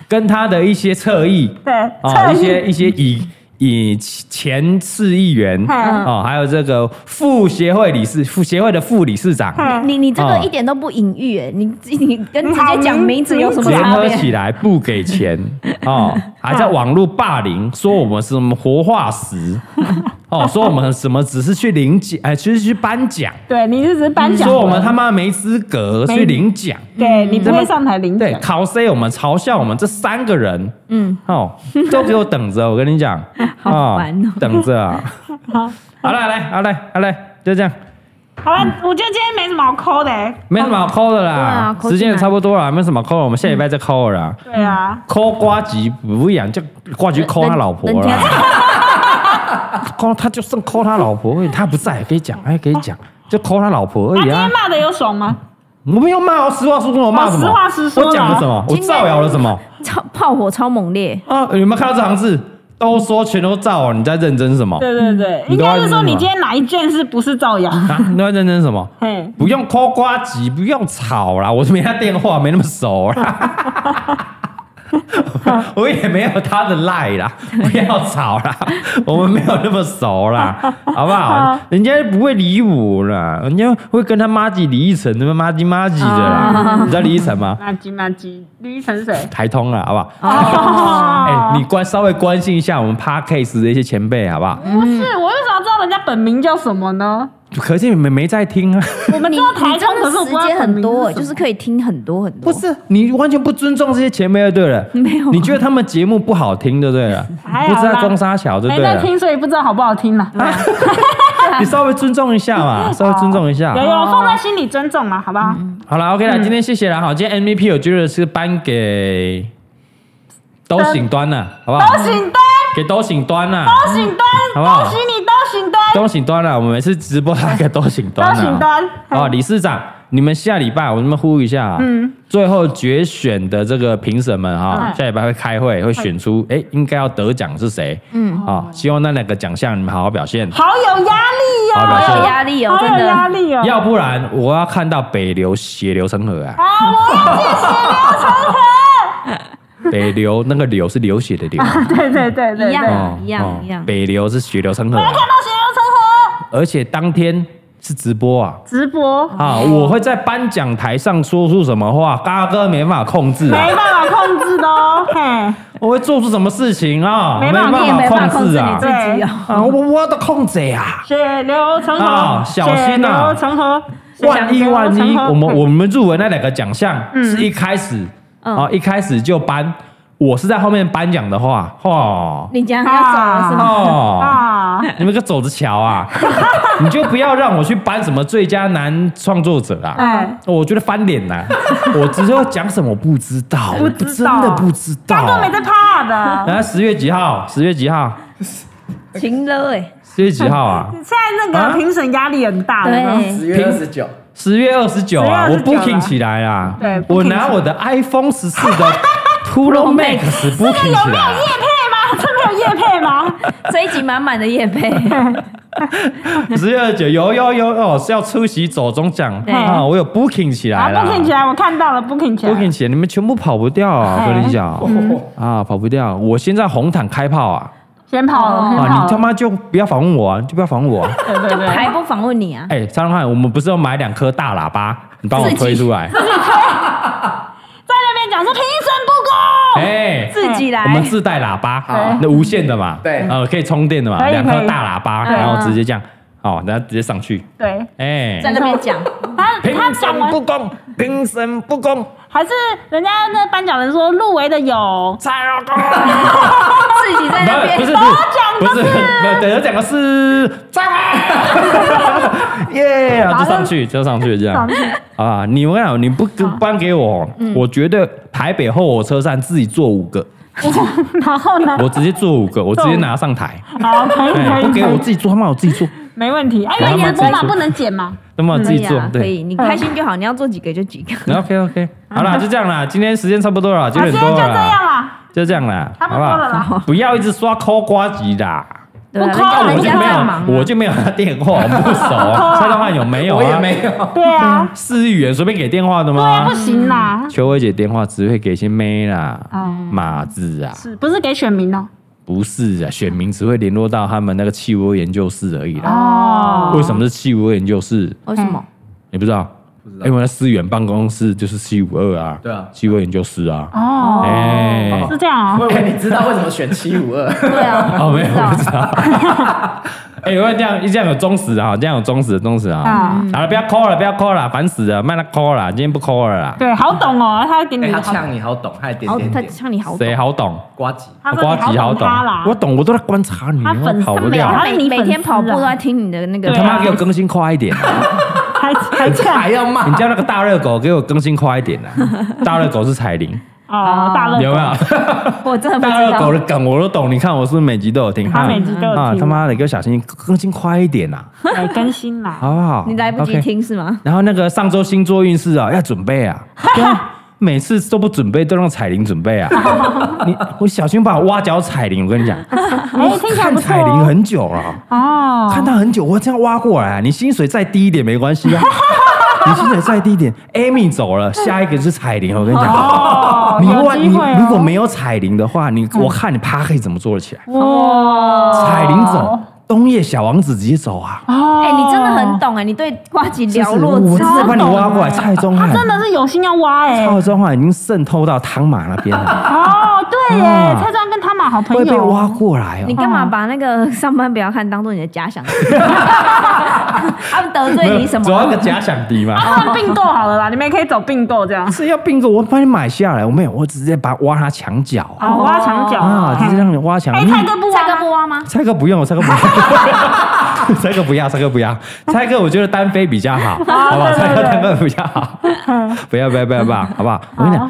A: 跟他的一些侧翼
C: 对，
A: 啊、
C: 侧
A: 一
C: 翼
A: 些一些以以前市议员
C: 嗯
A: 哦，还有这个副协会理事副协会的副理事长，
C: 嗯
B: 你你这个
A: 哦
B: 一点都不隐喻哎，你 你跟直
C: 你好
B: 接讲
C: 明
B: 名字有什么
A: 联
B: 差
A: 合
B: 别？
A: 起来不给钱哦，还在网络霸凌，说我们是什么活化石哦，说我们什么只是去领奖，哎，其实去颁奖，
C: 对，你是只是颁奖。
A: 说我们他妈没资格去领奖，
C: 对你不会上台领奖
A: 对，。考 C 我们嘲笑我们这三个人，嗯，哦，都给我等着，我跟你讲，
B: 好烦哦
A: 等着啊，好了，来，好来，好来，就这样。
C: 好了，我觉得今天没什么好抠的欸。
A: 没什么好抠的啦，
B: 对啊
A: 时间也差不多了，没什么抠的，我们下礼拜再抠了啦。
C: 对啊，
A: 抠瓜吉不一样，就瓜吉抠他老婆
B: 人
A: 了
B: 家。
A: 抠他就剩抠他老婆，他不在可以讲，哎，可以讲，就抠他老婆而
C: 他
A: 已
C: 今
A: 啊
C: 哦天。骂的有爽吗？
A: 我没有骂哦，实话实说，我骂什么？
C: 哦实话实说啦
A: 我讲了什么？我
B: 今天
A: 造谣了什么？
B: 超炮火超猛烈，
A: 啊，有没有看到这行字？都说全都造谣，你在认真什么？
C: 对对对，
A: 嗯你
C: 应
A: 都
C: 该
A: 要
C: 是说
A: 认真
C: 你
A: 吗
C: 今天哪一件是不是造谣？
A: 啊，你在认真什么？
C: 嘿，
A: 不用抠瓜子，不用吵啦，我没他电话，没那么熟啦。我也没有他的赖啦，不要吵啦，我们没有那么熟啦，好不好？人家不会理我啦，人家会跟他妈吉李一晨，他妈吉妈吉的啦。你知道李一晨吗？
C: 垃圾垃圾，李依晨是谁？
A: 台通啦，好不好？
B: 啊
C: 哦
A: 哎、你关稍微关心一下我们 Parkcase 的一些前辈，好不好？
C: 不是，我为什么要知道人家本名叫什么呢？
A: 可是你们没在听啊，
C: 我们知道台
B: 你
C: 中，
B: 真
C: 可
B: 的
C: 是我不
B: 时
C: 知道
B: 间
C: 本
B: 很
C: 名
B: 多，
C: 是什么
B: 就是可以听很多很
A: 不
B: 多。
A: 是你完全不尊重这些前辈就对 了。
B: 没有啊
A: 你觉得他们节目不好听就对了，
C: 还
A: 不
C: 好啦
A: 知道装傻小就对
C: 没在
A: 了。
C: 听，所以不知道好不好听了。
A: 嗯你稍微尊重一下嘛，稍微尊重一下
C: 有。有放在心里尊重啊嘛，好不好？嗯
A: 好了，OK 了，今天谢谢了哈。今天 MVP 我觉得是颁给都醒端了，好不好
C: 都？醒灯，
A: 给都醒端了，
C: 都醒灯，
A: 好不好
C: 恭喜你，都醒灯，
A: 都醒端了。我们每次直播那个都醒端
C: 都
A: 了。
C: 醒灯。
A: 啊，理事长，你们下礼拜我们呼吁一下、啊，嗯，最后决选的这个评审们哈、
C: 嗯
A: 下礼拜会开会，会选出哎、诶应该要得奖是谁，嗯，啊，希望那两个奖项你们好好表现，
C: 好有压力
A: 好
C: 呀，
A: 表
B: 好
A: 现
B: 有压力哦，
C: 好
B: 真
C: 有压
B: 的。
C: 力哦。
A: 要不然我要看到北流血流成河啊，
C: 啊，我 要去血流成河。
A: 北流那个流是流血的 流，哦
C: 对对对对
B: 一样
C: 对，
B: 啊一样一样
A: 北流是血流成河、
C: 我
A: 啊
C: 要，看到血流成河。
A: 而且当天是直播啊。
C: 直播
B: 哦
A: 啊！我会在颁奖台上说出什么话，嘎哥没办法控制啊
C: 没！办法控制的哦，嘿，
A: 我会做出什么事情啊？
C: 没办法
B: 你也没
A: 办法
B: 办法控
A: 控
B: 制
A: 制
B: 你
A: 啊！
B: 自己哦，
A: 啊，我我的控制啊！
C: 血流成河
A: 啊，小心啊
C: 血流成河，
A: 万一
C: 血流
A: 万
C: 成
A: 一，
C: 河
A: 我们我们入围那两个奖项是一开始
B: 嗯
A: 啊，一开始就颁，我是在后面颁奖的话，哦
B: 你讲要走了是吗？
A: 哦，
C: 啊，
A: 你们个走着瞧啊！ 你就不要让我去颁什么最佳男创作者啊！
C: 哎，
A: 我觉得翻脸 呐，我只是会讲什么我不知道，
C: 不
A: 我
C: 知
A: 真
C: 道
A: 的不知
C: 刚
A: 道
C: 刚。没在怕的。
A: 然后十月几号？十月几号？
B: 情了哎，
A: 十月几号啊？
C: 现在那个
A: 啊
C: 评审压力很大，有没有
B: 对，
D: 十月二十九，
A: 十月二十九啊，
C: 10
A: 我
C: 月29
A: booking 起来啊，
C: 对，booking
A: 我拿我的 iPhone 十四的 Pro Max booking 起来啊，
C: 叶配吗？ 这没有叶配吗？
B: 这一集满满的夜 配，
A: 十月二十九有有有哦，是要出席走中奖
B: 对
A: 啊，我有 booking 起
C: 啊
A: 来啦
C: ，booking 起来，我看到了，booking 起来
A: booking 起来，你们全部跑不掉啊，
C: 哎
A: 我跟你讲
D: 哦
A: 啊，跑不掉，我现在红毯开炮啊，
C: 先跑了，先
A: 啊，
C: 跑
A: 你他
C: 了，
A: 妈就不要访问我啊，你就不要访问 我啊，
C: 对对
B: 就
C: 对，
B: 还不访问你啊？
A: 哎，张龙汉，我们不是要买两颗大喇叭，你帮我推出 来，
C: 在那边讲说评审不公，
A: 哎。
B: 自己
A: 我
B: 来
A: 们，自带喇叭
D: 好，
A: 那无线的嘛，
D: 对
A: 呃，可以充电的嘛
C: 可，以
A: 两
C: 可
A: 颗
C: 以
A: 大喇叭，
C: 嗯
A: 然后直接这样，哦，然后直接上去，
C: 对
A: 哎，
B: 在那边讲，
C: 他他
A: 评
C: 讲
A: 审
C: 完
A: 不公，评审不公，
C: 还是人家那颁奖人说入围 的有，
A: 蔡老 公，
B: 自己在那
A: 不是
B: 边，
A: 不是不是，不等下讲的是赞， 耶，然后就上去就上去这样
C: 上去嗯
A: 啊，你我跟你讲，你不颁给我，我觉得台北后火车站自己做五个，
C: 然后呢？
A: 我直接做五个，我直接拿上 台，
C: 好，啊可以可
A: 哎，
C: 以，
A: 不给我
C: 可以
A: 自己做，他妈我自己做，
C: 没问题，哎，因为你的
A: 我
C: 播
A: 他妈
C: 嘛
A: 自己
C: 不能剪嘛，
A: 他妈我自
B: 可
A: 己
B: 以
A: 做
B: 啊，，
C: 嗯
B: 可
A: 对。
B: 以，你开心就好，你要做几个就几 个。
A: OK OK，好 啦，就这样啦，今天时间差不多了，九
C: 好，
A: 点
C: 今
A: 多
C: 啊
A: 啊
C: 天就
A: 了
C: 这样啊
A: 啦，
C: 啦，
A: 就这样啦，
C: 差
A: 好
C: 不
A: 不
C: 多了
A: 好？
C: 啦，
A: 不要一直刷抠瓜吉啦，
B: 对啊，
C: 我
B: 人
C: 靠
B: 家
A: 我
B: 人
A: 就
B: 家
A: 没
B: 在忙，啊
A: 有，我就没有他电话，我不熟 啊。蔡老汉有没有啊？
D: 我也没有。
C: 对啊，
A: 市议员随便给电话的
C: 对啊，
A: 吗
C: 不？行啦，
A: 邱薇姐电话只会给一些妹啦、
C: 哦
A: 马子啊，
C: 是不是给选民哦？
A: 不是啊，选民只会联络到他们那个汽油研究室而已啦。
C: 哦
A: 为什么是汽油研究室？
B: 为什么？
A: 你不知道？
D: 道
A: 因为那思源办公室就是七五二啊，
D: 对啊
A: 七五研究室啊，
C: 哦，
A: 哎、
C: 是这样哦，
D: 我以为你知道为什么选七五二，
B: 对啊，
A: 哦，没有，
B: 不知道
A: 我不知道。 哎、欸，我这样这样有忠实啊，这样有忠实忠实啊。好了，不要 call 了，不要 call 了，烦死了，卖了 call 了，今天不 call 了啦。
C: 对，好懂哦，他给
D: 哎
C: 你
D: 他
C: 好，
D: 呛你好懂，他还点
B: 好，
D: 点
B: 哦他
D: 点
B: 像你好懂
A: 谁好懂？
D: 瓜吉，
C: 他说
A: 瓜
C: 你
A: 吉
C: 好
A: 好
C: 懂
A: 懂
C: 他啦，
A: 我懂，我都在观察你，
C: 他粉丝
A: 跑不
C: 没有
A: 掉。
C: 他
B: 他
C: 是
B: 每
C: 你
B: 每天
C: 粉丝
B: 跑步
C: 啊
B: 都在听你的那个，
A: 你
C: 对
A: 他妈
C: 啊
A: 给我更新快一 点、啊！
C: 还还
D: 还
C: 呛
D: 要骂
A: 你，叫那个大热狗给我更新快一点啊！大热狗是彩铃，
C: 哦，大乐
A: 有没
C: 狗，
A: 有？
B: 我真的不
A: 大
B: 知
A: 热狗
B: 道。
A: 的梗我都懂，你看我是不是每集都有听，
C: 他每集都有
A: 啊
C: 听
A: 他妈的，给我小心更新快一点呐，
C: 来哎更新啦。
A: 好不好？
B: 你来不及
A: OK
B: 听是吗？
A: 然后那个上周星座运势啊，要准备 啊，对啊每次都不准备，都让彩铃准备 啊。你我小心把我挖角彩铃，我跟你讲，
C: 哎，听起来
A: 看
C: 不错
A: 彩铃
C: 哦
A: 很久了，
C: 哦。
A: 看他很久，我这样挖过来啊，你薪水再低一点没关 系啊。你薪水再低一点，Amy 走了，下一个是彩铃。我跟你讲，
C: 哦，
A: 你
C: 有
A: 万
C: 机
A: 你
C: 会哦
A: 如果没有彩铃的话，你我看你趴可以怎么做得起来？
C: 哇，
A: 彩铃走，东野小王子直接走啊！
C: 哦，
B: 哎，你真的很懂哎，你对瓜吉了若
A: 就是我
B: 指
A: 直接
B: 掌。
A: 把你挖过来，蔡宗
C: 他
A: 翰
C: 啊真的是有心要挖哎。
A: 澳中话已经渗透到汤马那边了，
C: 哦，对耶
A: 啊，
C: 蔡庄跟他们好朋
A: 会被
C: 友。
A: 挖过来
B: 你
A: 哦。
B: 干嘛把那个上班不要看当做你的假想？他们得
A: 没
B: 罪你
A: 有
B: 什
A: 主要一
B: 么？
A: 个假想敌嘛。
C: 啊，算并购好了啦，你们也可以走并购这样。
A: 是要并购，我帮你买下来，我没有，我直接把挖他墙角啊
C: 好，哦挖墙角
A: 啊，直接让你挖墙。
C: 哎，
A: 嗯
C: 蔡哥不
B: 哦蔡
C: 挖
B: 哥不
C: 吗？
B: 挖吗？
A: 蔡哥不用，蔡哥 不用，蔡哥不要，蔡哥不要，蔡哥我觉得单飞比较好，好不好？
C: 对
A: 蔡哥
C: 对
A: 单飞比较 好，不要不要不要不要，好不好？我跟你讲，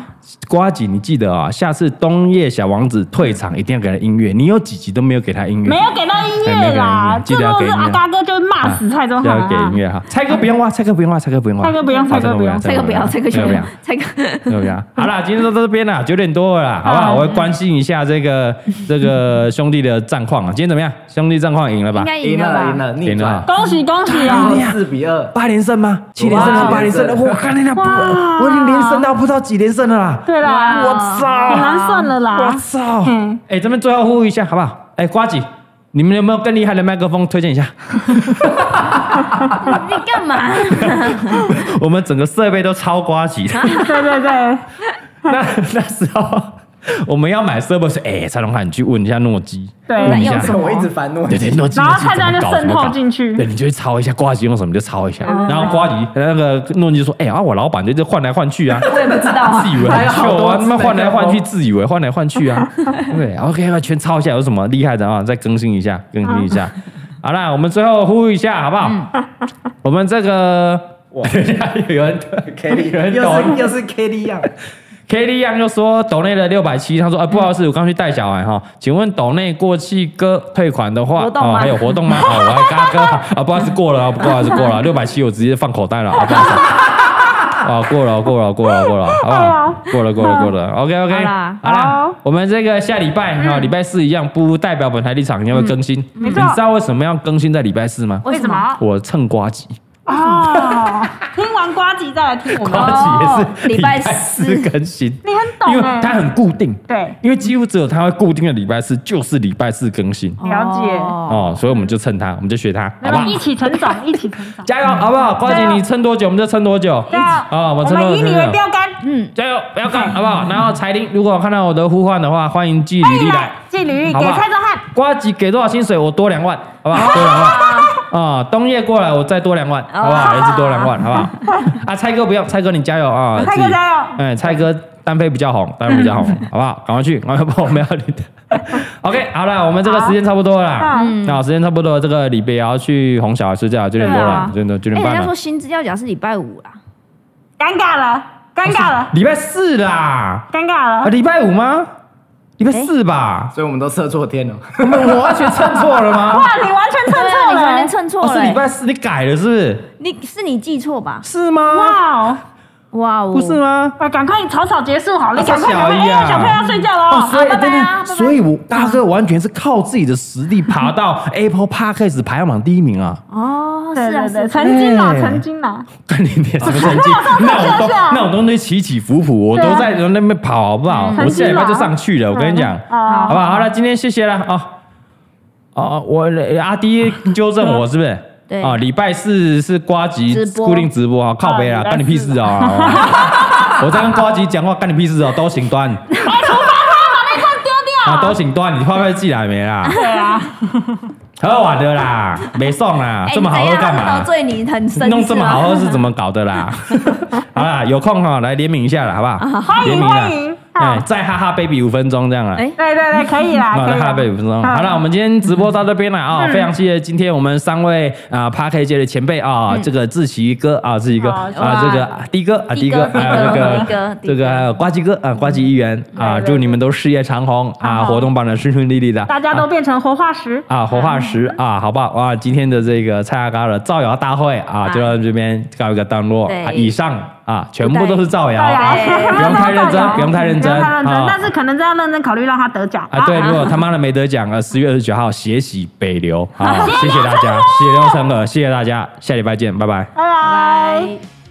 A: 瓜姐，你记得啊、下次冬夜小王子退场一定要给他音乐，你有几集都没有给他音乐，
C: 没有给到音
A: 哎没有
C: 乐
A: 给到音
C: 啦
A: 乐，记
C: 这
A: 得
C: 如
A: 要
C: 果
A: 给
C: 是
A: 音乐
C: 阿嘎哥，就会骂死蔡宗
A: 就
C: 翰
A: 要给
C: 啊
A: 音。乐哈。蔡哥不用挖，蔡哥不用挖，蔡哥不用挖，
C: 蔡哥不用
A: 啊
C: 蔡哥不用
B: 蔡哥不要，蔡哥就
A: 不
B: 不
A: 要
B: 要，，
A: 蔡
B: 蔡哥。
A: 哥不 要。好啦，今天就到这边啦，九点多了啦，
C: 啊
A: 好不好？我会关心一下这 个这个兄弟的战况啊，今天怎么样？兄弟战况赢了 吧
B: 应？该
D: 赢
B: 赢
D: 了
B: 了
D: 赢
B: 吧？
D: 了，逆
A: 赢了
D: 转
C: 恭喜恭喜啊！
D: 四比二。
A: 八连胜吗？七连胜
D: 哇
A: 了，八连胜了！我看你俩，
C: 哇啊
A: 我已经连胜到不知道几连胜了啦！
C: 对啦，
B: 哇
A: 我
C: 很难
A: 操！
C: 算了
A: 我
C: 啦。
A: 操
C: 嗯！
A: 哎，这边最后呼吁一下好不好？哎，瓜姐，你们有没有更厉害的麦克风推荐一下？
B: 你干嘛？
A: 我们整个设备都超瓜姐的。
C: 对对对，
A: 那那时候我们要买设备是，哎，蔡龙汉，你去问一下诺基，
C: 对
A: 问一
B: 那
A: 下
B: 用什。么
D: 我一直烦怒，
A: 对对，诺基
C: 然后
A: 诺基
C: 蔡庄
A: 怎么
C: 就
A: 搞
C: 渗
A: 怎么
C: 透
A: 搞
C: 进去哦
A: 对，你就去抄一下瓜吉用什么就抄一下，然后瓜吉那个诺基就说：“哎、啊，我老板就这换来换去 啊，
B: 我也不知道啊
A: 自。以为
C: 哎
A: 很秀啊，他妈
D: 还有好多次
A: 换来换去，自以为换来换去啊， 对，OK，那全抄一下有什么厉害的啊？再更新一下，更新一下。好啦，我们最后呼吁一下，好不好？
C: 嗯
A: 我们这个
D: 哇
A: 有人
D: k
A: 有
D: D
A: 人
D: 又
A: 懂
D: 是又是 k D 样，
A: K D 样就说抖内了六百七，他说：“呃，不好意
B: 嗯
A: 思，我刚去带小孩哈，请问抖内过期哥退款的话，
B: 活动吗
A: 还有活动 吗？哦，我还嘎哥啊，不好意思，过了，不好意思，过了，啊六百七我直接放口袋了，啊，不好意 思。”啊，过了，过了，过了，过了，好不好？过了，过了，过了。OK，OK，、
B: 啊好嗯啦
A: 好啦
C: 好，
A: 我们这个下礼拜哈，礼拜四一样，不代表本台立场，你要不要更新？
B: 嗯
A: 你
C: 错
A: 知道为什么要更新在礼拜四吗？
B: 为什么？
A: 我蹭瓜集，
C: 哦，啊听完瓜吉再来听我
A: 瓜
C: 们。
A: 集也是
B: 哦礼
A: 礼
B: 拜
A: 拜
B: 四欸
A: 四更新，
C: 你很
A: 因为
C: 懂哎
A: 它，很固定。
C: 对，
A: 因为几乎只有他会固定的礼拜四就是礼拜四更新
C: 了解
A: 哦所以我们就蹭他，我们就学他，好
C: 那
A: 不
C: 么
A: 好？
C: 一起成长，一起成长。
A: 加油，好不好？瓜
C: 加
A: 姐，
C: 油
A: 你撑多久我们就撑多久。
C: 对啊，
A: 哦我
C: 我
A: 们真的
C: 们以你为标杆，
B: 嗯，
A: 加油，不要干，好不好？然后彩铃，如果看到我的呼唤的话，欢迎寄
C: 欢
A: 履
C: 迎
A: 历来
C: 来。寄履历
A: 好
C: 给
A: 不好
C: 蔡宗翰。
A: 瓜姐给多少薪水，我多两万，好不好？多两万。啊，冬夜过来，我再多两万，好不好？一直多两万，好不好？啊，蔡哥不用，蔡哥你加油啊！
C: 蔡哥
A: 自己
C: 加油
A: 哎，蔡哥单飞比较红，单飞比较红，好不好？赶快去，赶快帮我们要你的。OK，好了，我们这个时间差不多了啦。啊
B: 嗯
A: 那、时间差不多了，这个李贝也要去哄小孩睡觉，九点多
B: 对
A: 了
B: 啊，
A: 九点多，九点
B: 哎，人
A: 半
B: 家
A: 了
B: 说。薪资要缴是礼拜五啦。
C: 尴尬了，尴尬了，
A: 礼拜四啦，
C: 尴尬
A: 啊，
C: 了。
A: 礼拜五吗？礼拜四吧？
D: 所以我们都测错天了。
A: 我们我完全蹭错了吗？
C: 哇，你完全蹭
B: 对啊，
C: 错
B: 你完全
C: 了。欸
B: 蹭错
A: 哦，
B: 了
A: 是礼
B: 欸。
A: 拜四，你改了是不是？
B: 你是你记错吧？
A: 是吗？
C: 哇哦！
B: 哇哦，
A: 不是吗？
C: 啊，赶快草草结束好
A: 啊
C: 了，你赶快
A: 小
C: 赶快，
A: 姨啊
C: 哎，小朋友要睡觉了哦。
A: 所以
B: 拜拜啊
A: 对对
B: 拜拜
A: 所以我大哥完全是靠自己的实力爬到 Apple Podcast 排行榜第一名啊！
B: 哦，是
C: 对
B: 啊，
C: 对
B: 是啊
C: 对，曾经啊，
A: 哎
C: 曾经啊，
A: 干你点什么成绩？那种东那种东西起起伏伏，我
C: 对
A: 都
C: 啊
A: 在那边跑，好不好？
C: 嗯
A: 我下礼拜就上去了，我跟你
B: 嗯
A: 讲，
C: 啊
A: 好不好？好了，今天谢谢了啊！哦，我阿迪纠正我是不是？
B: 对
A: 啊，礼拜四是瓜吉
B: 直播
A: 固定直播啊，靠背啊，
C: 啊
A: 干你
C: 礼拜四
A: 屁事啊！好不好我在跟瓜吉讲话，干你屁事啊！都行端，啊，都行端，你话费寄来没啦？
C: 对啊，
A: 喝完的啦，没送啦
B: 哎，
A: 这么好
B: 你
A: 喝
B: 怎样
A: 干
B: 他们
A: 嘛
B: 得？罪你很生气吗？啊
A: 弄这么 哦好喝是怎么搞的啦？好啦，有空哈、来联名一下了，好不好？
C: 欢
A: 联
C: 迎
A: 名啊
C: 欢迎，
A: 哎，再哈哈 baby 五分钟这样啊。
B: 哎
C: 对对对，可以啦，
A: 好
C: 啊可
A: 的，
C: 以
A: 啊哈
C: 啦。
A: 贝五分钟。
C: 嗯
A: 好了，我们今天直播到这边了啊，非常谢谢今天我们三位啊 p a r k 界的前辈啊，这个志奇哥啊，志奇哥
C: 好
A: 啊，这个的哥啊，的哥，还有这
B: 的哥
A: 个
B: 的哥
A: 这个还有呱唧哥啊，呱唧议员啊，祝你们都事业长虹啊，
C: 好
A: 活动办的顺顺利利的，
C: 大家都变成活化石。
A: 啊，活化石啊，好不好？哇，今天的这个蔡阿嘎的造谣大会啊，就到这边告一个段落。
B: 对
A: 啊以上啊，全部都是造谣
C: 造谣
A: 啊，
B: 对
A: 不用太认真，不用太认真
C: 不用太认真，
A: 啊
C: 但是可能真要认真考虑让他得奖
A: 啊！对，如果他妈的没得奖啊，十月二十九号血洗北流啊！谢谢大家，谢谢廖三哥，谢谢大家，下礼拜见，拜拜。
C: 拜拜。
B: 拜。